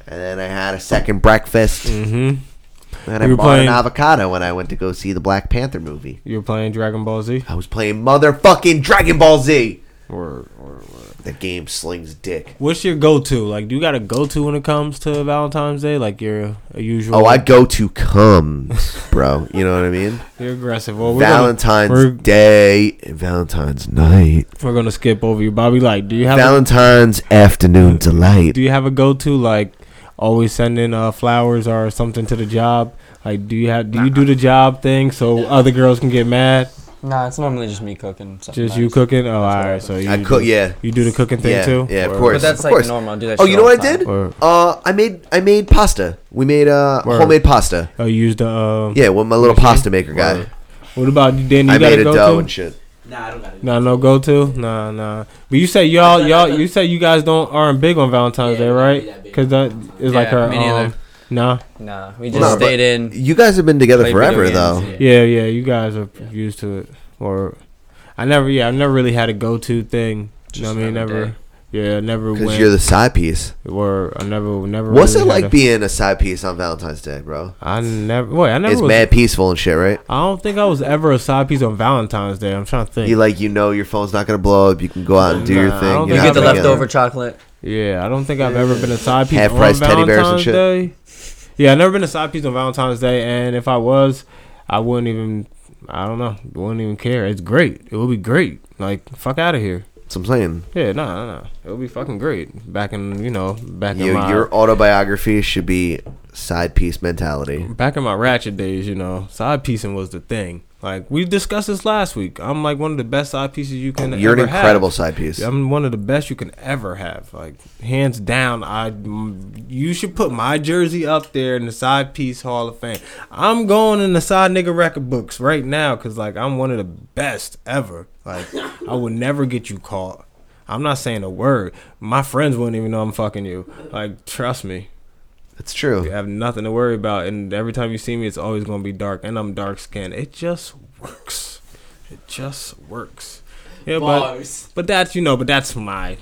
Speaker 5: And then I had a second breakfast.
Speaker 7: Mm-hmm.
Speaker 5: And I
Speaker 7: You were
Speaker 5: bought
Speaker 7: playing-
Speaker 5: an avocado when I went to go see the Black Panther movie.
Speaker 7: You were playing Dragon Ball Z.
Speaker 5: I was playing motherfucking Dragon Ball Z.
Speaker 7: Word. Word.
Speaker 5: The game slings dick.
Speaker 7: What's your go-to? Like, do you got a go-to when it comes to Valentine's Day? Like your a usual.
Speaker 5: Oh, I go to comes, bro. You know what I mean?
Speaker 7: You're aggressive. Well, we're
Speaker 5: Valentine's
Speaker 7: gonna, we're,
Speaker 5: Day, and Valentine's night,
Speaker 7: we're gonna skip over you, Bobby. Like, do you have a,
Speaker 5: Valentine's afternoon delight.
Speaker 7: do you have a go-to? Like, always sending uh, flowers or something to the job. Like, do you have do you do the job thing so other girls can get mad?
Speaker 9: Nah, it's normally just me cooking. sometimes.
Speaker 7: Just you cooking? Oh, all right. So you
Speaker 5: I cook, yeah,
Speaker 7: You do the cooking thing
Speaker 5: yeah,
Speaker 7: too.
Speaker 5: yeah, of
Speaker 7: Or-
Speaker 5: course,
Speaker 9: But that's
Speaker 5: of
Speaker 9: like
Speaker 5: course.
Speaker 9: normal. I do that
Speaker 5: Oh,
Speaker 9: shit
Speaker 5: you know
Speaker 9: all
Speaker 5: what
Speaker 9: the
Speaker 5: I did?
Speaker 9: time.
Speaker 7: Or-
Speaker 5: Uh, I made I made pasta. We made uh
Speaker 7: Word.
Speaker 5: homemade pasta.
Speaker 7: Oh, you use the um,
Speaker 5: Yeah, with my little
Speaker 7: Machine?
Speaker 5: pasta maker guy.
Speaker 7: Word. What about you, Danny? You
Speaker 5: I
Speaker 7: got
Speaker 5: made
Speaker 7: a
Speaker 5: a dough
Speaker 7: go
Speaker 5: and
Speaker 7: to?
Speaker 5: shit.
Speaker 10: Nah, I don't got it.
Speaker 7: Nah, no go to. Nah, nah. But you say y'all, y'all, you say you guys don't aren't big on Valentine's
Speaker 10: Yeah,
Speaker 7: Day,
Speaker 10: we're not
Speaker 7: right?
Speaker 10: really that big.
Speaker 7: Because that is like
Speaker 9: Yeah,
Speaker 7: our.
Speaker 9: me neither.
Speaker 7: Um, nah.
Speaker 9: Nah, we
Speaker 5: No,
Speaker 9: just
Speaker 5: but-
Speaker 9: stayed in.
Speaker 5: You guys have been together
Speaker 9: Played video
Speaker 5: forever,
Speaker 9: games,
Speaker 5: though.
Speaker 9: yeah.
Speaker 7: Yeah, yeah. You guys are used to it, or I never. Yeah, I never really had a go to thing. You know
Speaker 9: Just
Speaker 7: what I mean?
Speaker 9: another
Speaker 7: Never.
Speaker 9: day.
Speaker 7: Yeah, I never
Speaker 5: Because
Speaker 7: went.
Speaker 5: you're the side piece.
Speaker 7: or I never, never.
Speaker 5: What's
Speaker 7: really
Speaker 5: it
Speaker 7: had
Speaker 5: like
Speaker 7: a-
Speaker 5: being a side piece on Valentine's Day, bro?
Speaker 7: I never. Wait, I never.
Speaker 5: It's
Speaker 7: was,
Speaker 5: mad peaceful and shit, right?
Speaker 7: I don't think I was ever a side piece on Valentine's Day. I'm trying to think.
Speaker 5: You like you know your phone's not gonna blow up. You can go out and do
Speaker 7: Nah,
Speaker 5: your
Speaker 7: I
Speaker 5: thing.
Speaker 7: don't
Speaker 5: You're
Speaker 9: You
Speaker 7: think
Speaker 5: not
Speaker 9: get the
Speaker 5: together.
Speaker 9: leftover chocolate.
Speaker 7: Yeah, I don't think I've ever been a side piece on
Speaker 5: Half-price
Speaker 7: Valentine's
Speaker 5: teddy bears and
Speaker 7: Day. Yeah, I've never been a side piece on Valentine's Day, and if I was, I wouldn't even. I don't know. Wouldn't even care. It's great. It would be great. Like fuck out of here.
Speaker 5: That's what I'm saying.
Speaker 7: Yeah, no, no, no. It would be fucking great. Back in you know, back in
Speaker 5: Yo,
Speaker 7: my
Speaker 5: your autobiography should be side piece mentality.
Speaker 7: back in my ratchet days. You know, side piecing was the thing. Like we discussed this last week. I'm like one of the best side pieces you can.
Speaker 5: You're an
Speaker 7: ever have.
Speaker 5: incredible side piece.
Speaker 7: I'm one of the best you can ever have. Like hands down, I mm, you should put my jersey up there in the side piece Hall of Fame. I'm going in the side nigga record books right now because like I'm one of the best ever. Like I would never get you caught. I'm not saying a word. My friends wouldn't even know I'm fucking you. Like trust me,
Speaker 5: That's true.
Speaker 7: you have nothing to worry about. And every time you see me, it's always gonna be dark, and I'm dark skinned. It just works. It just works. Yeah, but.
Speaker 10: Bars.
Speaker 7: But that's you know, but that's my,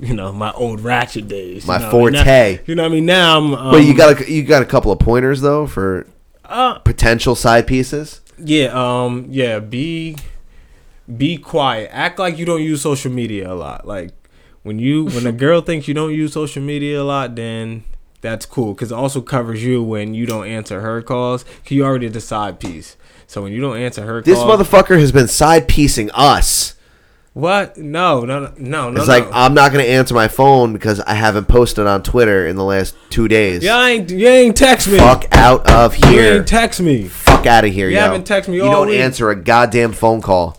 Speaker 7: you know, my old ratchet days.
Speaker 5: My
Speaker 7: you know what I mean?
Speaker 5: forte.
Speaker 7: Now- you know what I mean? Now I'm. Um,
Speaker 5: but you got a, you got a couple of pointers though for
Speaker 7: Uh,
Speaker 5: potential side pieces.
Speaker 7: yeah. Um. Yeah. Be, be quiet. Act like you don't use social media a lot. Like when you when a girl thinks you don't use social media a lot, then that's cool because it also covers you when you don't answer her calls. 'cause you already did the side piece. So when you don't answer her,
Speaker 5: This
Speaker 7: calls,
Speaker 5: motherfucker has been side piecing us.
Speaker 7: What? No, no, no, no. no,
Speaker 5: It's like uh,
Speaker 7: no.
Speaker 5: I'm not gonna answer my phone because I haven't posted on Twitter in the last two days.
Speaker 7: you ain't you ain't text me.
Speaker 5: Fuck out of
Speaker 7: you
Speaker 5: here.
Speaker 7: ain't text me.
Speaker 5: Fuck out of here,
Speaker 7: You
Speaker 5: yo.
Speaker 7: haven't texted me
Speaker 5: You
Speaker 7: all
Speaker 5: don't
Speaker 7: week.
Speaker 5: answer a goddamn phone call.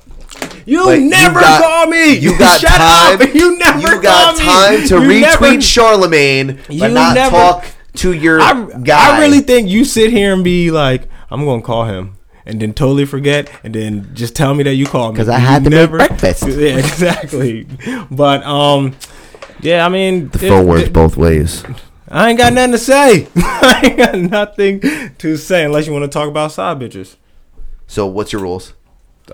Speaker 7: You
Speaker 5: Like, you
Speaker 7: never
Speaker 5: got-
Speaker 7: call me.
Speaker 5: You got
Speaker 7: Shut
Speaker 5: time.
Speaker 7: Up. You never
Speaker 5: You got
Speaker 7: call me.
Speaker 5: time to
Speaker 7: You
Speaker 5: retweet
Speaker 7: never-
Speaker 5: Charlemagne, but
Speaker 7: You
Speaker 5: not
Speaker 7: never-
Speaker 5: talk to your
Speaker 7: I,
Speaker 5: guy.
Speaker 7: I really think you sit here and be like, I'm gonna call him. And then totally forget, and then just tell me that you called me
Speaker 5: 'Cause I
Speaker 7: You
Speaker 5: had to make breakfast.
Speaker 7: Yeah, exactly. But um, yeah, I mean,
Speaker 5: the
Speaker 7: it-
Speaker 5: phone works
Speaker 7: it-
Speaker 5: both ways.
Speaker 7: I ain't got nothing to say. I ain't got nothing to say unless you want to talk about side bitches.
Speaker 5: So what's your rules?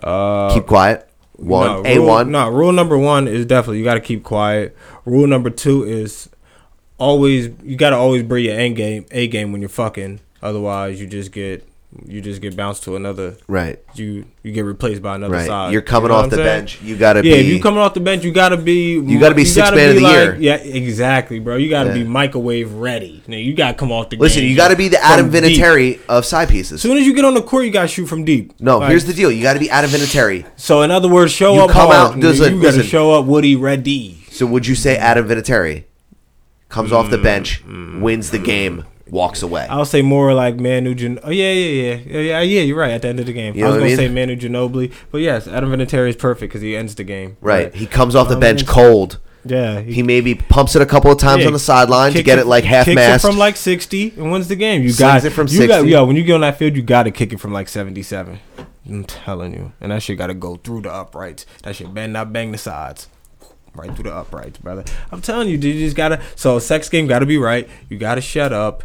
Speaker 7: Uh,
Speaker 5: Keep quiet. One.
Speaker 7: No,
Speaker 5: A
Speaker 7: rule-
Speaker 5: one.
Speaker 7: No, rule number one is definitely you got to keep quiet. Rule number two is always you got to always bring your end game, a game when you're fucking. Otherwise, you just get you just get bounced to another.
Speaker 5: Right.
Speaker 7: You you get replaced by another
Speaker 5: Right.
Speaker 7: side.
Speaker 5: You're coming
Speaker 7: You know what
Speaker 5: off
Speaker 7: I'm
Speaker 5: the
Speaker 7: saying?
Speaker 5: bench. You gotta
Speaker 7: Yeah,
Speaker 5: be.
Speaker 7: if you coming off the bench, you gotta be.
Speaker 5: You gotta be sixth man of the year.
Speaker 7: Yeah, exactly, bro. You gotta
Speaker 5: Yeah.
Speaker 7: be microwave ready. Now, you gotta come off the.
Speaker 5: listen,
Speaker 7: game
Speaker 5: you gotta be the Adam
Speaker 7: from deep.
Speaker 5: Vinatieri of side
Speaker 7: As
Speaker 5: pieces.
Speaker 7: soon as you get on the court, you gotta shoot from deep.
Speaker 5: No,
Speaker 7: Like,
Speaker 5: here's the deal. You gotta be Adam Vinatieri.
Speaker 7: So in other words, show
Speaker 5: You
Speaker 7: up.
Speaker 5: come
Speaker 7: hard.
Speaker 5: out- listen,
Speaker 7: you gotta
Speaker 5: listen.
Speaker 7: show up, Woody ready.
Speaker 5: So would you say Adam Vinatieri comes off the
Speaker 7: Mm,
Speaker 5: bench, wins the game, walks away?
Speaker 7: I'll say more like Manu Gin. Oh yeah, yeah, yeah, yeah, yeah. yeah, You're right. At the end of the game,
Speaker 5: You
Speaker 7: I
Speaker 5: know
Speaker 7: was
Speaker 5: what
Speaker 7: gonna
Speaker 5: I
Speaker 7: say
Speaker 5: mean?
Speaker 7: Manu Ginobili, but yes, Adam Vinatieri is perfect because he ends the game.
Speaker 5: Right. He comes off the
Speaker 7: Um,
Speaker 5: bench cold.
Speaker 7: Yeah.
Speaker 5: He maybe pumps it a couple of times
Speaker 7: yeah,
Speaker 5: on the sideline to
Speaker 7: kicks
Speaker 5: get
Speaker 7: it-
Speaker 5: it like half
Speaker 7: kicks
Speaker 5: mast.
Speaker 7: it from like 60 and wins the game. You
Speaker 5: Slings
Speaker 7: got
Speaker 5: it from
Speaker 7: you Got,
Speaker 5: 60.
Speaker 7: yo, when you get on that field, you got to kick it from like 77. I'm telling you, and that shit got to go through the uprights. That shit bend not bang the sides. Right through the uprights, brother. I'm telling you, dude, you just gotta. So sex game gotta be right. You gotta shut up.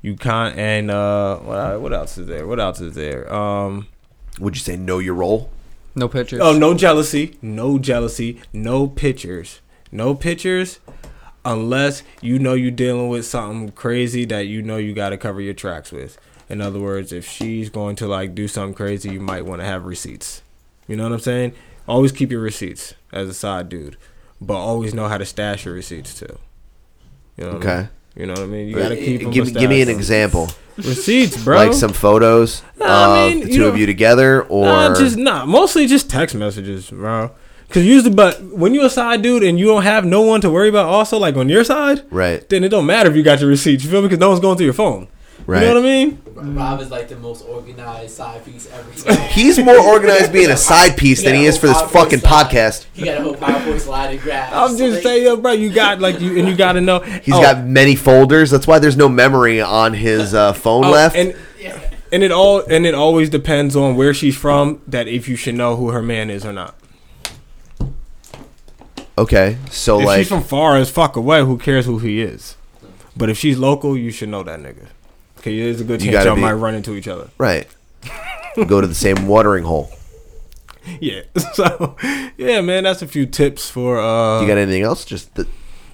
Speaker 7: You can't. And uh, what, what else is there? What else is there? Um,
Speaker 5: Would you say know your role?
Speaker 11: No pictures.
Speaker 7: Oh, no jealousy. No jealousy. No pictures. No pictures unless you know you're dealing with something crazy that you know you got to cover your tracks with. In other words, if she's going to like do something crazy, you might want to have receipts. You know what I'm saying? Always keep your receipts as a side dude, but always know how to stash your receipts too. You know what I mean?
Speaker 5: Okay.
Speaker 7: You know what I mean? You
Speaker 5: Uh,
Speaker 7: got to keep them
Speaker 5: give, me- give me an
Speaker 7: stashed.
Speaker 5: example,
Speaker 7: Receipts, bro.
Speaker 5: like some photos
Speaker 7: I mean,
Speaker 5: of the
Speaker 7: you
Speaker 5: two
Speaker 7: know-
Speaker 5: of you together, or
Speaker 7: Nah, just nah. Mostly just text messages, bro. Cause usually, but when you a side dude and you don't have no one to worry about, also like on your side,
Speaker 5: right,
Speaker 7: then it don't matter if you got your receipts. You feel me? Because no one's going through your phone.
Speaker 5: right.
Speaker 7: You know what I mean?
Speaker 9: Rob is like the most organized side piece ever. time.
Speaker 5: He's more organized being a side piece than he is for this fucking podcast.
Speaker 9: He got a whole PowerPoint slide and graph.
Speaker 7: I'm just saying, yo, bro. You got like you and you got to know. Oh,
Speaker 5: He's
Speaker 7: He's
Speaker 5: got many folders. That's why there's no memory on his uh, phone left.
Speaker 7: Oh, and and it all and it always depends on where she's from. That if you should know who her man is or not.
Speaker 5: okay, so
Speaker 7: if
Speaker 5: like,
Speaker 7: she's from far as fuck away, who cares who he is? But if she's local, you should know that nigga. Okay, there's a good
Speaker 5: You
Speaker 7: chance
Speaker 5: gotta
Speaker 7: y'all
Speaker 5: be-
Speaker 7: might run into each other.
Speaker 5: right, go to the same watering hole.
Speaker 7: Yeah. So, yeah, man, that's a few tips for uh
Speaker 5: You got anything else? Just th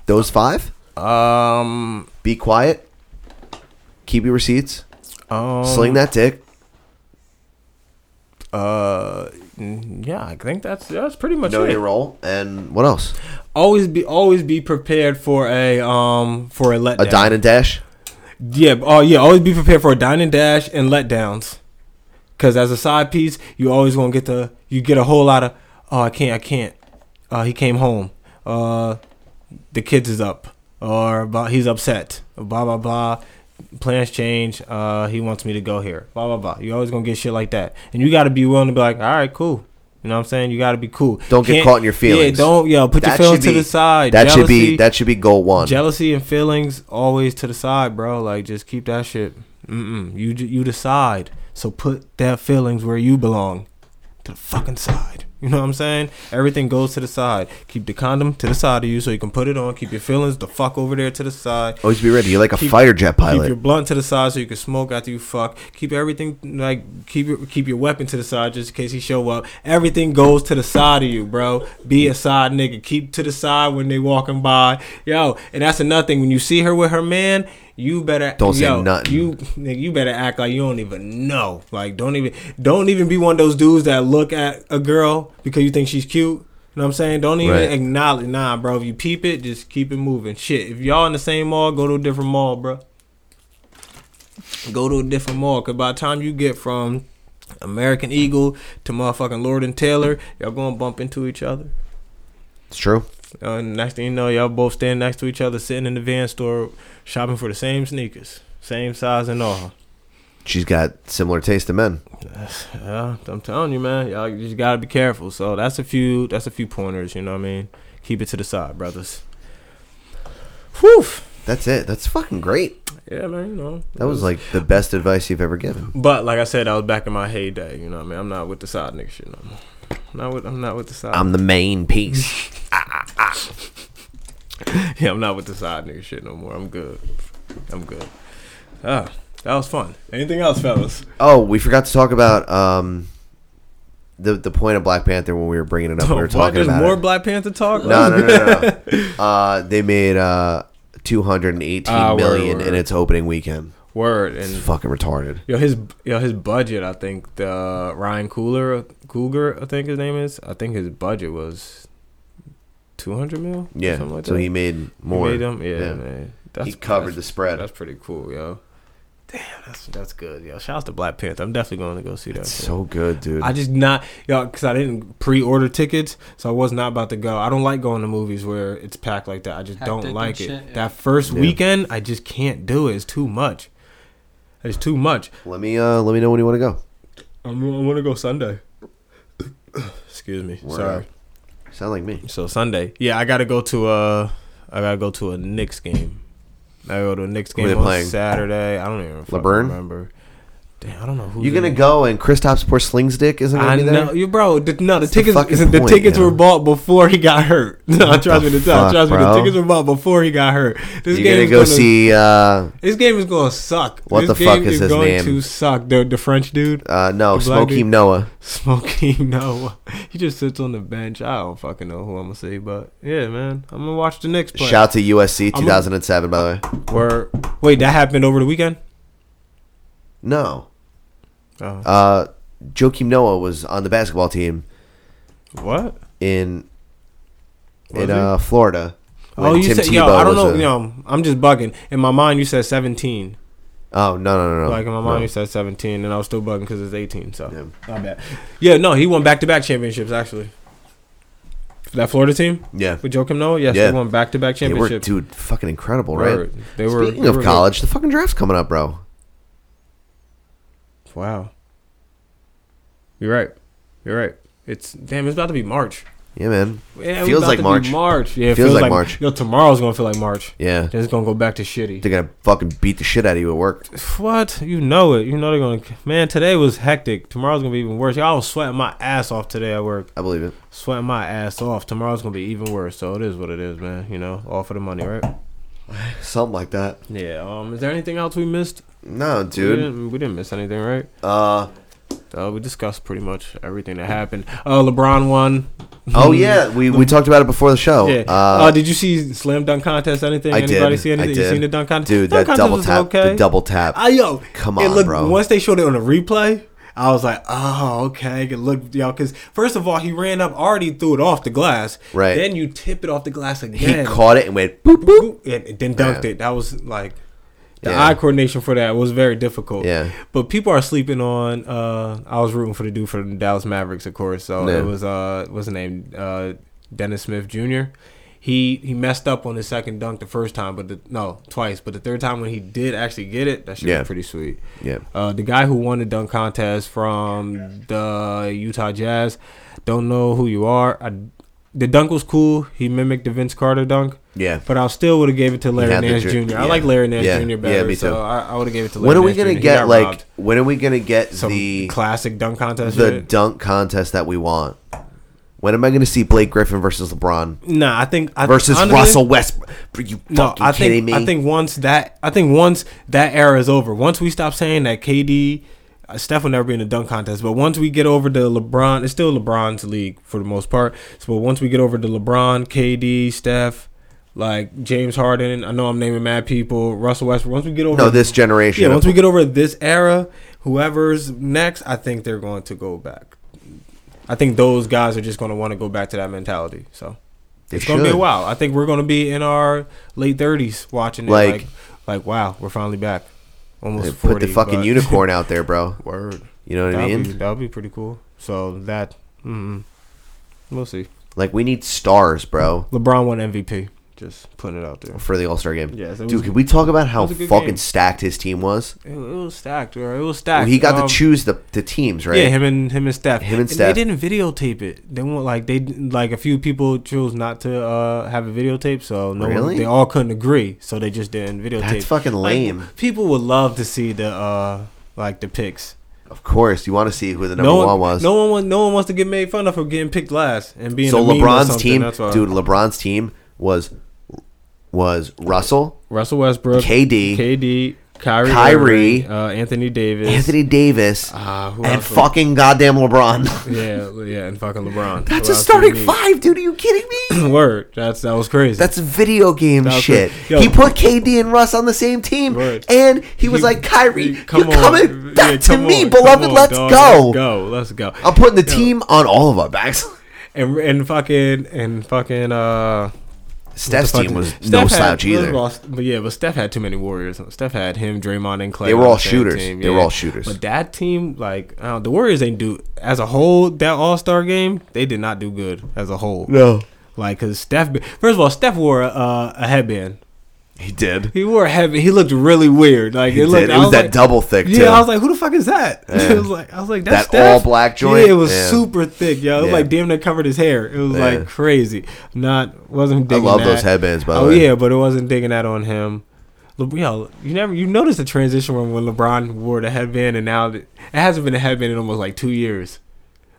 Speaker 5: those five.
Speaker 7: um
Speaker 5: Be quiet. Keep your receipts.
Speaker 7: um
Speaker 5: Sling that dick.
Speaker 7: uh mm, yeah, I think that's that's pretty much
Speaker 5: Know
Speaker 7: it.
Speaker 5: your role. And what else?
Speaker 7: Always be always be prepared for a um for a letdown.
Speaker 5: A dine and dash.
Speaker 7: Yeah, oh yeah, always be prepared for a dine and dash and letdowns. Cause as a side piece, you always gonna get the you get a whole lot of oh I can't I can't. Uh he came home. Uh the kids is up. Or about he's upset. Blah blah blah. Plans change. Uh he wants me to go here. Blah blah blah. You always gonna get shit like that. And you gotta be willing to be like, all right, cool. You know what I'm saying? You gotta be cool.
Speaker 5: Don't get
Speaker 7: Can't-
Speaker 5: caught in your feelings.
Speaker 7: Yeah, don't yeah, put
Speaker 5: That
Speaker 7: your feelings
Speaker 5: should
Speaker 7: to
Speaker 5: be-
Speaker 7: the side.
Speaker 5: That should be
Speaker 7: Jealousy-
Speaker 5: that should be goal one.
Speaker 7: Jealousy and feelings always to the side, bro. Like just keep that shit. Mm-mm. You ju- you decide. So put that feelings where you belong, to the fucking side. You know what I'm saying? Everything goes to the side. Keep the condom to the side of you so you can put it on. Keep your feelings the fuck over there to the side.
Speaker 5: Always be ready. You're like a
Speaker 7: Keep-
Speaker 5: fighter jet
Speaker 7: Keep your
Speaker 5: pilot.
Speaker 7: blunt to the side so you can smoke after you fuck. Keep everything like keep your keep your weapon to the side just in case he show up. Everything goes to the side of you, bro. Be a side nigga. Keep to the side when they walking by, yo. And that's another thing. When you see her with her man, you better
Speaker 5: Don't say
Speaker 7: yo,
Speaker 5: nothing.
Speaker 7: You nigga, you better act like you don't even know. Like don't even don't even be one of those dudes that look at a girl because you think she's cute. You know what I'm saying? Don't even
Speaker 5: Right.
Speaker 7: acknowledge. Nah, bro. If you peep it, just keep it moving. Shit. If y'all in the same mall, go to a different mall, bro go to a different mall. Cause by the time you get from American Eagle to motherfucking Lord and Taylor, y'all gonna bump into each other.
Speaker 5: It's true.
Speaker 7: Uh, and next thing you know, y'all both stand next to each other, sitting in the van store, shopping for the same sneakers, same size and all.
Speaker 5: She's got similar taste to men.
Speaker 7: Yeah, I'm telling you, man, y'all you just gotta be careful. So that's a few, that's a few pointers. You know what I mean? Keep it to the side, brothers. Whew.
Speaker 5: That's it. That's fucking great.
Speaker 7: Yeah, man. You know
Speaker 5: That was like the best advice you've ever given.
Speaker 7: But like I said, I was back in my heyday. You know what I mean? I'm not with the side nigga shit no more. Not with, I'm not with the side.
Speaker 5: I'm the main piece.
Speaker 7: Yeah, I'm not with the side nigga shit no more. I'm good. I'm good. Ah, that was fun. Anything else, fellas?
Speaker 5: Oh, we forgot to talk about um the the point of Black Panther when we were bringing it up, we were
Speaker 7: What,
Speaker 5: talking
Speaker 7: there's
Speaker 5: about
Speaker 7: more
Speaker 5: it.
Speaker 7: Black Panther talk.
Speaker 5: no, no, no, no. no. uh, they made uh, two hundred and eighteen
Speaker 7: Ah,
Speaker 5: million
Speaker 7: word, word.
Speaker 5: in its opening weekend.
Speaker 7: Word
Speaker 5: It's
Speaker 7: and
Speaker 5: fucking retarded.
Speaker 7: Yo, his yo, his budget. I think the Ryan Cooler, Cougar, I think his name is. I think his budget was two hundred mil. or
Speaker 5: Yeah.
Speaker 7: something like
Speaker 5: so
Speaker 7: that.
Speaker 5: he made more.
Speaker 7: made them. Yeah,
Speaker 5: Yeah.
Speaker 7: man. That's,
Speaker 5: he covered
Speaker 7: that's,
Speaker 5: the spread.
Speaker 7: That's pretty cool, yo. Damn, that's that's good, yo. Shouts to Black Panther. I'm definitely going to go see that.
Speaker 5: It's
Speaker 7: shit.
Speaker 5: so good, dude.
Speaker 7: I just not yo because I didn't pre-order tickets, so I was not about to go. I don't like going to movies where it's packed like that. I just
Speaker 9: Hectic
Speaker 7: don't
Speaker 9: and
Speaker 7: like it.
Speaker 9: shit, yeah.
Speaker 7: That first
Speaker 5: Yeah.
Speaker 7: weekend, I just can't do it. It's too much. It's too much.
Speaker 5: let me uh, let me know when you want to go.
Speaker 7: I'm, I want to go Sunday. Excuse me.
Speaker 5: Word
Speaker 7: Sorry.
Speaker 5: up. uh, Sound like me.
Speaker 7: So Sunday, yeah, I gotta go to uh, I gotta go to a Knicks game. I go to a Knicks
Speaker 5: Who
Speaker 7: game
Speaker 5: they
Speaker 7: on
Speaker 5: playing?
Speaker 7: Saturday. I don't even fucking
Speaker 5: LeBron?
Speaker 7: remember. Damn, I don't know who
Speaker 5: You're gonna go and Kristaps Porcelain's dick isn't gonna
Speaker 7: I
Speaker 5: be there.
Speaker 7: know you, bro. The, no, the
Speaker 5: That's the
Speaker 7: tickets,
Speaker 5: fucking
Speaker 7: the,
Speaker 5: point,
Speaker 7: tickets
Speaker 5: yo.
Speaker 7: were bought before he got hurt. No, trust me to tell.
Speaker 5: fuck,
Speaker 7: Trust me, the
Speaker 5: bro?
Speaker 7: tickets were bought before he got hurt. This
Speaker 5: You're gonna go see uh,
Speaker 7: This game is gonna suck.
Speaker 5: What
Speaker 7: this
Speaker 5: the
Speaker 7: game
Speaker 5: fuck is
Speaker 7: is
Speaker 5: his
Speaker 7: going
Speaker 5: name?
Speaker 7: to suck. The the French dude.
Speaker 5: uh no
Speaker 7: The black
Speaker 5: Smokeem
Speaker 7: dude?
Speaker 5: Noah.
Speaker 7: Smoking no. He just sits on the bench. I don't fucking know who I'm gonna see, but yeah, man, I'm gonna watch the Knicks play.
Speaker 5: Shout to USC
Speaker 7: I'm a-
Speaker 5: 2007 by the way.
Speaker 7: Where? Wait, that happened over the weekend.
Speaker 5: No,
Speaker 7: Oh,
Speaker 5: uh, Joakim Noah was on the basketball team
Speaker 7: what?
Speaker 5: in
Speaker 7: Was
Speaker 5: in
Speaker 7: he?
Speaker 5: uh, Florida.
Speaker 7: Oh,
Speaker 5: when
Speaker 7: you
Speaker 5: Tim
Speaker 7: said yo.
Speaker 5: Tebow
Speaker 7: I don't
Speaker 5: was
Speaker 7: know.
Speaker 5: a-
Speaker 7: yo, I'm just bugging. In my mind, you said 17.
Speaker 5: Oh no no no no.
Speaker 7: like in my mind,
Speaker 5: no.
Speaker 7: you said 17, and I was still bugging because it's 18. So
Speaker 5: Yeah.
Speaker 7: my bad. Yeah, no, he won back to back championships actually. For that Florida team
Speaker 5: yeah.
Speaker 7: with Joakim Noah, yes, they
Speaker 5: Yeah.
Speaker 7: won back to back
Speaker 5: They were,
Speaker 7: championships.
Speaker 5: dude, fucking incredible, right?
Speaker 7: Word. They were
Speaker 5: Speaking
Speaker 7: they
Speaker 5: of
Speaker 7: were-
Speaker 5: college, the fucking draft's coming up, bro.
Speaker 7: Wow. You're right. You're right. It's damn. It's about to be March.
Speaker 5: Yeah, man.
Speaker 7: Yeah, we
Speaker 5: Feels
Speaker 7: about
Speaker 5: like
Speaker 7: to be
Speaker 5: March.
Speaker 7: March. Yeah, it
Speaker 5: Feels like March.
Speaker 7: Yo, tomorrow's gonna feel like March.
Speaker 5: Yeah,
Speaker 7: Then it's gonna go back to shitty.
Speaker 5: they're gonna fucking beat the shit out of you at work.
Speaker 7: What? You know it. You know they're gonna. Man, today was hectic. Tomorrow's gonna be even worse. Y'all was sweating my ass off today at work.
Speaker 5: I believe it.
Speaker 7: Sweating my ass off. Tomorrow's gonna be even worse. So it is what it is, man. You know, all for the money, right?
Speaker 5: Something like that.
Speaker 7: Yeah. Um. Is there anything else we missed?
Speaker 5: No,
Speaker 7: We
Speaker 5: dude.
Speaker 7: didn't, we didn't miss anything, right?
Speaker 5: Uh,
Speaker 7: Uh, we discussed pretty much everything that happened. Uh, LeBron won.
Speaker 5: oh yeah, we we talked about it before the show.
Speaker 7: Yeah. Uh,
Speaker 5: Uh,
Speaker 7: did you see slam dunk contest? Anything?
Speaker 5: I
Speaker 7: Anybody
Speaker 5: did.
Speaker 7: see anything?
Speaker 5: I
Speaker 7: You
Speaker 5: did.
Speaker 7: seen the dunk contest?
Speaker 5: dude,
Speaker 7: dunk
Speaker 5: that
Speaker 7: contest
Speaker 5: double
Speaker 7: was
Speaker 5: tap,
Speaker 7: okay.
Speaker 5: the double tap.
Speaker 7: Ah, yo,
Speaker 5: Come
Speaker 7: it
Speaker 5: on,
Speaker 7: looked,
Speaker 5: bro.
Speaker 7: Once they showed it on a replay, I was like, oh, okay. It looked, y'all, because first of all, he ran up, already threw it off the glass.
Speaker 5: Right.
Speaker 7: Then you tip it off the glass
Speaker 5: he
Speaker 7: again.
Speaker 5: caught it and went boop boop.
Speaker 7: Boop, and and then dunked
Speaker 5: Yeah.
Speaker 7: it. That was like. The
Speaker 5: Yeah.
Speaker 7: eye coordination for that was very difficult.
Speaker 5: Yeah.
Speaker 7: But people are sleeping on uh I was rooting for the dude for the Dallas Mavericks, of course. So
Speaker 5: Yeah.
Speaker 7: it was uh what's his name? Uh Dennis Smith Jr. He he messed up on his second dunk the first time, but the, no, twice. But the third time when he did actually get it, that shit
Speaker 5: Yeah.
Speaker 7: was pretty sweet.
Speaker 5: Yeah.
Speaker 7: Uh, the guy who won the dunk contest from the Utah Jazz, don't know who you are. I, the dunk was cool. He mimicked the Vince Carter dunk.
Speaker 5: Yeah.
Speaker 7: But I still would have gave it to Larry
Speaker 5: had the
Speaker 7: Nance Jr.
Speaker 5: dr-
Speaker 7: I
Speaker 5: yeah.
Speaker 7: like Larry Nance
Speaker 5: Yeah.
Speaker 7: Jr.
Speaker 5: Yeah,
Speaker 7: better.
Speaker 5: me too.
Speaker 7: So I, I would have gave it to Larry
Speaker 5: When are we
Speaker 7: Nance
Speaker 5: gonna
Speaker 7: Jr. He
Speaker 5: get
Speaker 7: got
Speaker 5: like?
Speaker 7: robbed.
Speaker 5: When are we gonna get
Speaker 7: some
Speaker 5: the
Speaker 7: classic dunk contest?
Speaker 5: the
Speaker 7: shit?
Speaker 5: dunk contest that we want? When am I gonna see Blake Griffin versus LeBron
Speaker 7: nah, I think I,
Speaker 5: versus
Speaker 7: honestly-
Speaker 5: Russell Westbrook? Are you fucking
Speaker 7: No, I think
Speaker 5: kidding me?
Speaker 7: I think once that I think once that era is over. Once we stop saying that KD, uh, Steph will never be in a dunk contest. But once we get over to LeBron, it's still LeBron's league for the most part. So but once we get over to LeBron, KD, Steph, like James Harden, I know I'm naming mad people. Russell Westbrook. Once we get over,
Speaker 5: no, this generation.
Speaker 7: yeah.
Speaker 5: of-
Speaker 7: Once we get over this era, whoever's next, I think they're going to go back. I think those guys are just going to want to go back to that mentality. So
Speaker 5: They
Speaker 7: it's gonna be a
Speaker 5: should.
Speaker 7: while. I think we're gonna be in our late thirties watching it.
Speaker 5: Like-
Speaker 7: Like, like, wow, we're finally back. Almost
Speaker 5: They put
Speaker 7: 40,
Speaker 5: the fucking
Speaker 7: but-
Speaker 5: unicorn out there, bro.
Speaker 7: Word.
Speaker 5: You know what I
Speaker 7: That'd
Speaker 5: mean?
Speaker 7: be, that'd be pretty cool. So that, mm, we'll see.
Speaker 5: Like we need stars, bro,
Speaker 7: LeBron won MVP. Just putting it out there.
Speaker 5: for the All Star game.
Speaker 7: Yeah, so it was-
Speaker 5: Dude, can we talk about how
Speaker 7: was a good
Speaker 5: fucking
Speaker 7: game.
Speaker 5: stacked his team was?
Speaker 7: It, it was stacked, bro. It was
Speaker 5: Well,
Speaker 7: stacked.
Speaker 5: he got
Speaker 7: Um,
Speaker 5: to choose the the teams, right?
Speaker 7: Yeah, him and him and Steph.
Speaker 5: Him and
Speaker 7: They
Speaker 5: Steph.
Speaker 7: didn't videotape it. They won't like they didn't- like a few people chose not to uh, have a videotape, so no
Speaker 5: Really?
Speaker 7: one, they all couldn't agree, so they just didn't videotape.
Speaker 5: That's fucking
Speaker 7: Like,
Speaker 5: lame.
Speaker 7: people would love to see the uh, like the picks.
Speaker 5: Of course, you want to see who the number
Speaker 7: no one,
Speaker 5: one was.
Speaker 7: No one, wa- no one wants to get made fun of for getting picked last and being.
Speaker 5: so
Speaker 7: a meme or
Speaker 5: LeBron's
Speaker 7: something,
Speaker 5: team,
Speaker 7: that's why.
Speaker 5: dude, LeBron's team was was Russell,
Speaker 7: Russell Westbrook,
Speaker 5: KD,
Speaker 7: KD,
Speaker 4: Kyrie,
Speaker 5: Kyrie.
Speaker 4: Irving, uh, Anthony Davis,
Speaker 5: Anthony Davis,
Speaker 4: uh, who
Speaker 5: and
Speaker 4: else was-
Speaker 5: fucking goddamn LeBron.
Speaker 4: yeah, yeah, and fucking LeBron.
Speaker 5: That's
Speaker 4: Who
Speaker 5: a
Speaker 4: else do
Speaker 5: starting
Speaker 4: we need?
Speaker 5: five, dude. Are you kidding me?
Speaker 4: Word. That's that was crazy.
Speaker 5: That's video game
Speaker 4: That was
Speaker 5: shit.
Speaker 4: crazy. Yo.
Speaker 5: he put KD and Russ on the same team,
Speaker 4: Word.
Speaker 5: and he was
Speaker 4: You-
Speaker 5: like, "Kyrie,
Speaker 4: you- come
Speaker 5: you're
Speaker 4: on.
Speaker 5: coming back
Speaker 4: Yeah,
Speaker 5: to
Speaker 4: come
Speaker 5: me,
Speaker 4: on, come
Speaker 5: beloved.
Speaker 4: on,
Speaker 5: let's
Speaker 4: dog.
Speaker 5: go."
Speaker 4: Let's go. Let's go.
Speaker 5: I'm putting the
Speaker 4: Yo.
Speaker 5: team on all of our backs.
Speaker 4: and and fucking and fucking uh.
Speaker 5: Steph's
Speaker 4: fuck-
Speaker 5: team was
Speaker 4: Steph
Speaker 5: no
Speaker 4: had-
Speaker 5: slouch
Speaker 4: was
Speaker 5: either.
Speaker 4: Ross- but yeah, but Steph had too many warriors. Steph had him, Draymond, and Clay.
Speaker 5: They were
Speaker 4: on
Speaker 5: all
Speaker 4: the same
Speaker 5: shooters.
Speaker 4: team,
Speaker 5: They were all shooters.
Speaker 4: But that team, like I don't- the Warriors, ain't do as a whole. That All Star game, they did not do good as a whole.
Speaker 5: No,
Speaker 4: Like, cause Steph, first of all, Steph wore a, uh, a headband.
Speaker 5: he did.
Speaker 4: He wore a headband. He looked really weird. Like
Speaker 5: He
Speaker 4: it
Speaker 5: did.
Speaker 4: looked.
Speaker 5: It
Speaker 4: I
Speaker 5: was that
Speaker 4: like-
Speaker 5: double thick.
Speaker 4: Yeah,
Speaker 5: too.
Speaker 4: I was like, who the fuck is that?
Speaker 5: Yeah.
Speaker 4: it was like, I was like,
Speaker 5: That
Speaker 4: that's Steph?
Speaker 5: all-black joint?
Speaker 4: Yeah, it was
Speaker 5: Yeah.
Speaker 4: super thick, yo. It was
Speaker 5: Yeah.
Speaker 4: like damn near covered his hair. It was
Speaker 5: Yeah.
Speaker 4: like crazy. Not wasn't
Speaker 5: I
Speaker 4: digging.
Speaker 5: love
Speaker 4: that.
Speaker 5: those headbands, by the
Speaker 4: oh
Speaker 5: way.
Speaker 4: yeah, but it wasn't digging that on him. Le- Yo, you never you noticed the transition when, when LeBron wore the headband, and now that, it hasn't been a headband in almost like two years.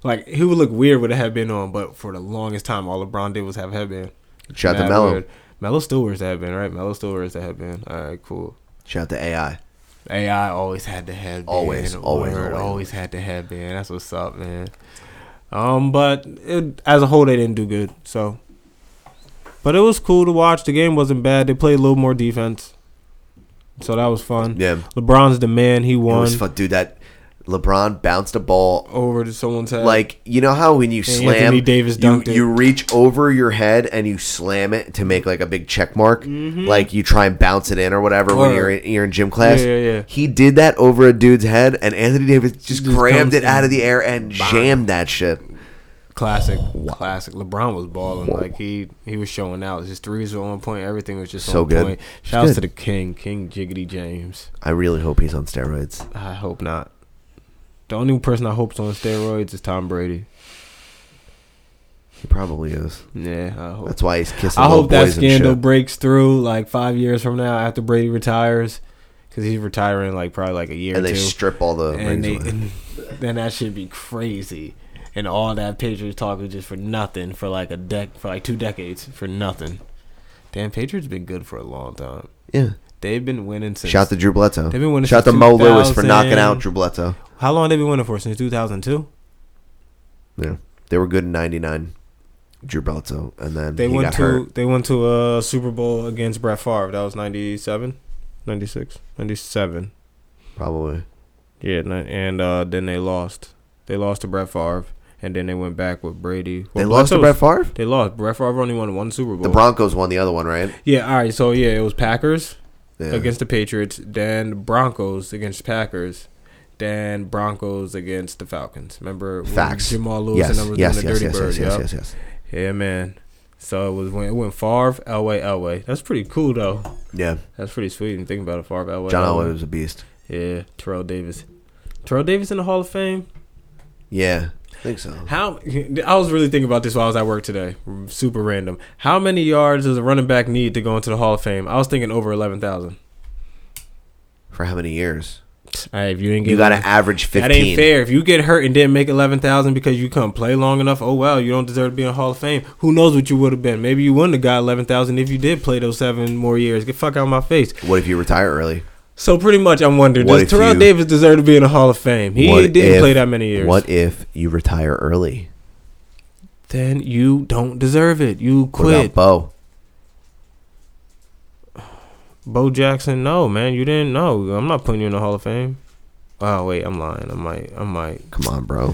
Speaker 4: Like he would look weird with a headband on, but for the longest time, all LeBron did was have a headband.
Speaker 5: Shout out to
Speaker 4: Mad
Speaker 5: Mello.
Speaker 4: weird. Melo still wears the headband, right? Melo still wears the headband. All right, cool.
Speaker 5: Shout out to AI.
Speaker 4: AI always had the headband.
Speaker 5: Always, always,
Speaker 4: Word,
Speaker 5: always.
Speaker 4: always had the headband. That's what's up, man. Um, but it, as a whole, they didn't do good. So, but it was cool to watch. The game wasn't bad. They played a little more defense, so that was fun.
Speaker 5: Yeah,
Speaker 4: LeBron's the man. He
Speaker 5: it
Speaker 4: won
Speaker 5: was fun, dude. That LeBron bounced a ball
Speaker 4: over to someone's head.
Speaker 5: like you know how when you slam
Speaker 4: Uh, Anthony Davis
Speaker 5: you,
Speaker 4: dunked it.
Speaker 5: you reach over your head and you slam it to make like a big check mark like you try and bounce it in or whatever when
Speaker 4: Word.
Speaker 5: you're in, you're in gym class
Speaker 4: Mm-hmm. Yeah, yeah, yeah.
Speaker 5: he did that over a dude's head and Anthony Davis just,
Speaker 4: just
Speaker 5: grabbed
Speaker 4: comes
Speaker 5: it out of
Speaker 4: in.
Speaker 5: the air and jammed that shit
Speaker 4: classic, classic. LeBron was balling. Like he he was showing out. His threes were on point. Everything was just
Speaker 5: So
Speaker 4: on
Speaker 5: good.
Speaker 4: point.
Speaker 5: It's
Speaker 4: Shout out to
Speaker 5: good.
Speaker 4: the king, King Jiggity James.
Speaker 5: I really hope he's on steroids
Speaker 4: I hope not. The only person I hope's on steroids is Tom Brady.
Speaker 5: he probably is
Speaker 4: Yeah, I hope.
Speaker 5: that's why he's kissing
Speaker 4: I
Speaker 5: little
Speaker 4: hope that
Speaker 5: boys and
Speaker 4: scandal
Speaker 5: shit.
Speaker 4: breaks through like five years from now after Brady retires, because he's retiring like probably like a year
Speaker 5: and
Speaker 4: or
Speaker 5: they
Speaker 4: two.
Speaker 5: strip all the
Speaker 4: and
Speaker 5: rings
Speaker 4: they,
Speaker 5: away.
Speaker 4: and then that should be crazy. And all that Patriots talk was just for nothing for like a dec for like two decades for nothing. Damn, Patriots been good for a long time.
Speaker 5: yeah
Speaker 4: They've been winning since.
Speaker 5: shout out to Drew Bledsoe
Speaker 4: They've been winning
Speaker 5: shout out to
Speaker 4: since
Speaker 5: Mo Lewis for
Speaker 4: 2000.
Speaker 5: knocking out Drew Bledsoe
Speaker 4: How long they been winning for since two thousand two?
Speaker 5: yeah they were good in 99 Drew Bledsoe and then
Speaker 4: They
Speaker 5: he
Speaker 4: went
Speaker 5: got
Speaker 4: to
Speaker 5: hurt
Speaker 4: they went to a Super Bowl against Brett Favre. That was 97, 96, 97.
Speaker 5: Probably.
Speaker 4: Yeah, and- and uh, then they lost. They lost to Brett Favre, and then they went back with Brady.
Speaker 5: They
Speaker 4: Well,
Speaker 5: lost to Brett
Speaker 4: Bledsoe's-
Speaker 5: Favre?
Speaker 4: They lost. Brett Favre only won one Super Bowl.
Speaker 5: The Broncos won the other one, right?
Speaker 4: yeah, all right. So yeah, it was Packers
Speaker 5: Yeah.
Speaker 4: against the Patriots, then Broncos against Packers. Then Broncos against the Falcons. Remember when
Speaker 5: Facts.
Speaker 4: Jamal Lewis and
Speaker 5: yes,
Speaker 4: them was
Speaker 5: yes,
Speaker 4: doing
Speaker 5: yes,
Speaker 4: the Dirty
Speaker 5: yes,
Speaker 4: Bird.
Speaker 5: yes, yes,
Speaker 4: yeah?
Speaker 5: yes, yes.
Speaker 4: Yeah, man. So it was when it went Favre, Elway, Elway. That's pretty cool though.
Speaker 5: Yeah,
Speaker 4: That's pretty sweet. And think about it, Favre, Elway.
Speaker 5: John Elway was a beast.
Speaker 4: Yeah, Terrell Davis. Terrell Davis in the Hall of Fame.
Speaker 5: Yeah, I think so.
Speaker 4: How I was really thinking about this while I was at work today. Super random. How many yards does a running back need to go into the Hall of Fame? I was thinking over eleven thousand.
Speaker 5: For how many years?
Speaker 4: All right, if you didn't get
Speaker 5: You got an average
Speaker 4: that
Speaker 5: 15.
Speaker 4: ain't fair. If you get hurt and didn't make eleven thousand because you couldn't play long enough, oh well, you don't deserve to be in the Hall of Fame. Who knows what you would have been? Maybe you wouldn't have got eleven thousand if you did play those seven more years. Get fuck out of my face.
Speaker 5: What if you retire early?
Speaker 4: So pretty much, I'm wondering:
Speaker 5: What
Speaker 4: Does
Speaker 5: if
Speaker 4: Terrell
Speaker 5: you-
Speaker 4: Davis deserve to be in the Hall of Fame? He
Speaker 5: What
Speaker 4: didn't
Speaker 5: if-
Speaker 4: play that many years.
Speaker 5: What if you retire early?
Speaker 4: Then you don't deserve it. You
Speaker 5: What
Speaker 4: quit,
Speaker 5: about Bo?
Speaker 4: Bo Jackson. No, man, you didn't know. I'm not putting you in the Hall of Fame. Oh wait, I'm lying. I might. I might.
Speaker 5: Come on, bro.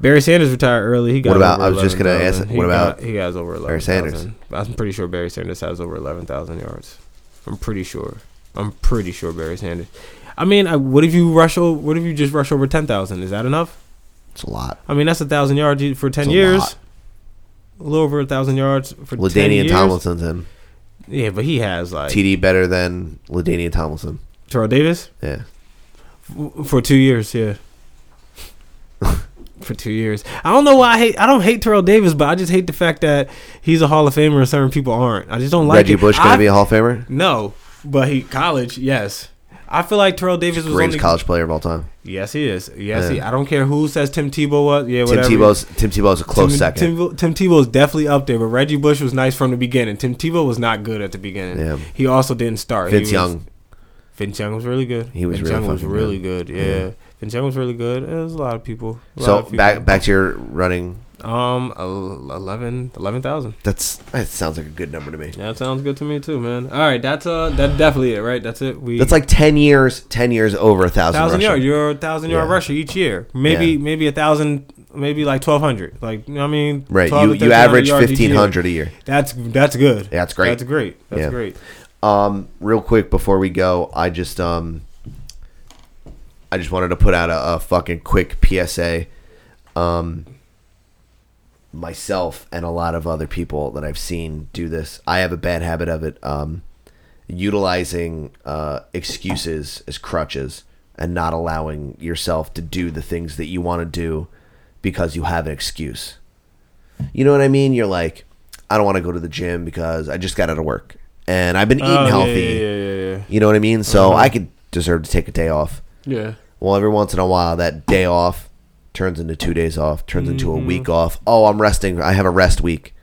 Speaker 4: Barry Sanders retired early. He got.
Speaker 5: What about-
Speaker 4: Over
Speaker 5: I was just gonna
Speaker 4: 11,000.
Speaker 5: ask,
Speaker 4: He
Speaker 5: what about
Speaker 4: got- he has over eleven.
Speaker 5: Barry Sanders?
Speaker 4: I'm pretty sure Barry Sanders has over eleven thousand yards. I'm pretty sure. I'm pretty sure Barry Sanders. I mean, I, what if you rush? o- What if you just rush over ten thousand? Is that enough?
Speaker 5: It's a lot.
Speaker 4: I mean, that's a thousand yards you- for ten
Speaker 5: It's a
Speaker 4: years.
Speaker 5: lot.
Speaker 4: A little over a thousand yards for ten
Speaker 5: Ladainian
Speaker 4: years.
Speaker 5: Tomlinson's in.
Speaker 4: Yeah, but he has like
Speaker 5: TD better than Ladainian Tomlinson.
Speaker 4: Terrell Davis
Speaker 5: Yeah.
Speaker 4: F- for two years. Yeah, for two years. I don't know why I hate. I don't hate Terrell Davis, but I just hate the fact that he's a Hall of Famer and certain people aren't. I just don't like
Speaker 5: Reggie
Speaker 4: it.
Speaker 5: Bush going
Speaker 4: I-
Speaker 5: to be a Hall of Famer?
Speaker 4: no, but he college yes. I feel like Terrell Davis was
Speaker 5: Greatest
Speaker 4: only
Speaker 5: college player of all time.
Speaker 4: yes he is yes he.
Speaker 5: Yeah.
Speaker 4: I don't care who says Tim Tebow was yeah
Speaker 5: Tim
Speaker 4: whatever.
Speaker 5: Tebow's, Tim Tebow's a close
Speaker 4: Tim,
Speaker 5: second.
Speaker 4: Tim, Tim Tebow's definitely up there, but Reggie Bush was nice from the beginning. Tim Tebow was not good at the beginning.
Speaker 5: Yeah.
Speaker 4: He also didn't start. He
Speaker 5: Vince
Speaker 4: was-
Speaker 5: Young.
Speaker 4: Vince Young was really good.
Speaker 5: He was
Speaker 4: Vince
Speaker 5: really
Speaker 4: Young was
Speaker 5: fucking
Speaker 4: really good. Yeah, Vince Young was really good. There was a lot of people. A lot
Speaker 5: So
Speaker 4: of people.
Speaker 5: back back to your running.
Speaker 4: um el- 11 11,000.
Speaker 5: That's that sounds like a good number to me.
Speaker 4: That sounds good to me too, man. All right, that's uh that's definitely it, right? That's it. We
Speaker 5: That's like ten years. Ten years over a thousand.
Speaker 4: thousand
Speaker 5: rushing.
Speaker 4: yard. You're a thousand yard
Speaker 5: Yeah.
Speaker 4: rusher each year. Maybe
Speaker 5: Yeah.
Speaker 4: maybe a thousand. Maybe like twelve hundred. Like you know what I mean,
Speaker 5: Right.
Speaker 4: 12
Speaker 5: You
Speaker 4: to
Speaker 5: you
Speaker 4: 1300
Speaker 5: average
Speaker 4: yards each year.
Speaker 5: fifteen hundred a year.
Speaker 4: That's that's good.
Speaker 5: Yeah, that's great.
Speaker 4: That's great. That's
Speaker 5: Yeah.
Speaker 4: great.
Speaker 5: Um, real quick before we go, I just um, I just wanted to put out a, a fucking quick PSA. Um, myself and a lot of other people that I've seen do this. I have a bad habit of it. Um, utilizing uh, excuses as crutches and not allowing yourself to do the things that you want to do because you have an excuse. You know what I mean? You're like, I don't want to go to the gym because I just got out of work and I've been eating
Speaker 4: Oh, yeah,
Speaker 5: healthy.
Speaker 4: Yeah, yeah, yeah, yeah.
Speaker 5: You know what I mean? So I could deserve to take a day off.
Speaker 4: Yeah.
Speaker 5: Well, every once in a while, that day off turns into two days off, turns into a week
Speaker 4: Mm.
Speaker 5: off. Oh, I'm resting. I have a rest week.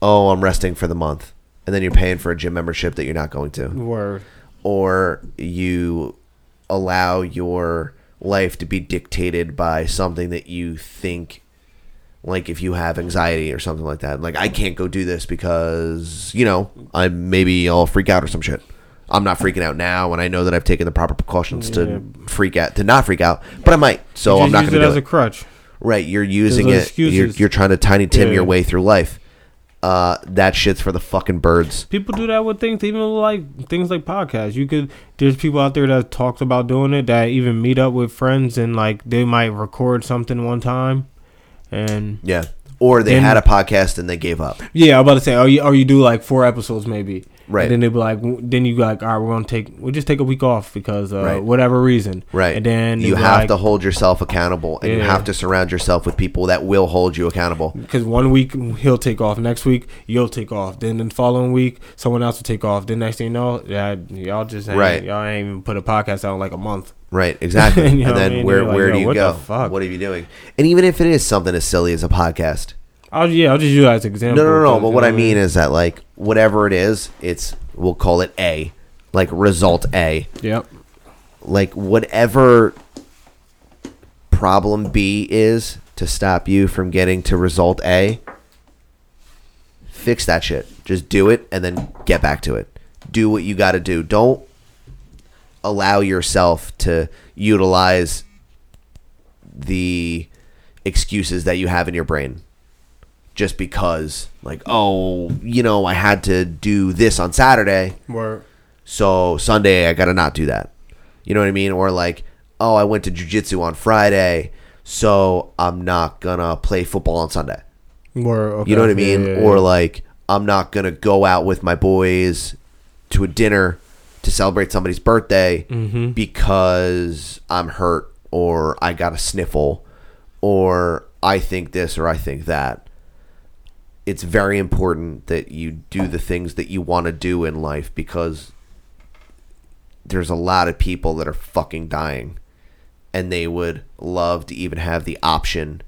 Speaker 5: Oh, I'm resting for the month. And then you're paying for a gym membership that you're not going to.
Speaker 4: Word.
Speaker 5: Or you allow your life to be dictated by something that you think, like if you have anxiety or something like that. Like, I can't go do this because, you know, I maybe I'll freak out or some shit. I'm not freaking out now, and I know that I've taken the proper precautions
Speaker 4: Yeah.
Speaker 5: to freak out, to not freak out, but I might. So
Speaker 4: You
Speaker 5: I'm
Speaker 4: just
Speaker 5: not
Speaker 4: use
Speaker 5: going to
Speaker 4: it
Speaker 5: do
Speaker 4: as
Speaker 5: it.
Speaker 4: a crutch.
Speaker 5: Right, you're using
Speaker 4: There's no
Speaker 5: it. You're,
Speaker 4: excuses.
Speaker 5: you're trying to tiny tim
Speaker 4: Yeah.
Speaker 5: your way through life. Uh, that shit's for the fucking birds.
Speaker 4: People do that with things, even like things like podcasts. You could there's people out there that talked about doing it that even meet up with friends and like they might record something one time, and
Speaker 5: Yeah. Or they
Speaker 4: And-
Speaker 5: had a podcast and they gave up.
Speaker 4: yeah, I'm about to say, oh, you or you do like four episodes maybe,
Speaker 5: Right.
Speaker 4: And then they be like, w- then you like, all right, we're gonna take, we'll just take a week off because uh,
Speaker 5: Right.
Speaker 4: whatever reason,
Speaker 5: Right.
Speaker 4: And then
Speaker 5: you have to hold yoself accountable and you
Speaker 4: Yeah.
Speaker 5: have to surround yourself with people that will hold you accountable.
Speaker 4: because one week he'll take off, next week you'll take off, then the following week someone else will take off. Then next thing you know, yeah, y'all just ain't,
Speaker 5: Right.
Speaker 4: y'all ain't even put a podcast out in like a month.
Speaker 5: Right, exactly.
Speaker 4: You
Speaker 5: and
Speaker 4: know what I
Speaker 5: then
Speaker 4: mean?
Speaker 5: where
Speaker 4: You're like,
Speaker 5: where
Speaker 4: yo,
Speaker 5: do you
Speaker 4: what
Speaker 5: go?
Speaker 4: the fuck?
Speaker 5: What are you doing? And even if it is something as silly as a podcast.
Speaker 4: I'll, yeah, I'll just use that as an example.
Speaker 5: No, no, no.
Speaker 4: because,
Speaker 5: But
Speaker 4: you
Speaker 5: what
Speaker 4: know
Speaker 5: I mean is that like whatever it is, it's we'll call it A, like result A.
Speaker 4: yep,
Speaker 5: like whatever problem B is to stop you from getting to result A, fix that shit. Just do it and then get back to it. Do what you got to do. Don't allow yourself to utilize the excuses that you have in your brain just because like oh you know i had to do this on saturday
Speaker 4: where
Speaker 5: so Sunday I gotta not do that. You know what I mean? Or like, oh, I went to jujitsu on Friday, so I'm not gonna play football on Sunday.
Speaker 4: where okay,
Speaker 5: You know what I
Speaker 4: yeah,
Speaker 5: mean?
Speaker 4: yeah,
Speaker 5: Or
Speaker 4: yeah.
Speaker 5: like, I'm not gonna go out with my boys to a dinner to celebrate somebody's birthday
Speaker 4: Mm-hmm.
Speaker 5: because I'm hurt or I got a sniffle or I think this or I think that. It's very important that you do the things that you want to do in life because there's a lot of people that are fucking dying and they would love to even have the option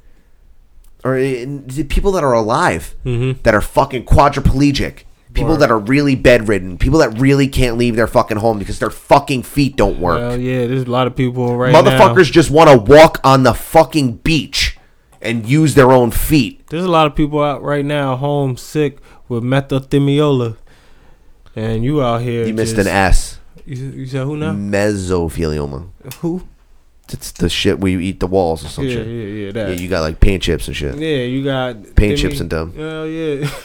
Speaker 5: or uh, the people that are alive
Speaker 4: Mm-hmm.
Speaker 5: that are fucking quadriplegic people that are really bedridden people that really can't leave their fucking home because their fucking feet don't work
Speaker 4: Hell yeah, there's a lot of people right now.
Speaker 5: motherfuckers just want to walk on the fucking beach and use their own feet
Speaker 4: There's a lot of people out right now home sick with methothymola, and you out here.
Speaker 5: you missed
Speaker 4: just-
Speaker 5: an Mm, s
Speaker 4: You, you said who now?
Speaker 5: mesothelioma
Speaker 4: Who?
Speaker 5: it's the shit where you eat the walls or some
Speaker 4: Yeah, yeah,
Speaker 5: shit
Speaker 4: yeah.
Speaker 5: yeah.
Speaker 4: That.
Speaker 5: you got like paint chips and shit
Speaker 4: Yeah, you got
Speaker 5: Paint chips and dumb.
Speaker 4: Hell yeah.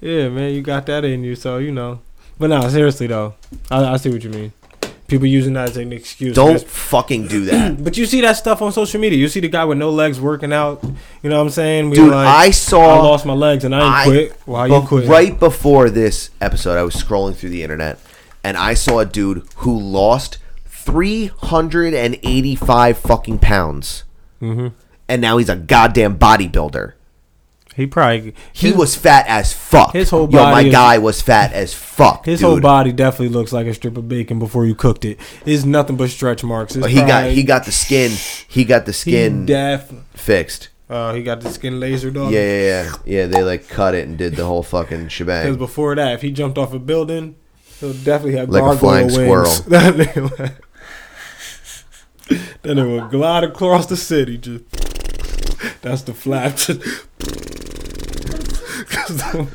Speaker 4: yeah, man, you got that in you, so you know. But no, seriously though, I, I see what you mean. People using that as an excuse.
Speaker 5: don't
Speaker 4: There's-
Speaker 5: fucking do that
Speaker 4: But you see that stuff on social media. You see the guy with no legs working out. You know what I'm saying? We
Speaker 5: Dude,
Speaker 4: like,
Speaker 5: I saw-
Speaker 4: I lost my legs and I
Speaker 5: I-
Speaker 4: ain't quit. Why
Speaker 5: Well,
Speaker 4: you quit?
Speaker 5: Right before this episode, I was scrolling through the internet and I saw a dude who lost 385 fucking pounds.
Speaker 4: Mm-hmm.
Speaker 5: And now he's a goddamn bodybuilder.
Speaker 4: He probably
Speaker 5: He
Speaker 4: his-
Speaker 5: was fat as fuck.
Speaker 4: his whole
Speaker 5: Yo, my
Speaker 4: body is-
Speaker 5: guy was fat as fuck.
Speaker 4: His
Speaker 5: dude.
Speaker 4: whole body definitely looks like a strip of bacon before you cooked it. It's nothing but stretch marks. It's
Speaker 5: He got
Speaker 4: probably-
Speaker 5: he got the skin. He got the
Speaker 4: he
Speaker 5: skin
Speaker 4: def-
Speaker 5: fixed.
Speaker 4: Oh, he got the skin laser
Speaker 5: Yeah,
Speaker 4: dog.
Speaker 5: yeah, yeah. Yeah, they like cut it and did the whole fucking
Speaker 4: Because
Speaker 5: shebang.
Speaker 4: before that, if he jumped off a building, He'll definitely have
Speaker 5: Like a flying
Speaker 4: gargoyle wings. That nigga would- that nigga would glide across the city. Just that's the flap. Just, 'Cause the-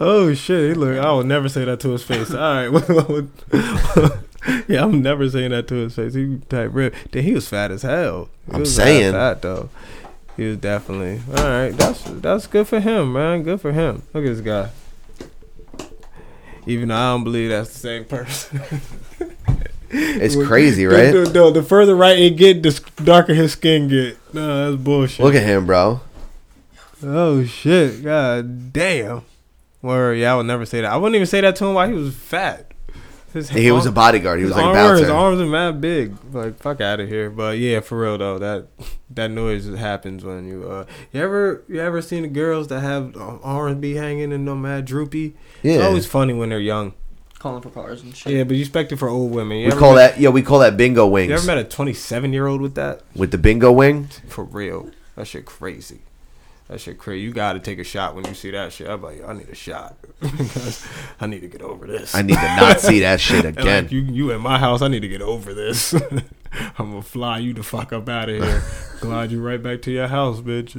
Speaker 4: oh shit! He look. I will never say that to his face. All right. what- what- what- yeah, I'm never saying that to his face. He type rip. Then he was fat as hell. He
Speaker 5: I'm
Speaker 4: was mad
Speaker 5: saying.
Speaker 4: fat though. He was definitely all right. That's that's good for him, man. Good for him. Look at this guy. Even though I don't believe that's the same person.
Speaker 5: It's crazy,
Speaker 4: The-
Speaker 5: right?
Speaker 4: The, the- the further right it get, the s- darker his skin get. No, that's bullshit.
Speaker 5: Look at him, bro.
Speaker 4: Oh shit! God damn. Word, yeah, I would never say that. I wouldn't even say that to him while he was fat. His
Speaker 5: He was a
Speaker 4: arm-
Speaker 5: bodyguard. He was
Speaker 4: his
Speaker 5: like a
Speaker 4: arm- His
Speaker 5: bouncer.
Speaker 4: arms are mad big. Like fuck out of here. But yeah, for real though, that that noise happens when you uh you ever you ever seen the girls that have R and B hanging and no mad droopy? It's
Speaker 5: Yeah.
Speaker 4: always funny when they're young.
Speaker 9: Calling for cars and shit.
Speaker 4: Yeah, but you expect it for old women. You
Speaker 5: We
Speaker 4: ever
Speaker 5: call
Speaker 4: met-
Speaker 5: that yo. We call that bingo
Speaker 4: You ever
Speaker 5: wings
Speaker 4: met a 27 year old with that?
Speaker 5: with the bingo wing.
Speaker 4: For real. That shit crazy. That shit crazy. You gotta take a shot when you see that shit. I'm like, I need a shot. 'Cause I need to get over this.
Speaker 5: I need to not see that shit
Speaker 4: And like,
Speaker 5: again.
Speaker 4: you, you in my house, I need to get over this. I'm gonna fly you the fuck up out of here. Glide you right back to your house, bitch.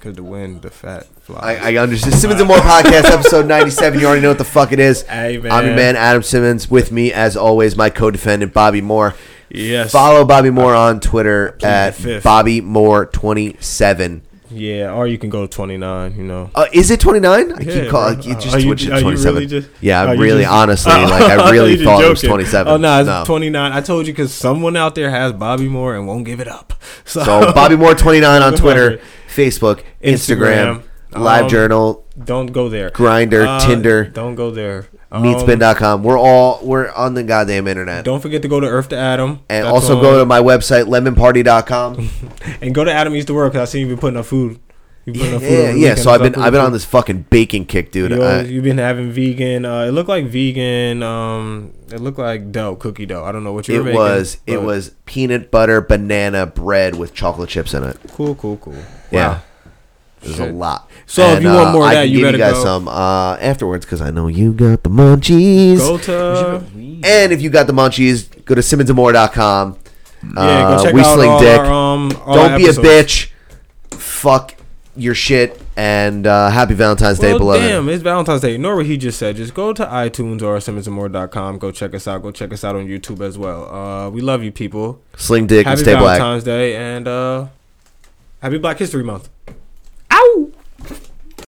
Speaker 4: Cause the wind, the fat flies.
Speaker 5: I, I understand. Simmons and More podcast episode ninety seven. You already know what the fuck it is.
Speaker 4: Hey,
Speaker 5: I'm your
Speaker 4: man.
Speaker 5: man Adam Simmons. With me, as always, my co-defendant Bobby Moore.
Speaker 4: yes.
Speaker 5: Follow Bobby Moore on Twitter
Speaker 4: the
Speaker 5: at
Speaker 4: fifth.
Speaker 5: Bobby Moore twenty seven.
Speaker 4: Yeah, or you can go 29. You know.
Speaker 5: Uh, is it 29? I
Speaker 4: Yeah,
Speaker 5: keep calling.
Speaker 4: bro.
Speaker 5: You
Speaker 4: Are
Speaker 5: just
Speaker 4: you-
Speaker 5: switched to
Speaker 4: are you
Speaker 5: 27.
Speaker 4: really just-
Speaker 5: yeah,
Speaker 4: are
Speaker 5: I'm
Speaker 4: you
Speaker 5: really
Speaker 4: just-
Speaker 5: honestly like I
Speaker 4: thought
Speaker 5: really
Speaker 4: you just
Speaker 5: thought it was
Speaker 4: joking.
Speaker 5: 27.
Speaker 4: Oh no, it's 29. I told you because someone out there has Bobby Moore and won't give it up. So,
Speaker 5: So Bobby Moore 29 on
Speaker 4: Bobby.
Speaker 5: Twitter, Facebook, Instagram,
Speaker 4: Instagram,
Speaker 5: Live
Speaker 4: um,
Speaker 5: Journal,
Speaker 4: don't go there.
Speaker 5: Grinder,
Speaker 4: Uh,
Speaker 5: Tinder,
Speaker 4: Don't go there. Um,
Speaker 5: Meatspin.com. We're all we're on the goddamn internet.
Speaker 4: Don't forget to go to Earth to Adam.
Speaker 5: And
Speaker 4: That's
Speaker 5: also
Speaker 4: on-
Speaker 5: go to my website lemonparty.com.
Speaker 4: and go to Adam Eats the World because I seen you been putting up food. You been putting
Speaker 5: yeah,
Speaker 4: up food
Speaker 5: yeah,
Speaker 4: over the
Speaker 5: yeah.
Speaker 4: weekend.
Speaker 5: So I've been
Speaker 4: Something
Speaker 5: I've been on
Speaker 4: food.
Speaker 5: this fucking baking kick, dude.
Speaker 4: You
Speaker 5: I-
Speaker 4: have been having vegan. Uh, it looked like vegan. Um, it looked like dough, cookie dough. I don't know what you were
Speaker 5: it
Speaker 4: making.
Speaker 5: was it
Speaker 4: but
Speaker 5: was peanut butter banana bread with chocolate chips in it.
Speaker 4: cool, cool, cool.
Speaker 5: Yeah.
Speaker 4: Wow.
Speaker 5: There's a
Speaker 4: Shit.
Speaker 5: lot.
Speaker 4: So if you want more of
Speaker 5: uh, I
Speaker 4: that,
Speaker 5: can
Speaker 4: you
Speaker 5: give
Speaker 4: better
Speaker 5: you guys
Speaker 4: go-
Speaker 5: some uh, afterwards because I know you got the munchies.
Speaker 4: Go to
Speaker 5: And if you got the munchies, go to simmonsandmore.com.
Speaker 4: yeah.
Speaker 5: Uh,
Speaker 4: Go check out all our um. all our
Speaker 5: Don't be
Speaker 4: episodes.
Speaker 5: a bitch. Fuck your shit. And uh, happy Valentine's Day,
Speaker 4: Well,
Speaker 5: beloved.
Speaker 4: damn, it's Valentine's Day. Nor what he just said. Just go to iTunes or simmonsandmore.com. Go check us out. Go check us out on YouTube as well. Uh, we love you, people.
Speaker 5: Sling dick and
Speaker 4: happy
Speaker 5: stay black.
Speaker 4: Valentine's Day and uh, happy Black History Month.